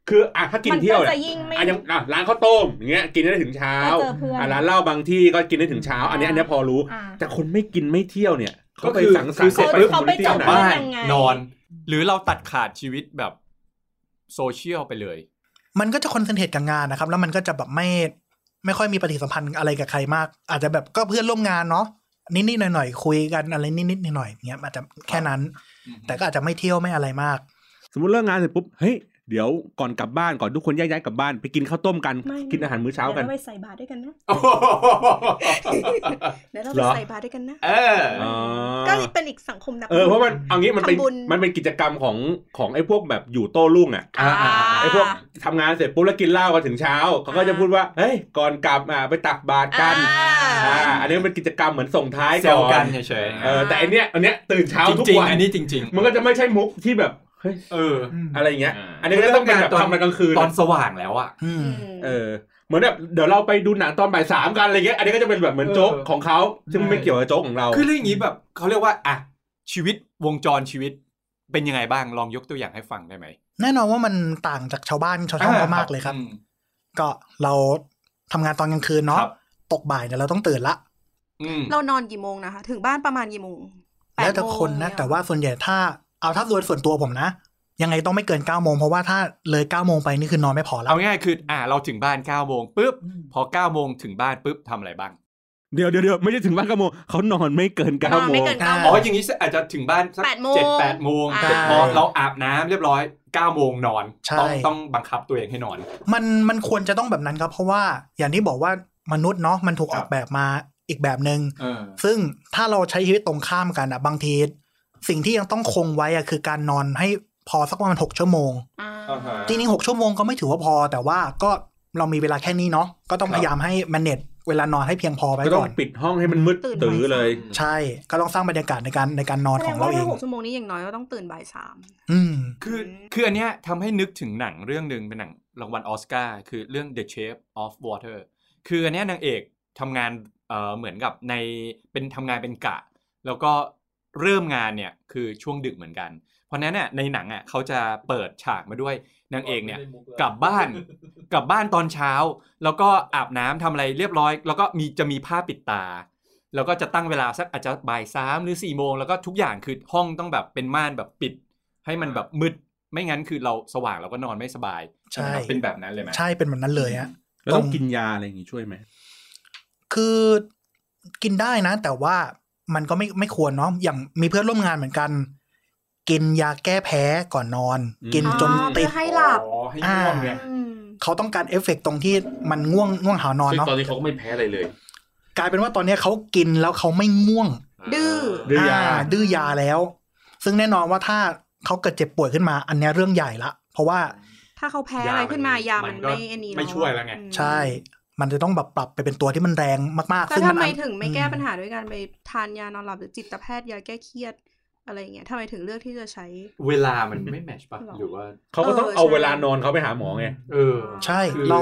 Speaker 6: คืออ่ะถ้ากินเที่ยว
Speaker 4: มั
Speaker 6: เนี่
Speaker 4: จะ
Speaker 6: ย
Speaker 4: ยิ่งไม่
Speaker 6: อ่ะยังอ่ะร้านข้าวต้มอย่างเงี้ยกินได้ถึงเช้า
Speaker 4: ก็เจอเพื่อน
Speaker 6: อ่ะร้านเหล้าบางที่ก็กินได้ถึงเช้า อันเนี้ยอันเนี้ยพอรู้
Speaker 4: อ่า
Speaker 6: แต่คนไม่กินไม่เที่ยวเนี่ยเขาไป
Speaker 3: ก็คือ
Speaker 6: สังสร
Speaker 3: คื
Speaker 6: ร
Speaker 3: อ
Speaker 6: ค์
Speaker 3: เส
Speaker 6: ไป
Speaker 3: ร็จ
Speaker 4: ปุ๊บเขาไป
Speaker 6: community
Speaker 4: จบ
Speaker 6: ไหน
Speaker 4: บ้า
Speaker 3: บ้าน น
Speaker 4: ยังไง
Speaker 3: นอน หรือเราตัดขาดชีวิตแบบโซเชียลไปเลย
Speaker 5: มันก็จะคอนเซนเทรตกับงานนะครับ แล้วมันก็จะแบบไม่ไม่ค่อยมีปฏิสัมพันธ์อะไรกับใครมาก อาจจะแบบก็เพื่อนร่วมงานเนาะนิดนิดหน่อยหน่อยๆคุยกันอะไรนิดนิดหน่อยหน่อยางเงี้ยอาจจะแค่นั้น แต่ก็อาจจะไม่เที่ยวไม่อะไรมาก
Speaker 6: สมมติเลิกงานเสร็จปุ๊บเฮ้ยเดี๋ยวก่อนกลับบ้านก่อนทุกคนแยกย้ายกลับบ้านไปกินข้าวต้มกัน
Speaker 4: ไม่
Speaker 6: กินอาหารมื้อเช้ากัน
Speaker 4: ดี๋ยวรไปใส่บาตรด้วยกันนะ
Speaker 3: โอ้โห
Speaker 4: เดี๋ยวเรา
Speaker 6: เห
Speaker 4: ไป
Speaker 6: รอ
Speaker 4: ใส่บาตรด้วยกันนะ
Speaker 3: เออ
Speaker 6: อ๋อ
Speaker 4: ก็เป็นอีกสังคมนับ
Speaker 6: เออเพราะมันเอางี้มันเป็น
Speaker 4: ทำบุญ
Speaker 6: มันเป็นกิจกรรมของของไอ้พวกแบบอยู่โต้รุ่งอ่ะ
Speaker 4: อ่า
Speaker 6: ไอ้พวกทำงานเสร็จปุ๊บแล้วกินเหล้ากันถึงเช้าเขาก็จะพูดว่าเฮ้ยก่อนกลับอ่ะไปตักบาตรกัน
Speaker 4: อ่า
Speaker 6: อ่าอันนี้มันเป็นกิจกรรมเหมือนส่งท้าย
Speaker 3: แซว
Speaker 6: ก่อ
Speaker 3: กัน
Speaker 6: น
Speaker 3: เฉยๆ
Speaker 6: เออแต่อันเนี้ยอันเนี้ยตื่นเช้า
Speaker 3: จ
Speaker 6: ทุก
Speaker 3: ริง
Speaker 6: วั
Speaker 3: ๆ
Speaker 6: น
Speaker 3: อันนี้จริงๆ
Speaker 6: มันก็จะไม่ใช่มุกที่แบบเฮ้ย
Speaker 3: เออ
Speaker 6: อะไรอย่างเงี้ย
Speaker 2: อ่า
Speaker 6: อันนี้ก็จะต้องเป็นแบบทำกันกลางคืน
Speaker 3: ตอนสว่างแล้วอะ
Speaker 5: อืม
Speaker 6: เออเหมือนแบบเดี๋ยวเราไปดูหนังตอนบ่ายสามกันอะไรเงี้ยอันนี้ก็จะเป็นแบบเหมือนโจ๊ก
Speaker 3: เออ
Speaker 6: ของเขาซึ่งไม่เกี่ยวกับโจ๊กของเรา
Speaker 3: คือเรื่องอย่างนี้แบบเขาเรียกว่าอะชีวิตวงจรชีวิตเป็นยังไงบ้างลองยกตัวอย่างให้ฟังได้ไหม
Speaker 5: แน่นอนว่ามันต่างจากชาวบ้านชาวช่องเขามากเลยครับ
Speaker 3: อืม
Speaker 5: ก็เราทำงานตอนกลางคืน
Speaker 3: ค
Speaker 5: เนาะ
Speaker 3: รับ
Speaker 5: ตกบ่ายเนี่ยเราต้องตื่นละ
Speaker 3: อืม
Speaker 4: เรานอนกี่โมงนะคะ ถึงบ้านประมาณกี่โมงปด
Speaker 5: แล้วแต่
Speaker 4: โมง
Speaker 5: คนนะ
Speaker 4: เย
Speaker 5: แต่ว่าส่วนใหญ่ถ้าเอาถ้าโดยส่วนตัวผมนะ ยังไงต้องไม่เกิน9ก้าโมงเพราะว่าถ้าเลย9ก้าโมงไปนี่คือนอนไม่พอแล้ว
Speaker 3: เอาง่ายๆคือ อ่า เราถึงบ้าน9ก้าโมงปุ๊บ พอ9ก้าโมงถึงบ้านปุ๊บทำอะไรบ้าง
Speaker 6: เดี๋ยวเดี๋ยวเดี๋ยวไม่ใช่ถึงบ้านเก้าโมงเขานอนไม่เกินเก้าน
Speaker 4: อน
Speaker 6: โม
Speaker 4: ไม่
Speaker 6: ง
Speaker 4: เกินเก้า
Speaker 3: อ๋
Speaker 4: โม
Speaker 3: อง อย่างนี้อาจจะถึงบ้านสัก
Speaker 4: แปดโมง
Speaker 3: เจ็ดแปดโมง
Speaker 4: อ่า
Speaker 3: เสร็จพอเราอาบน้ำเรียบร้อย9ก้าโมงนอน
Speaker 5: ใช่
Speaker 3: ต้องต้องบังคับตัวเองให้นอน
Speaker 5: มันมันควรจะต้องแบบนั้นครับ เพราะว่าอย่างที่บอกว่ามนุษย์เนาะมันถูกออกแบบมาอีกแบบหนึง่ง
Speaker 3: เออ
Speaker 5: ซึ่งถ้าเราใช้ชีวิตตรงข้ามกันอะบางที สิ่งที่ยังต้องคงไว้อะคือการนอนให้พอสักประมาณหกชั่วโมง
Speaker 4: อ่า
Speaker 5: จริงๆหกชั่วโมงก็ไม่ถือว่าพอ แต่ว่าก็เรามีเวลาแค่นี้เนาะก็ต้อง
Speaker 3: ครับ
Speaker 5: พยายามให้ manage เวลานอนให้เพียงพอไป
Speaker 6: ก็ต้
Speaker 5: ก่
Speaker 6: อ
Speaker 5: อง น
Speaker 6: ปิดห้องให้มันมืด
Speaker 4: ตื่น
Speaker 6: ตื้อเลย
Speaker 4: บ่า
Speaker 5: ใช่ ก็ต้องสร้างบรรยากาศในการในการนอน
Speaker 4: สามแสด
Speaker 5: ของ
Speaker 4: ง
Speaker 5: เรา
Speaker 4: ว่า
Speaker 5: เอ
Speaker 4: ถ้าง หกชั่วโมงนี้อย่างน้อยก็ต้องตื่นบ่ายสาม
Speaker 5: อืม
Speaker 3: คือ
Speaker 4: อืม
Speaker 3: คืออันเนี้ยทำให้นึกถึงหนังเรื่องหนึ่งเป็นหนังรางวัลออสการ์คือเรื่อง The Shape of Water คืออันเนี้ยนางเอกทำงานเอ่อเหมือนกับในเป็นทำงานเป็นกะ แล้วก็เริ่มงานเนี่ยคือช่วงดึกเหมือนกัน เพราะฉะนั้นเนี่ยในหนังอ่ะเขาจะเปิดฉากมาด้วยนางเอกเนี่ยกลับบ้าน กลับบ้านตอนเช้า แล้วก็อาบน้ำทำอะไรเรียบร้อย แล้วก็มีจะมีผ้าปิดตา แล้วก็จะตั้งเวลาสักอาจจะบ่ายสามหรือสี่โมงแล้วก็ทุกอย่างคือห้องต้องแบบเป็นม่านแบบปิด ให้มันแบบมืดไม่งั้นคือเราสว่างเราก็นอนไม่สบาย
Speaker 5: ใช่
Speaker 3: ไหมครับเป็นแบบนั้นเลยไหม
Speaker 5: ใช่เป็นแบบนั้นเลยฮะ
Speaker 6: แล้วต้องกินยาอะไรอย่างงี้ช่วยไหม
Speaker 5: คือกินได้นะ แต่ว่ามันก็ไม่ไม่ควรเนาะอย่างมีเพื่อนร่วมงานเหมือนกัน กินยาแก้แพ้ก่อนนอน
Speaker 6: อืม
Speaker 5: กินจน
Speaker 4: อ๋อ
Speaker 5: ติ
Speaker 4: เพื่
Speaker 5: ด
Speaker 4: อให้หลับ
Speaker 3: อ๋อให้ง่วงเนี่ย
Speaker 5: อ่
Speaker 4: อืม
Speaker 5: เขาต้องการเอฟเฟกต์ตรงที่มันง่วงง่วงหาวนอน
Speaker 2: ซึ่ง
Speaker 5: เนาะ
Speaker 2: ตอนนี้เขาก็ไม่แพ้อะไรเลย
Speaker 5: กลายเป็นว่าตอนเนี้ยเขากินแล้วเขาไม่ง่วง
Speaker 4: ดื้อ
Speaker 6: ดื้อยา
Speaker 5: ดื้อยาแล้ว ซึ่งแน่นอนว่าถ้าเขาเกิดเจ็บป่วยขึ้นมา อันเนี้ยเรื่องใหญ่ละ เพราะว่า
Speaker 4: ถ้าเขาแพ้อะไรขึ้นมายามัน
Speaker 3: ก็
Speaker 4: ไม่อันนี้
Speaker 3: ไม่ช่วยแล้วไง
Speaker 4: อืม
Speaker 5: ใช่ มันจะต้องแบบปรับไปเป็นตัวที่มันแรงมากๆ
Speaker 4: แล้ว
Speaker 5: ซึ่ง
Speaker 4: ทำ
Speaker 5: น
Speaker 4: ไม
Speaker 5: อัน
Speaker 4: ถึงไม่แก้ปัญหาด้วยการไปทานยานอนหลับหรือจิตแพทย์ยาแก้เครียดอะไรอย่างเงี้ยทำไมถึงเลือกที่จะใช้
Speaker 3: เวลามันไม่แมชป่ะ
Speaker 4: หรอ
Speaker 3: หรือว่า
Speaker 6: เขาก็ต้อง
Speaker 4: เออ
Speaker 6: เอา
Speaker 4: ใช่
Speaker 6: เวลานอนเขาไปหาหมอไง
Speaker 3: เออ
Speaker 5: ใช่
Speaker 3: คือ
Speaker 5: เรา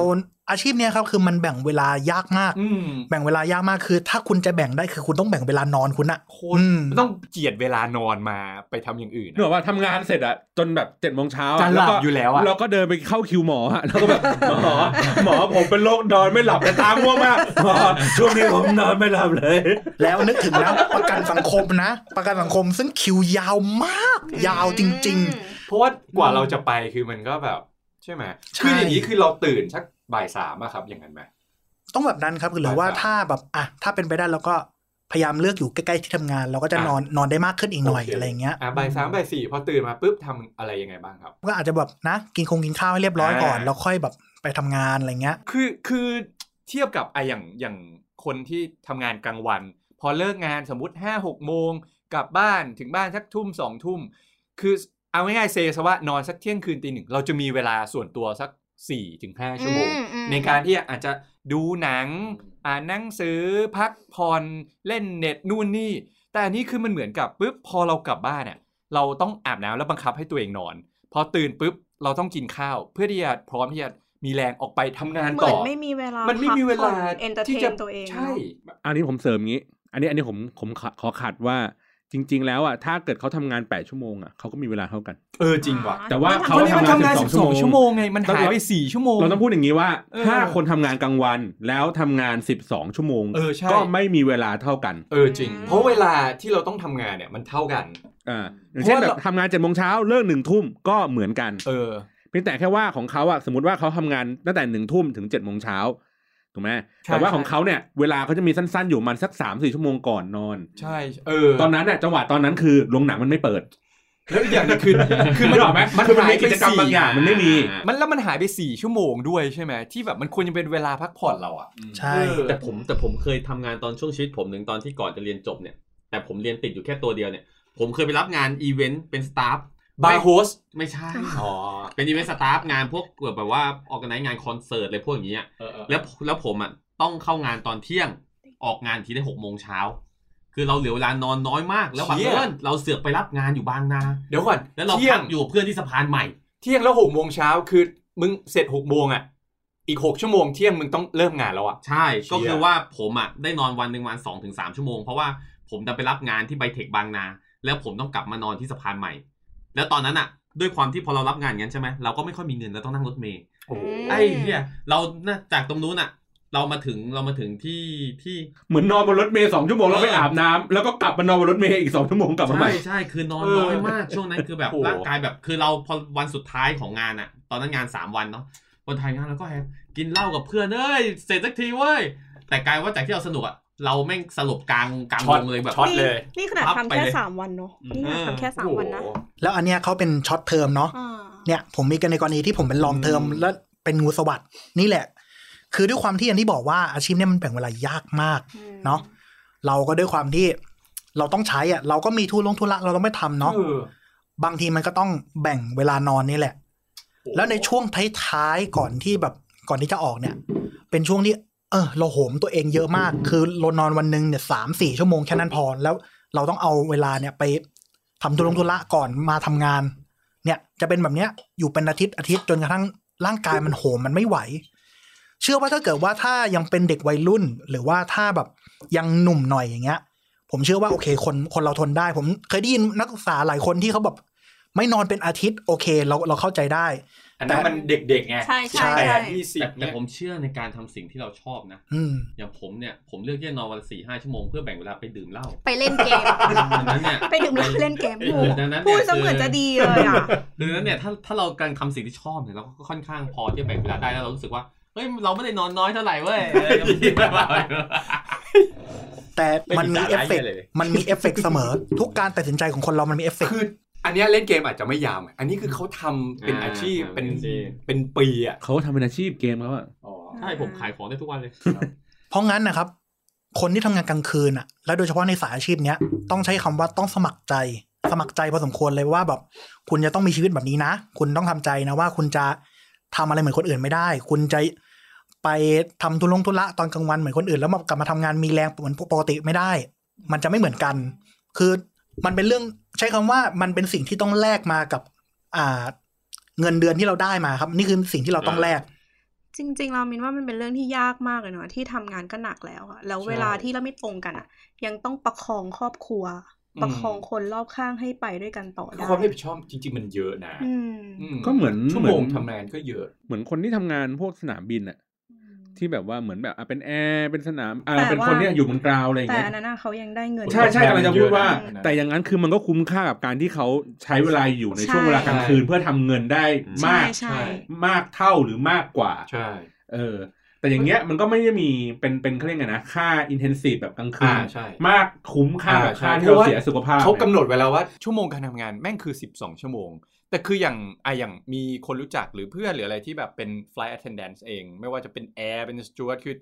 Speaker 5: อาชีพเนี้ยครับคือมันแบ่งเวลายากมาก
Speaker 3: อืม
Speaker 5: แบ่งเวลายากมากคือ ถ้าคุณจะแบ่งได้คือคุณต้องแบ่งเวลานอนคุณอะ
Speaker 3: โคต
Speaker 5: อืม
Speaker 3: รต้องเจียดเวลานอนมาไปทำอย่างอื่น
Speaker 6: เนกออ
Speaker 3: อะ
Speaker 6: กว่าทำงานเสร็จอะจนแบบเจ็ดโมงเช้า
Speaker 3: จะหลับอยู่แล้วอะ
Speaker 6: เราก็เดินไปเข้าคิวหมออะแล้วก็แบบ หมอหมอผมเป็นโรคนอนไม่หลับแต่ตาง่วงมากหมอช่วงนี้ผมนอนไม่หลับเลย
Speaker 5: แล้ว นึกถึงนะ ประกันสังคมนะ ประกันสังคมซึ่งคิวยาวมาก ยาวจริง
Speaker 4: อืม
Speaker 5: ๆ
Speaker 3: ราะว่ากว่าเราจะไปคือมันก็แบบ ใช่ไหมคืออย่างนี้คือเราตื่นสักบ่ายสามอะครับอย่างนั้นไหม
Speaker 5: ต้องแบบนั้นครับหรือว่าถ้าแบบอ่ะถ้าเป็นไปได้เราก็พยายามเลือกอยู่ใกล้ๆที่ทำงาน เราก็จะ
Speaker 3: อ่ะ
Speaker 5: นอนนอนได้มากขึ้นอีกหน่อยอะไรอย่างเงี้ย
Speaker 3: อ่ะบ่ายสามบ่ายสี่พอตื่นมาปุ๊บทำอะไรยังไงบ้างครับ
Speaker 5: ก็อาจจะแบบนะกินคงกินข้าวให้เรียบร้อยก่อน
Speaker 3: อ่า
Speaker 5: แล้วค่อยแบบไปทำงานอะไรเงี้ย
Speaker 3: คือคือเทียบกับไอะอย่างอย่างคนที่ทำงานกลางวัน พอเลิกงานสมมติห้าหกโมงกลับบ้านถึงบ้านสักทุ่มสองทุ่ม คือเอาง่ายๆเซซะว่านอนสักเที่ยงคืนตีหนึ่งเราจะมีเวลาส่วนตัวสักสี่ถึงห้าชั่วโมง
Speaker 4: อืมอืม
Speaker 3: ในการที่อาจจะดูหนัง อ่านหนังสือพักผ่อนเล่นเน็ตนู่นนี่ แต่อันนี้คือมันเหมือนกับปุ๊บพอเรากลับบ้านเนี่ยเราต้องอาบน้ำแล้วบังคับให้ตัวเองนอน พอตื่นปุ๊บเราต้องกินข้าว เพื่อที่จะพร้อมที่จะมีแรงออกไปทำงาน
Speaker 4: เห
Speaker 3: ต่
Speaker 4: มื
Speaker 3: อ
Speaker 4: อนไม่มีเวลา
Speaker 3: มั
Speaker 4: มัน
Speaker 3: ไม่มีเวลา
Speaker 4: เอนเตอร์เท
Speaker 3: ที่จะ
Speaker 4: นตัวเอง
Speaker 3: ใช่
Speaker 4: เนอะ
Speaker 6: อันนี้ผมเสริมงี้ อันนี้อันนี้ผมผมขอขอขัดว่าจริง ๆ แล้วอ่ะถ้าเกิดเขาทำงานแปดชั่วโมงอ่ะเขาก็มีเวลาเท่ากัน
Speaker 3: เออจริงว่ะ
Speaker 6: แต่ว่า
Speaker 3: เพ
Speaker 6: เขา
Speaker 3: ราะนี่มันทำงาง
Speaker 6: ทำานน
Speaker 3: สิบสอง
Speaker 6: 12
Speaker 3: ชั่วโมงไงมัน
Speaker 6: ต้อง
Speaker 3: หาย
Speaker 6: เรา
Speaker 3: ไปสี่ชั่วโมง
Speaker 6: เราต้องพูดอย่างนี้ว่า
Speaker 3: เออ
Speaker 6: ถ้าคนทำงานกลางวันแล้วทำงาน 12 ชั่วโมง
Speaker 3: เออใช่
Speaker 6: ก็ไม่มีเวลาเท่ากัน
Speaker 3: เออจริง เพราะเวลาที่เราต้องทำงานเนี่ยมันเท่ากัน
Speaker 6: อ่าอย่างเช่น
Speaker 3: เพ
Speaker 6: แบบ
Speaker 3: ราะว่า
Speaker 6: ทำงานเจ็ดโมงเช้าเลิกหนึ่งทุ่มก็เหมือนกัน
Speaker 3: เออ
Speaker 6: เพียงแต่แค่ว่าของเขาอะสมมติว่าเขาทำงานตั้งแต่หนึ่งทุ่มถึงเจ็ดโมงเช้าถูกไหม
Speaker 3: ใช่
Speaker 6: แต่ว่า
Speaker 3: ใช่
Speaker 6: ของเขาเนี่ยเวลาเขาจะมีสั้นๆ อยู่มันสักสามสี่ชั่วโมงก่อนนอน
Speaker 3: ใช่เออ
Speaker 6: ตอนนั้นเนี่ยจังหวะตอนนั้นคือโรงหนังมันไม่เปิด
Speaker 3: แล้วอีกอย่างหนึงคือคือมัน
Speaker 6: นึกออกไหม
Speaker 3: มัน
Speaker 6: คือมัน
Speaker 3: หา
Speaker 6: มี
Speaker 3: ยไป
Speaker 6: กิจกรรม
Speaker 3: สี่
Speaker 6: บางอย่างมันไม่มี
Speaker 3: มันแล้วมันหายไปสี่ชั่วโมงด้วยใช่ไหมที่แบบมันควรจะเป็นเวลาพักผ่อนเราอ่ะ
Speaker 5: ใช่
Speaker 3: เออ
Speaker 2: แต่ผมแต่ผมเคยทำงานตอนช่วงชีวิตผมหนึ่งตอนที่ก่อนจะเรียนจบเนี่ย แต่ผมเรียนติดอยู่แค่ตัวเดียวเนี่ย ผมเคยไปรับงานอีเวนต์เป็นสตาฟ
Speaker 3: บาร์โฮส
Speaker 2: ไม่ใช่
Speaker 3: อ๋อ
Speaker 2: เป็นอีเวนต์สตาฟงานพวกแบบว่าออกไนงานคอนเสิร์ตอะไรพวกอย่างเงี้ย
Speaker 3: แล้
Speaker 2: แล้ว วแล้วผมอ่ะต้องเข้างานตอนเที่ยงออกงานทีได้หกโมงเช้าคือเราเหลือเวลานอนน้อยมาก แล้วบังเอิญเราเสือกไปรับงานอยู่บางนา
Speaker 3: เดี๋ยวก่อน
Speaker 2: แล้วเรา
Speaker 3: เที่ย
Speaker 2: พั
Speaker 3: ง
Speaker 2: กอยู่กับเพื่อนที่สะพานใหม่
Speaker 3: เที่ยงแล้วหกโมงเช้าคือมึงเสร็จหกโมงอ่ะ อีกหกชั่วโมงเที่ยงมึงต้องเริ่มงานแล้วอ่ะ
Speaker 2: ใช่ก็
Speaker 3: เชี่ย
Speaker 2: คือว่าผมอ่ะได้นอนวันหนึ่งวันสองถึงสามชั่วโมง เพราะว่าผมจะไปรับงานที่ไบเทคบางนา แล้วผมต้องกลับมานอนที่สะพานใหม่ แล้วตอนนั้นอ่ะ ด้วยความที่พอเรารับงานอย่างนั้นใช่ไหมเราก็ไม่ค่อยมีเงินแล้วต้องนั่งรถเมล์
Speaker 3: โอ้โห
Speaker 2: ไอ้เนี่ยเราน่ะจากตรงนู้นอ่ะ เรามาถึงเรามาถึงที่ที่
Speaker 6: เหมือนนอนบนรถเมย์สองชั่วโมงแล้วไปอาบน้ำแล้วก็กลับมานอนบนรถเมย์อีกสองชั่วโมงกลับมาให
Speaker 2: ใช่
Speaker 6: ม่
Speaker 2: ใช่คือนอนน้อยมากช่วงนั้นคือแบบร่างกายแบบคือเราพอวันสุดท้ายของงานอะตอนนั้นงานสามวันเนาะวันท้ายงานเราก็แฮปกินเหล้ากับเพื่อนเอ้ยเสร็จสักทีเว้ยแต่กลายว่าจากที่เราสนุกอะเราแม่งสลบกลางกลางวงเลยแบบ
Speaker 3: ช็อตเลย
Speaker 4: นี่ขนาด
Speaker 2: พับ
Speaker 4: ทำ
Speaker 2: ไป
Speaker 4: แค่
Speaker 2: เลย
Speaker 4: สามวันเนาะนี่ขนาดทำแค่สามวันนะ
Speaker 5: แล้วอันเนี้ยเขาเป็นช็อตเทอมเนาะ
Speaker 4: อ่า
Speaker 5: เนี่ยผมมีกันในกรณีที่ผมเป็นลองเทอมและเป็นงูสวัสดนี่แหละ คือด้วยความที่อย่างที่บอกว่าอาชีพเนี่ยมันแบ่งเวลายากมาก
Speaker 4: อืม
Speaker 5: เนาะเราก็ด้วยความที่เราต้องใช้อะเราก็มีทุลงทุระเราต้องไม่ทำเนาะ
Speaker 3: เออบ
Speaker 5: างทีมันก็ต้องแบ่งเวลานอนนี่แหละ แล้วในช่วงท้ายๆก่อนที่แบบก่อนที่จะออกเนี่ย เป็นช่วงที่เออเราโหมตัวเองเยอะมาก คือเรานอนวันหนึ่งเนี่ยสามสี่ชั่วโมงแค่นั้นพอแล้วเราต้องเอาเวลาเนี่ยไปทำทุลงทุระก่อนมาทำงาน เนี่ยจะเป็นแบบเนี้ยอยู่เป็นอาทิตย์อาทิตย์จนกระทั่งร่างกายมันโหมมันไม่ไหว เชื่อว่าถ้าเกิดว่าถ้ายังเป็นเด็กวัยรุ่น หรือว่าถ้าแบบยังหนุ่มหน่อยอย่างเงี้ย ผมเชื่อว่าโอเคคนคนเราทนได้ ผมเคยได้ยินนักศึกษาหลายคนที่เขาแบบไม่นอนเป็นอาทิตย์โอเคเราเราเข้าใจได้
Speaker 3: อันนั้นมันเด็กๆไง
Speaker 4: ใช่ใช่
Speaker 5: ใช่
Speaker 3: แปดยี่สิบ
Speaker 2: แต่แต่
Speaker 3: เนี่ย
Speaker 2: ผมเชื่อในการทำสิ่งที่เราชอบนะ
Speaker 5: อืม
Speaker 2: อย่างผมเนี่ยผมเลือกที่จะนอนวันสี่ห้าชั่วโมงเพื่อแบ่งเวลาไปดื่มเหล้า
Speaker 4: ไปเล่นเกม
Speaker 2: ดังนั้นเนี่ย
Speaker 4: ไปดื่มเหล้าเล่นเกม
Speaker 2: เออดังนั้นเนี่ย
Speaker 4: พูดเสมือนจะดีเลยอ่ะ
Speaker 2: ดังนั้นเนี่ยถ้าถ้าเราการทำสิ่งที่ชอบเนี่ยเราก็ค่อนข้างพอที่จะแบ่งเวลาได้แล้วเรารู้สึกว่าเฮ้ยเราไม่ได้นอนน้อยเท่าไหร่เว้ยเออเราไม่ได้นอนน้อย
Speaker 5: แต่มันมี
Speaker 3: ไม่มี
Speaker 5: เอ
Speaker 3: สาระ
Speaker 5: ฟเฟกต์
Speaker 3: เลย
Speaker 5: มันมีเอฟเฟกต์เสมอ ทุกการตัดสินใจของคนเรามันมีเอฟเฟกต์
Speaker 3: คืออันเนี้ยเล่นเกมอาจจะไม่ยาวไงอันนี้คือเขาทำเป็นอาชีพ
Speaker 2: อ่า
Speaker 3: เป็น
Speaker 2: เป็นอาชีพ
Speaker 3: เป็นปีอ่ะ
Speaker 6: เขาทำเป็นอาชีพเกมเขาอะ
Speaker 2: ใช่ผมขายของได้ทุกวันเลย
Speaker 5: เพราะงั้นนะครับ คนที่ทำงานกลางคืนอ่ะ แล้วโดยเฉพาะในสายอาชีพเนี้ยต้องใช้คำว่าต้องสมัครใจ สมัครใจพอสมควรเลยว่าแบบคุณจะต้องมีชีวิตแบบนี้นะ คุณต้องทำใจนะว่าคุณจะทำอะไรเหมือนคนอื่นไม่ได้ คุณจะไปทำทุลงทุละตอนกลางวันเหมือนคนอื่น แล้วมากลับมาทำงานมีแรงเหมือนปกติไม่ได้ มันจะไม่เหมือนกัน คือมันเป็นเรื่องใช้คำว่ามันเป็นสิ่งที่ต้องแลกมากับ อ่า เงินเดือนที่เราได้มาครับ นี่คือสิ่งที่เราต้องแลก
Speaker 4: จริงๆเรามินว่ามันเป็นเรื่องที่ยากมากเลยเนาะที่ทำงานก็หนักแล้วอะแล้วเวลาที่เราไม่ตรงกันอะยังต้องประคองครอบครัว ประคองคนรอบข้างให้ไปด้วยกันต่อ
Speaker 3: คือ
Speaker 4: ได้
Speaker 3: ความรับผิดชอบจริง ๆ มันเยอะนะ
Speaker 4: อืม
Speaker 3: อื
Speaker 6: ก็เหมือน
Speaker 3: ชั่ว
Speaker 6: เห
Speaker 3: โม
Speaker 6: มือง น
Speaker 3: ทำงานก็เยอะ
Speaker 6: เหมือนคนที่ทำงานพวกสนามบินอะ ที่แบบว่าเหมือนแบบอ่ะเป็นแอร์เป็นสนามอ่ะ
Speaker 7: แต่
Speaker 6: เป็น
Speaker 7: ว่า
Speaker 6: คนเนี้ยอยู่บนกราวอะไรอย่าง
Speaker 7: แต่
Speaker 6: เงี้ย
Speaker 7: อันนั้นนะเขายังได้เงิน
Speaker 6: ใช่ใช่กำลังจะพูดว่า
Speaker 7: อืม
Speaker 6: แต่อย่างนั้นคือมันก็คุ้มค่ากับการที่เขาใช้เวลาอยู่ใน
Speaker 4: ใช่
Speaker 6: ช่วงเวลากลางคืนเพื่อทำเงินได้
Speaker 4: ใช่
Speaker 6: มาก
Speaker 4: ใช่
Speaker 2: ใช่
Speaker 6: มากเท่าหรือมากกว่า
Speaker 3: ใช่
Speaker 6: เออ แต่อย่างเงี้ยมันก็ไม่ได้มีเป็นเป็นเขาเรียกไงนะค่าอินเทนซีฟแบบกลางคื
Speaker 3: อ่าน ใช่
Speaker 6: มากคุ้มค่ากับ
Speaker 3: อ่าใช่
Speaker 6: ค่าที่เรา
Speaker 3: เพราะว่า
Speaker 6: เสียสุขภาพ
Speaker 3: เขากำหนดไว้แล้วว่าชั่วโมงการทำงานแม่งคือ 12 ชั่วโมง แต่คืออย่างไอะอย่างมีคนรู้จักหรือเพื่อนหรืออะไรที่แบบเป็น flight attendant เอง ไม่ว่าจะเป็นแอร์เป็น steward คือ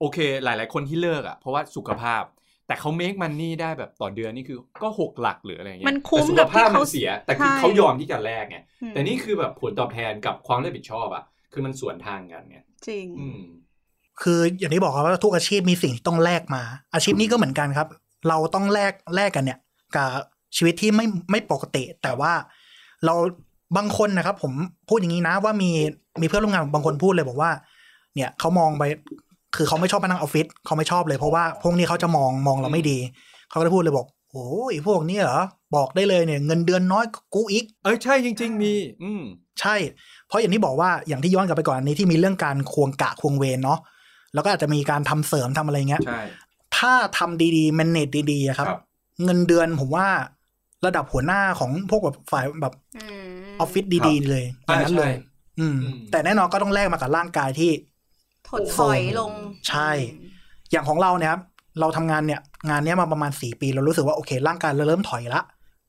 Speaker 3: โอเค หลาย ๆ คนที่เลิกอะ่ะ เพราะว่าสุขภาพ แต่เขา make money ได้แบบต่อเดือนนี่คือก็ 6 หลักหรืออะไรเงี้ย
Speaker 4: มันคุ้ม
Speaker 3: แต่สุข
Speaker 4: กับที่
Speaker 3: ภาพมั
Speaker 4: เขา
Speaker 3: นเสีย แต่คือ
Speaker 4: ใช่
Speaker 3: เขายอมที่จะแลกไง
Speaker 4: อืม
Speaker 3: แต่นี่คือแบบผลตอบแทนกับความรับผิดชอบอะ่ะ คือมันสวนทางกันไง
Speaker 4: จริง
Speaker 3: อืม
Speaker 5: คืออย่างที่บอกครับว่าทุกอาชีพมีสิ่งที่ต้องแลกมา อาชีพนี้ก็เหมือนกันครับ เราต้องแลกแลกกันเนี่ย กับชีวิตที่ไม่ไม่ปกติ แต่ว่าเราบางคนนะครับ ผมพูดอย่างนี้นะว่ามีมีเพื่อนร่วมงานบางคนพูดเลยบอกว่า เนี่ยเขามองไปคือเขาไม่ชอบพนักงานออฟฟิศเขาไม่ชอบเลยเพราะว่าพวกนี้เขาจะมองมองเราไม่ดี เขาก็เลยพูดเลยบอกโอ้ยพวกนี้เหรอบอกได้เลยเนี่ย เงินเดือนน้อยกว่ากูอีก
Speaker 3: เอ้ยใช่จริง ๆ มี อืม
Speaker 5: ใช่ เพราะอย่างที่บอกว่าอย่างที่ย้อนกลับไปก่อนอันนี้ที่มีเรื่องการควงกะควงเวรเนาะ แล้วก็อาจจะมีการทำเสริมทำอะไรเงี้ย
Speaker 3: ใช่
Speaker 5: ถ้าทำดีๆแมเนจดีๆอะครับ
Speaker 3: ครับ
Speaker 5: เงินเดือนผมว่าระดับหัวหน้าของพวกแบบฝ่ายแบบ
Speaker 4: อืม
Speaker 5: ออฟฟิศดีๆ เลยอ
Speaker 3: อ่า
Speaker 5: ย่างนั้นเล
Speaker 3: ใช่
Speaker 5: ย อืม
Speaker 3: อืม
Speaker 5: แต่แน่นอนก็ต้องแลกมากับร่างกายที่
Speaker 4: ถดถอยลง
Speaker 5: ใช่ อย่างของเราเนี่ยครับเราทำงานเนี่ยงานเนี้ยมาประมาณสี่ปี เรารู้สึกว่าโอเค ร่างกายเราเริ่มถอยละ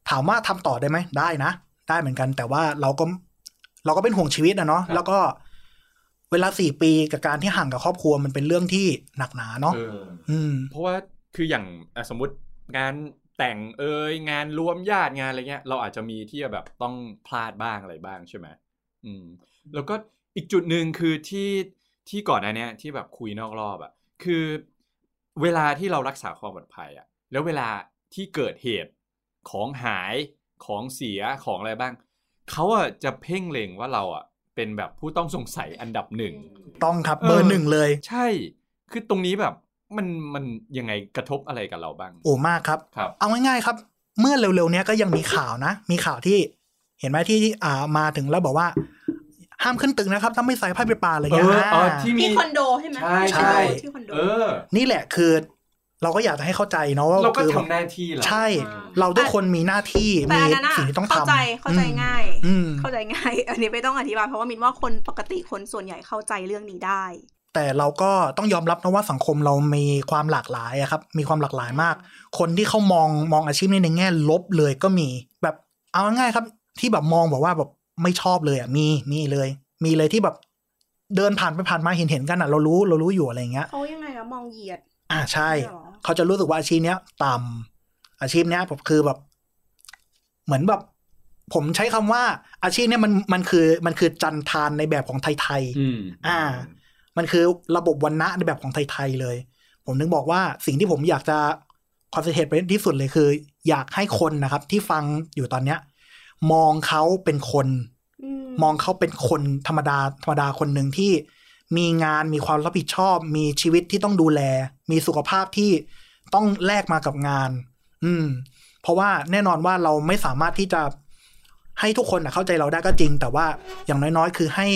Speaker 5: ถามว่าทำต่อได้ไหมได้นะ ได้เหมือนกัน แต่ว่าเราก็เราก็เป็นห่วงชีวิตนะเนาะ
Speaker 3: ครับ
Speaker 5: แล้วก็เวลาสี่ปีกับการที่ห่างกับครอบครัวมันเป็นเรื่องที่หนักหนาเนาะ
Speaker 3: เออ
Speaker 5: อืม
Speaker 3: เพราะว่าคืออย่างอ่ะสมมติงานแต่งเอ่ยงานรวมญาติงานอะไรเงี้ย เราอาจจะมีที่แบบต้องพลาดบ้างอะไรบ้างใช่ไหมอืม แล้วก็อีกจุดหนึ่งคือที่ที่ก่อนหน้าเนี้ยที่แบบคุยนอกรอบอะ่ะคือเวลาที่เรารักษาความปลอดภัยอะ่ะ แล้วเวลาที่เกิดเหตุของหายของเสียของอะไรบ้างเขาอ่ะจะเพ่งเล็งว่าเราอ่ะเป็นแบบผู้ต้องสงสัยอันดับหนึ่ง
Speaker 5: ต้องครับ
Speaker 3: เออ
Speaker 5: เบอร์หนึ่งเลย
Speaker 3: ใช่ คือตรงนี้แบบมันมันยังไงกระทบอะไรกับเราบ้าง
Speaker 5: โอ้มากครับ
Speaker 3: ครับ
Speaker 5: เอาง่ายๆครับ เมื่อเร็วๆเนี้ยก็ยังมีข่าวนะ มีข่าวที่เห็นไหมที่อ่ามาถึงแล้วบอกว่า ห้ามขึ้นตึกนะครับถ้าไม่ใส่ผ้าปิดปากอะไร
Speaker 3: เอ
Speaker 5: เงี้ย
Speaker 3: อ
Speaker 5: อ่า
Speaker 3: อ๋อที่มี
Speaker 4: ที่คอนโดใช่ไหม
Speaker 3: ใช่
Speaker 5: ใช่
Speaker 4: ที่คอนโด
Speaker 3: เออ
Speaker 5: นี่แหละคือ เราก็อยากจะให้เข้าใจเนาะว่า
Speaker 3: เราก็
Speaker 5: คือ
Speaker 3: ทำหน้าที่เรา
Speaker 5: ใช่
Speaker 4: อ่า
Speaker 5: เราทุกคนมีหน้าที่
Speaker 4: แต่
Speaker 5: มี
Speaker 4: อันนั้นอะ
Speaker 5: สิ่งที่ต้องทำ
Speaker 4: เข้าใจเข้าใจง่าย
Speaker 5: อืม
Speaker 4: เข้าใจง่าย อันนี้ไม่ต้องอธิบายเพราะว่ามินว่าคนปกติคนส่วนใหญ่เข้าใจเรื่องนี้ได้
Speaker 5: แต่เราก็ต้องยอมรับนะว่าสังคมเรามีความหลากหลายอะครับ มีความหลากหลายมาก คนที่เขามองมองอาชีพนี้ในแง่ลบเลยก็มี แบบเอาง่ายๆครับ ที่แบบมองบอกว่าแบบไม่ชอบเลยอ่ะ มีมีเลย มีเลยที่แบบเดินผ่านไปผ่านมาเห็นเห็นๆกันอ่ะ เรารู้เรารู้อยู่อะไรอย่างเงี้ย
Speaker 4: เขายังไงนะมองเหยียด
Speaker 5: อ่าใช่
Speaker 4: เหรอ
Speaker 5: เขาจะรู้สึกว่าอาชีพเนี้ยต่ำอาชีพเนี้ยผมคือแบบ เหมือนแบบ ผมใช้คำว่า อาชีพเนี้ยมันมันคือมันคือจันทานในแบบของไทย
Speaker 6: อืม
Speaker 5: ๆอ่า มันคือระบบวันณะในแบบของไทยๆเลย ผมถึงบอกว่าสิ่งที่ผมอยากจะคอนเซนเทรตไปที่สุดเลยคือ อยากให้คนนะครับ ที่ฟังอยู่ตอนเนี้ย มองเขาเป็นคน มองเขาเป็นคนธรรมดาธรรมดาคนหนึ่งที่มีงานมีความรับผิดชอบ มีชีวิตที่ต้องดูแล มีสุขภาพที่ต้องแลกมากับงาน อืม เพราะว่าแน่นอนว่าเราไม่สามารถที่จะให้ทุกคนนะเข้าใจเราได้ก็จริง แต่ว่าอย่างน้อยๆ คือให้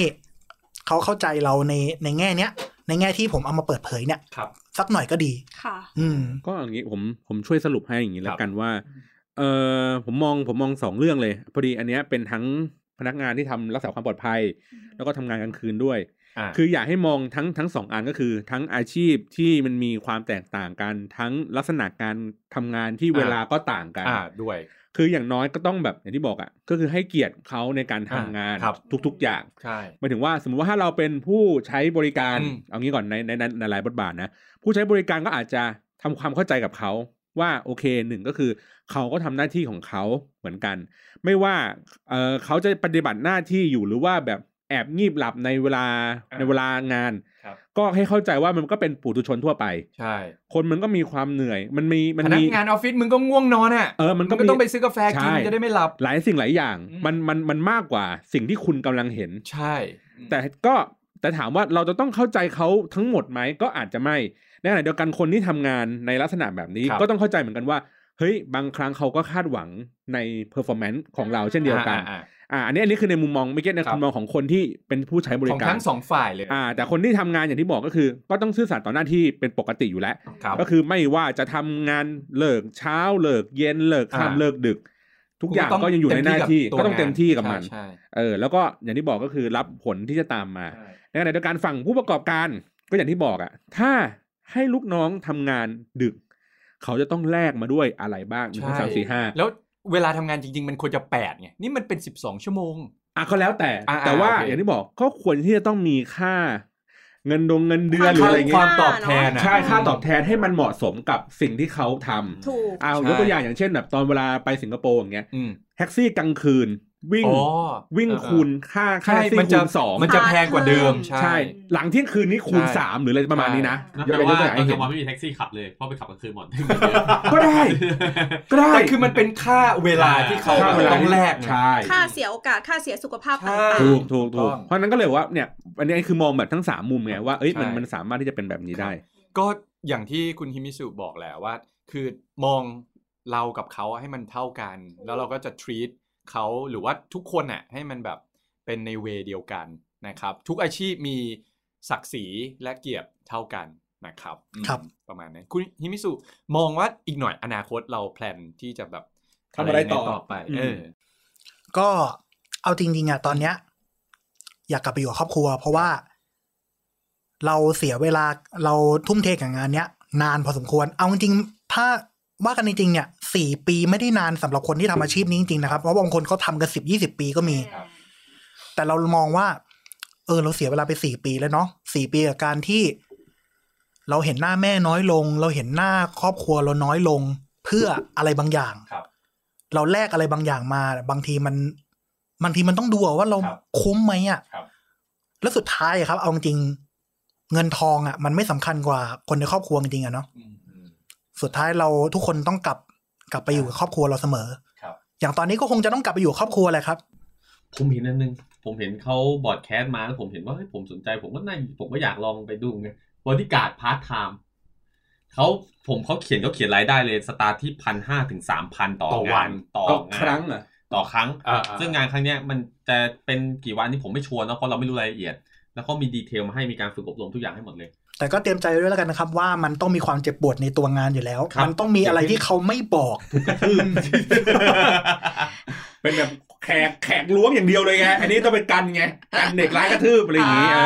Speaker 5: เขาเข้าใจเราในในแง่เนี้ย ในแง่ที่ผมเอามาเปิดเผยเนี่ย
Speaker 3: ครับ
Speaker 5: สักหน่อยก็ดี
Speaker 4: ค่ะ
Speaker 5: อืม
Speaker 6: ก็อย่างนี้ผมผมช่วยสรุปให้อย่างนี้
Speaker 3: ครับ
Speaker 6: แล้วกันว่า เออผมมองผมมองสองเรื่องเลย พอดีอันเนี้ยเป็นทั้งพนักงานที่ทำรักษาความปลอดภัย แล้วก็ทำงานกลางคืนด้วย
Speaker 3: อ่า
Speaker 6: คืออยากให้มองทั้งทั้งสองอันก็คือ ทั้งอาชีพที่มันมีความแตกต่างกัน ทั้งลักษณะการทำงานที่เวลาก็ต่างกัน
Speaker 3: อ่าด้วย
Speaker 6: คืออย่างน้อยก็ต้องแบบอย่างที่บอกอะ่ะก็คือให้เกียรติเขาในการทำงาน
Speaker 3: อ่าครับ
Speaker 6: ทุก ๆ อย่าง
Speaker 3: ใช่
Speaker 6: หมายถึงว่าสมมติว่าถ้าเราเป็นผู้ใช้บริการ
Speaker 3: อืม
Speaker 6: เอางี้ก่อนในในในในหลายบทบาทนะ ผู้ใช้บริการก็อาจจะทำความเข้าใจกับเขาว่าโอเคหนึ่งก็คือ เขาก็ทำหน้าที่ของเขาเหมือนกัน ไม่ว่าเออเขาจะปฏิบัติหน้าที่อยู่หรือว่าแบบแอบงีบหลับในเวลาในเวลางาน
Speaker 3: ครับ
Speaker 6: ก็ให้เข้าใจว่ามันก็เป็นปุถุชนทั่วไป
Speaker 3: ใช่
Speaker 6: คนมันก็มีความเหนื่อย มันมีมัน
Speaker 3: พนั
Speaker 6: มี
Speaker 3: กงานออฟฟิศมึงก็ง่วงนอนอ่ะ
Speaker 6: เออมันก็
Speaker 3: งก็ต้องไปซื้อกาแฟกิน
Speaker 6: ใช่
Speaker 3: จะได้ไม่หลับ
Speaker 6: หลายสิ่งหลายอย่าง
Speaker 3: อืม
Speaker 6: มันมันมันมากกว่าสิ่งที่คุณกำลังเห็น
Speaker 3: ใช่
Speaker 6: แต่ก็แต่ถามว่าเราจะต้องเข้าใจเขาทั้งหมดไหมก็อาจจะไม่ในขณะเดียวกันคนที่ทำงานในลักษณะแบบนี้ ก็ต้องเข้าใจเหมือนกันว่า เฮ้ย บางครั้งเขาก็คาดหวังในเพอร์ฟอร์แมนซ์ของเราเช่นเดียวกัน
Speaker 3: อ่าอ่า
Speaker 6: อ่าอันนี้อันนี้คือในมุมมองไม่เก็ตนะ
Speaker 3: ครั
Speaker 6: คุ
Speaker 3: บ
Speaker 6: ณมองของคนที่เป็นผู้ใช้บ
Speaker 3: ข
Speaker 6: ริ
Speaker 3: อง
Speaker 6: การ
Speaker 3: ทั้งสองฝ่ายเลย
Speaker 6: อ่า แต่คนที่ทำงานอย่างที่บอกก็คือ ก็ต้องซื่อสัตย์ต่อหน้าที่เป็นปกติอยู่แล้ว
Speaker 3: ครับ
Speaker 6: ก็คือไม่ว่าจะทำงานเลิกเช้าเลิกเย็นเลิก
Speaker 3: อ่า
Speaker 6: ค่ำเลิกดึก ทุกอย่างก็ยังอยู่ในหน้าที่ก็ต้องเต็มที่กับมัน
Speaker 3: ใช่
Speaker 6: เออแล้วก็อย่างที่บอกก็คือรับผลที่จะตามมา
Speaker 3: ใช่
Speaker 6: ในขณะเดียวกันฝั่งผู้ประกอบการก็อย่างที่บอกอะ่ะ ถ้าให้ลูกน้องทำงานดึก เขาจะต้องแลกมาด้วยอะไรบ้างหนึ่งสองสามสี่ห้า
Speaker 3: แล้วเวลาทำงานจริง ๆ มันควรจะแปดไง นี่มันเป็นสิบสองชั่วโมง
Speaker 6: อ่ะก็แล้วแต่
Speaker 3: อ่า
Speaker 6: แต่ว่า
Speaker 3: โอเค
Speaker 6: อย่างที่บอกก็ควรที่จะต้องมีค่า เงินดงเงินเดือนหรือ
Speaker 4: ค่า
Speaker 6: อะไรเงี้ยว
Speaker 3: คามตอบแทนอะ
Speaker 6: ใช่ค่าตอบแทนให้มันเหมาะสมกับสิ่งที่เขาทำ
Speaker 4: ถูก
Speaker 6: เอา
Speaker 3: ใช่
Speaker 6: ยกตัวอย่างอย่างเช่นแบบตอนเวลาไปสิงคโปร์อย่างเงี้ย
Speaker 3: อืม
Speaker 6: แท็กซี่กลางคืน วิ่ง
Speaker 3: อ๋อ
Speaker 6: วิ่ง
Speaker 3: เออ
Speaker 6: คูณค่าค่า
Speaker 3: ใช่
Speaker 6: แท็กซี่
Speaker 3: มัน
Speaker 6: คู
Speaker 3: จะ
Speaker 6: ณสอง
Speaker 3: มันจะแพงกว่าเดิม
Speaker 6: ใช่
Speaker 3: ใช่
Speaker 6: หลังเที่ยงคืนนี้คูณ
Speaker 3: ใช่
Speaker 6: สามหรืออะไรประมาณนี้นะ
Speaker 2: นั่น
Speaker 6: เดี๋ย
Speaker 2: แป
Speaker 6: ว
Speaker 2: ลว่า
Speaker 6: ไป
Speaker 2: ต
Speaker 6: ดู
Speaker 2: อน
Speaker 6: ให้
Speaker 2: ก
Speaker 6: เห็
Speaker 2: ลาน งวันไม่มีแท็กซี่ขับเลยเพราะไปขับกลางคืนหมด
Speaker 6: ก็ได้ ก็ได้
Speaker 3: แต่คือมันเป็นค่าเวลาที่เขา
Speaker 6: ค่าเวลา
Speaker 3: ต้องแลกไง
Speaker 6: ใช่
Speaker 4: ค่าเสียโอกาสค่าเสียสุขภาพ
Speaker 3: ใช่
Speaker 4: ต่าง
Speaker 6: ถูกถูกถูก
Speaker 3: ต้อง
Speaker 6: เพราะฉะนั้นก็เลยว่าเนี่ยอันนี้คือมองแบบทั้งสามมุมไงว่าเอ้ยมัน
Speaker 3: ใช่
Speaker 6: มันสามารถที่จะเป็นแบบนี้ได้
Speaker 3: ก็อย่างที่คุณฮิมิสุบอกแหละว่า คือมองเรากับเขาให้มันเท่ากัน แล้วเราก็จะ treat เขาหรือว่าทุกคนน่ะให้มันแบบเป็นในเวเดียวกันนะครับ ทุกอาชีพมีศักดิ์ศรีและเกียรติเท่ากันนะครับอืม
Speaker 5: ครับ
Speaker 3: ประมาณนั้นคุณฮิมิสุมองว่าอีกหน่อยอนาคตเราแพลนที่จะแบบ
Speaker 6: ทำอะไรต่อ
Speaker 3: ยังงไป
Speaker 6: อืม
Speaker 3: เออ
Speaker 5: ก็เอาจริงๆอะตอนเนี้ย อยากกลับไปอยู่กับครอบครัว เพราะว่า เราเสียเวลาเราทุ่มเทกับงานเนี้ย นานพอสมควร เอาจริงๆถ้าว่ากันจริงๆเนี่ยสี่ปีไม่ได้นานสำหรับคนที่ทำอาชีพนี้จริงๆนะครับ เพราะบางคนเขาทำกันสิบยี่สิบปีก็มี
Speaker 7: ครับ
Speaker 5: แต่เรามองว่า เออ เราเสียเวลาไปสี่ปีแล้วเนาะสี่ปีกับการที่ เราเห็นหน้าแม่น้อยลง เราเห็นหน้าครอบครัวเราน้อยลง เพื่ออะไรบางอย่าง
Speaker 3: ครับ
Speaker 5: เราแลกอะไรบางอย่างมา บางทีมันบางทีมันต้องดูอะว่าเรา
Speaker 3: ครับ
Speaker 5: คุ้มไหมอะ
Speaker 3: ครับ
Speaker 5: แล้วสุดท้ายอะครับ เอาจริงๆเงินทองอะมันไม่สำคัญกว่าคนในครอบครัวจริงๆอะเนาะ
Speaker 3: อืมอืม
Speaker 5: สุดท้ายเราทุกคนต้องกลับกลับไปอยู่กับครอบครัวเราเสมอ
Speaker 3: ครับ
Speaker 5: อย่างตอนนี้ก็คงจะต้องกลับไปอยู่กับครอบครัวแหละครับ
Speaker 2: ผมเห็นอันนึง ผมเห็นเขาบอดแคสต์มาแล้วผมเห็นว่าเฮ้ยผมสนใจ ผมก็น่าผมก็อยากลองไปดูไงบริการพาร์ทไทม์เขาผมเขาเขียนเขาเขียนรายได้เลยสตาร์ทที่พันห้าถึงสามพันต่อ
Speaker 3: ต่อวั
Speaker 2: งาน นต่อ
Speaker 6: ก็
Speaker 2: งา
Speaker 6: ค
Speaker 2: น
Speaker 6: รั้งเหรอ่ะ
Speaker 2: ต่อครั้ง
Speaker 3: อ่า
Speaker 2: ซึ่งงานครั้งเนี้ยมันจะเป็นกี่วันนี่ผมไม่ชัวร์เนอะเพราะเราไม่รู้รายละเอียด แล้วก็มีดีเทลมาให้มีการฝึกอบรมทุกอย่างให้หม ดเลย
Speaker 5: แต่ก็เตรียมใจไว้ด้วยแล้วกันนะครับ ว่ามันต้องมีความเจ็บปวดในตัวงานอยู่แล้ว
Speaker 2: ครับ
Speaker 5: มันต้องมีอะไรที่เขาไม่บอก
Speaker 6: เป็นแบบแขกแขกล้วงอย่างเดียวเลยไง อันนี้ต้องไปกันไงกันเด็กร้ายกระทืบอะไรอย่างงี้เอ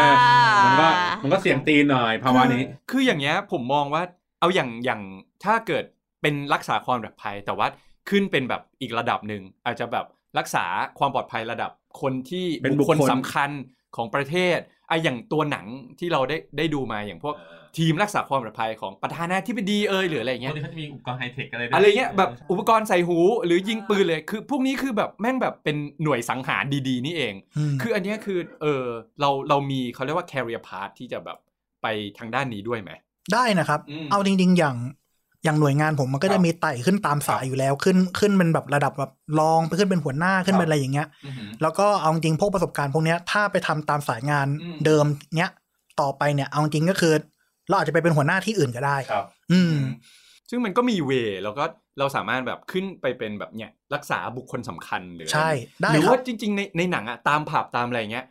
Speaker 6: อมันก็มันก็เสี่ยงตีนหน่อยภาวะนี้
Speaker 3: คือคืออย่างเงี้ยผมมองว่าเอาอย่างอย่างถ้าเกิดเป็นรักษาความปลอดภัย แต่ว่าขึ้นเป็นแบบอีกระดับหนึ่งอาจจะแบบรักษาความปลอดภัยระดับคนที่
Speaker 6: เป็นบุ
Speaker 3: บุค
Speaker 6: ค
Speaker 3: ค
Speaker 6: ค
Speaker 3: ล
Speaker 6: ล
Speaker 3: สำคัญของประเทศไอะอย่างตัวหนังที่เราได้ได้ดูมาอย่างพวกทีมรักษาความปลอดภัยของประธานาธิบดีเอยหรืออะไรอย่างเงี้
Speaker 2: พ
Speaker 3: ย
Speaker 2: วกนี้เขาจะมีอุปกรณ์ไฮเทคอะไรด้วย
Speaker 3: อะไรเงี้ยแบบอุปกรณ์ใส่หูหรือยิงปืนเลยคือพวกนี้คือแบบแม่งแบบเป็นหน่วยสังหารดีๆ นี่เอง
Speaker 5: อืม
Speaker 3: คืออันเนี้ยคือเออเราเรามีเขาเรียกว่า career path ที่จะแบบไปทางด้านนี้ด้วยไหม
Speaker 5: ได้นะครับ
Speaker 3: อืม
Speaker 5: เอาจริง ๆ อย่างอย่างหน่วยงานผมมันก็
Speaker 3: ครั
Speaker 5: จะ
Speaker 3: บ
Speaker 5: มีไต่ขึ้นตามสายอยู่แล้วขึ้นขึ้นเป็นแบบระดับแบบรองไปขึ้นเป็นหัวหน้าขึ้
Speaker 3: ค
Speaker 5: น
Speaker 3: รับ
Speaker 5: เป็นอะไรอย่างเงี้ย แล้วก็เอาจริงๆพวกประสบการณ์พวกเนี้ยถ้าไปทำตามสายงาน
Speaker 3: อืม
Speaker 5: เดิมเนี้ยต่อไปเนี่ยเอาจริงก็คือ เราอาจจะไปเป็นหัวหน้าที่อื่นก็ได้
Speaker 3: ครับ
Speaker 5: อืม
Speaker 3: ซึ่งมันก็มีเวย์แล้วก็เราสามารถแบบขึ้นไปเป็นแบบเนี่ยรักษาบุคคลสำคัญหรืออะไร
Speaker 5: ใช่ได้
Speaker 3: หรือ
Speaker 5: ครับ
Speaker 3: ว่าจริง ๆ ในในหนังอะตามผับตามอะไรเงี้ย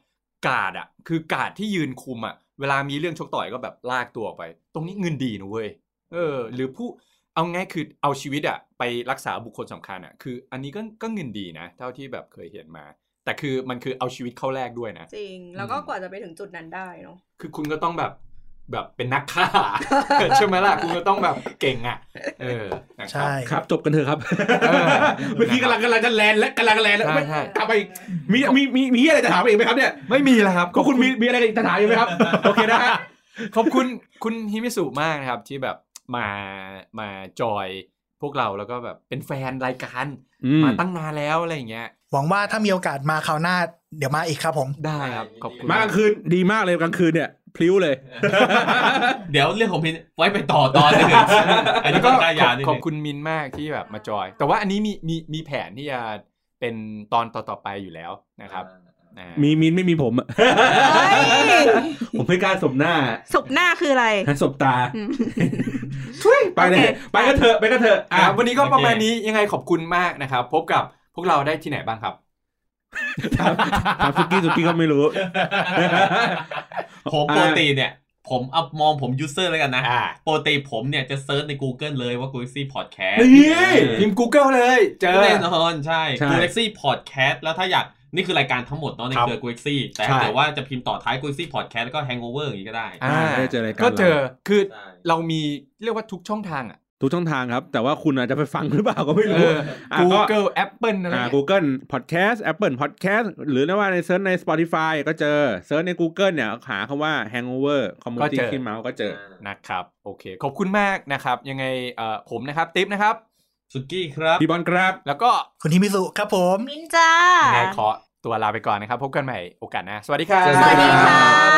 Speaker 3: กาดอะคือกาดที่ยืนคุมอะเวลามีเรื่องชกต่อยก็แบบลากตัวออกไป ตรงนี้เงินดีนะเว้ยเออ หรือผู้เอาง่ายคือเอาชีวิตอะไปรักษาบุคคลสำคัญอะคือ อันนี้ก็ก็เงินดีนะ เท่าที่แบบเคยเห็นมา แต่คือมันคือเอาชีวิตเข้าแลกด้วยนะ
Speaker 4: ๆ จริง แล้วก็กว่าจะไปถึงจุดนั้นได้เนาะ
Speaker 3: คือคุณก็ต้องแบบแบบเป็นนักฆ่า ใช่ไหมล่ะคุณก็ต้องแบบเก่งอ่ะ เออนะครั
Speaker 5: ใช่
Speaker 3: บ
Speaker 6: ครับ จบกันเถอะครับ
Speaker 3: เออ
Speaker 6: เมื่อกี้กำลังกำลังจะแลนและกำลังจะแลนแล้ว
Speaker 3: ใช่ใช่
Speaker 6: กลับไปมีมีมีมีอะไรจะถามอีกไหมครับเนี่ย
Speaker 3: ไม่มีแล้วครับ
Speaker 6: ก็คุณมีมีอะไรจะถามอีกไหม ครับโอเคนะฮะ
Speaker 3: ขอบคุณคุณฮิมิสุมากนะครับ ที่แบบมามาจอยพวกเราแล้วก็แบบเป็นแฟนรายการ
Speaker 6: อืม
Speaker 3: มาตั้งนานแล้วอะไรอย่างเงี้ย
Speaker 5: หวังว่าถ้ามีโอกาสมาคราวหน้า เดี๋ยวมาอีกครับผม
Speaker 3: ได้ครับขอบคุณ
Speaker 6: มากลางคืนดีมากเลยกลางคืนเนี่ยพลิ้วเลย
Speaker 2: เดี๋ยวเรื่องของพินไว้ไปต่อตอนหนึ งอัน
Speaker 3: แล้ว
Speaker 2: นี้
Speaker 3: ก็
Speaker 2: ก็
Speaker 3: ข
Speaker 2: กา
Speaker 3: อย บ
Speaker 2: ยานิด
Speaker 3: ข
Speaker 2: นึ
Speaker 3: อบ
Speaker 2: ง
Speaker 3: คุณมินมากที่แบบมาจอย แต่ว่าอันนี้มีมีมีแผนที่จะเป็นตอนต่อๆไปอยู่แล้วนะครับนะฮะ
Speaker 6: มีมินไม่มีผมอะ
Speaker 4: เฮ้ย
Speaker 6: ผมไม่กล้าสมหน้า
Speaker 4: สุกหน้าคืออะไร
Speaker 6: ทั้งสบตา ช่วยไปเลยไปกันเถอะไปกันเถอะ
Speaker 3: อ่ะ
Speaker 6: อ่ะ
Speaker 3: วันนี้ก็
Speaker 2: โอเค
Speaker 3: ประมาณนี้ยังไงขอบคุณมากนะครับ พบกับพวกเราได้ที่ไหนบ้างครับ
Speaker 6: ถามถามสุกี้สุกี้ก็ไม่รู้
Speaker 2: ผม
Speaker 6: อ่า
Speaker 2: ปกติเนี่ย ผมเอามองผมยูเซอร์แล้วกันนะ
Speaker 3: อ่า
Speaker 2: ปกติผมเนี่ยจะเซิร์ชใน Google เลยว่า Galaxy Podcast
Speaker 3: นี่พิมพ์ Google เลย เจอ
Speaker 2: แน่นอนใช่
Speaker 6: ใช่
Speaker 2: Galaxy Podcast แล้วถ้าอยากนี่คือรายการทั้งหมดเนาะใน
Speaker 3: ครับ
Speaker 2: เครือ Galaxy แต่
Speaker 3: ใช่
Speaker 2: ถ้าเกิดว่าจะพิมพ์ต่อท้าย Galaxy Podcast แล้วก็ Hangover อย่างนี้ก็ได้
Speaker 3: อ่า
Speaker 6: ได้เจอรายการ
Speaker 3: ก็เจอคือ
Speaker 2: ใช่
Speaker 3: เรามีเรียกว่าทุกช่องทางอ่ะ
Speaker 6: ทุกช่องทางครับ แต่ว่าคุณอาจจะไปฟังหรือเปล่าก็ไม่รู้
Speaker 3: เออ
Speaker 6: ะ
Speaker 3: Google Apple อะไร
Speaker 6: อ่า
Speaker 3: เงี้ย
Speaker 6: Google Podcast Apple Podcast หรือว่าในเซิร์ชใน Spotify ก็เจอเซิร์ชใน Google เนี่ยหาคำว่า Hangover
Speaker 3: ก็
Speaker 6: Community
Speaker 3: เจอ
Speaker 6: ขี้เมาก็เจอ
Speaker 3: นะครับ โอเค ขอบคุณมากนะครับ ยังไงเอ่อผมนะครับ ติ๊บนะครับ
Speaker 2: สุกี้ครับ
Speaker 6: พี่บอลครับ
Speaker 3: แล้วก็
Speaker 5: คุณทิมิสุครับผม
Speaker 4: มินจ้า
Speaker 3: ยังไงขอตัวลาไปก่อนนะครับ พบกันใหม่โอกาสหนะ สวัสดีครับ
Speaker 4: สวัสดีค่ะ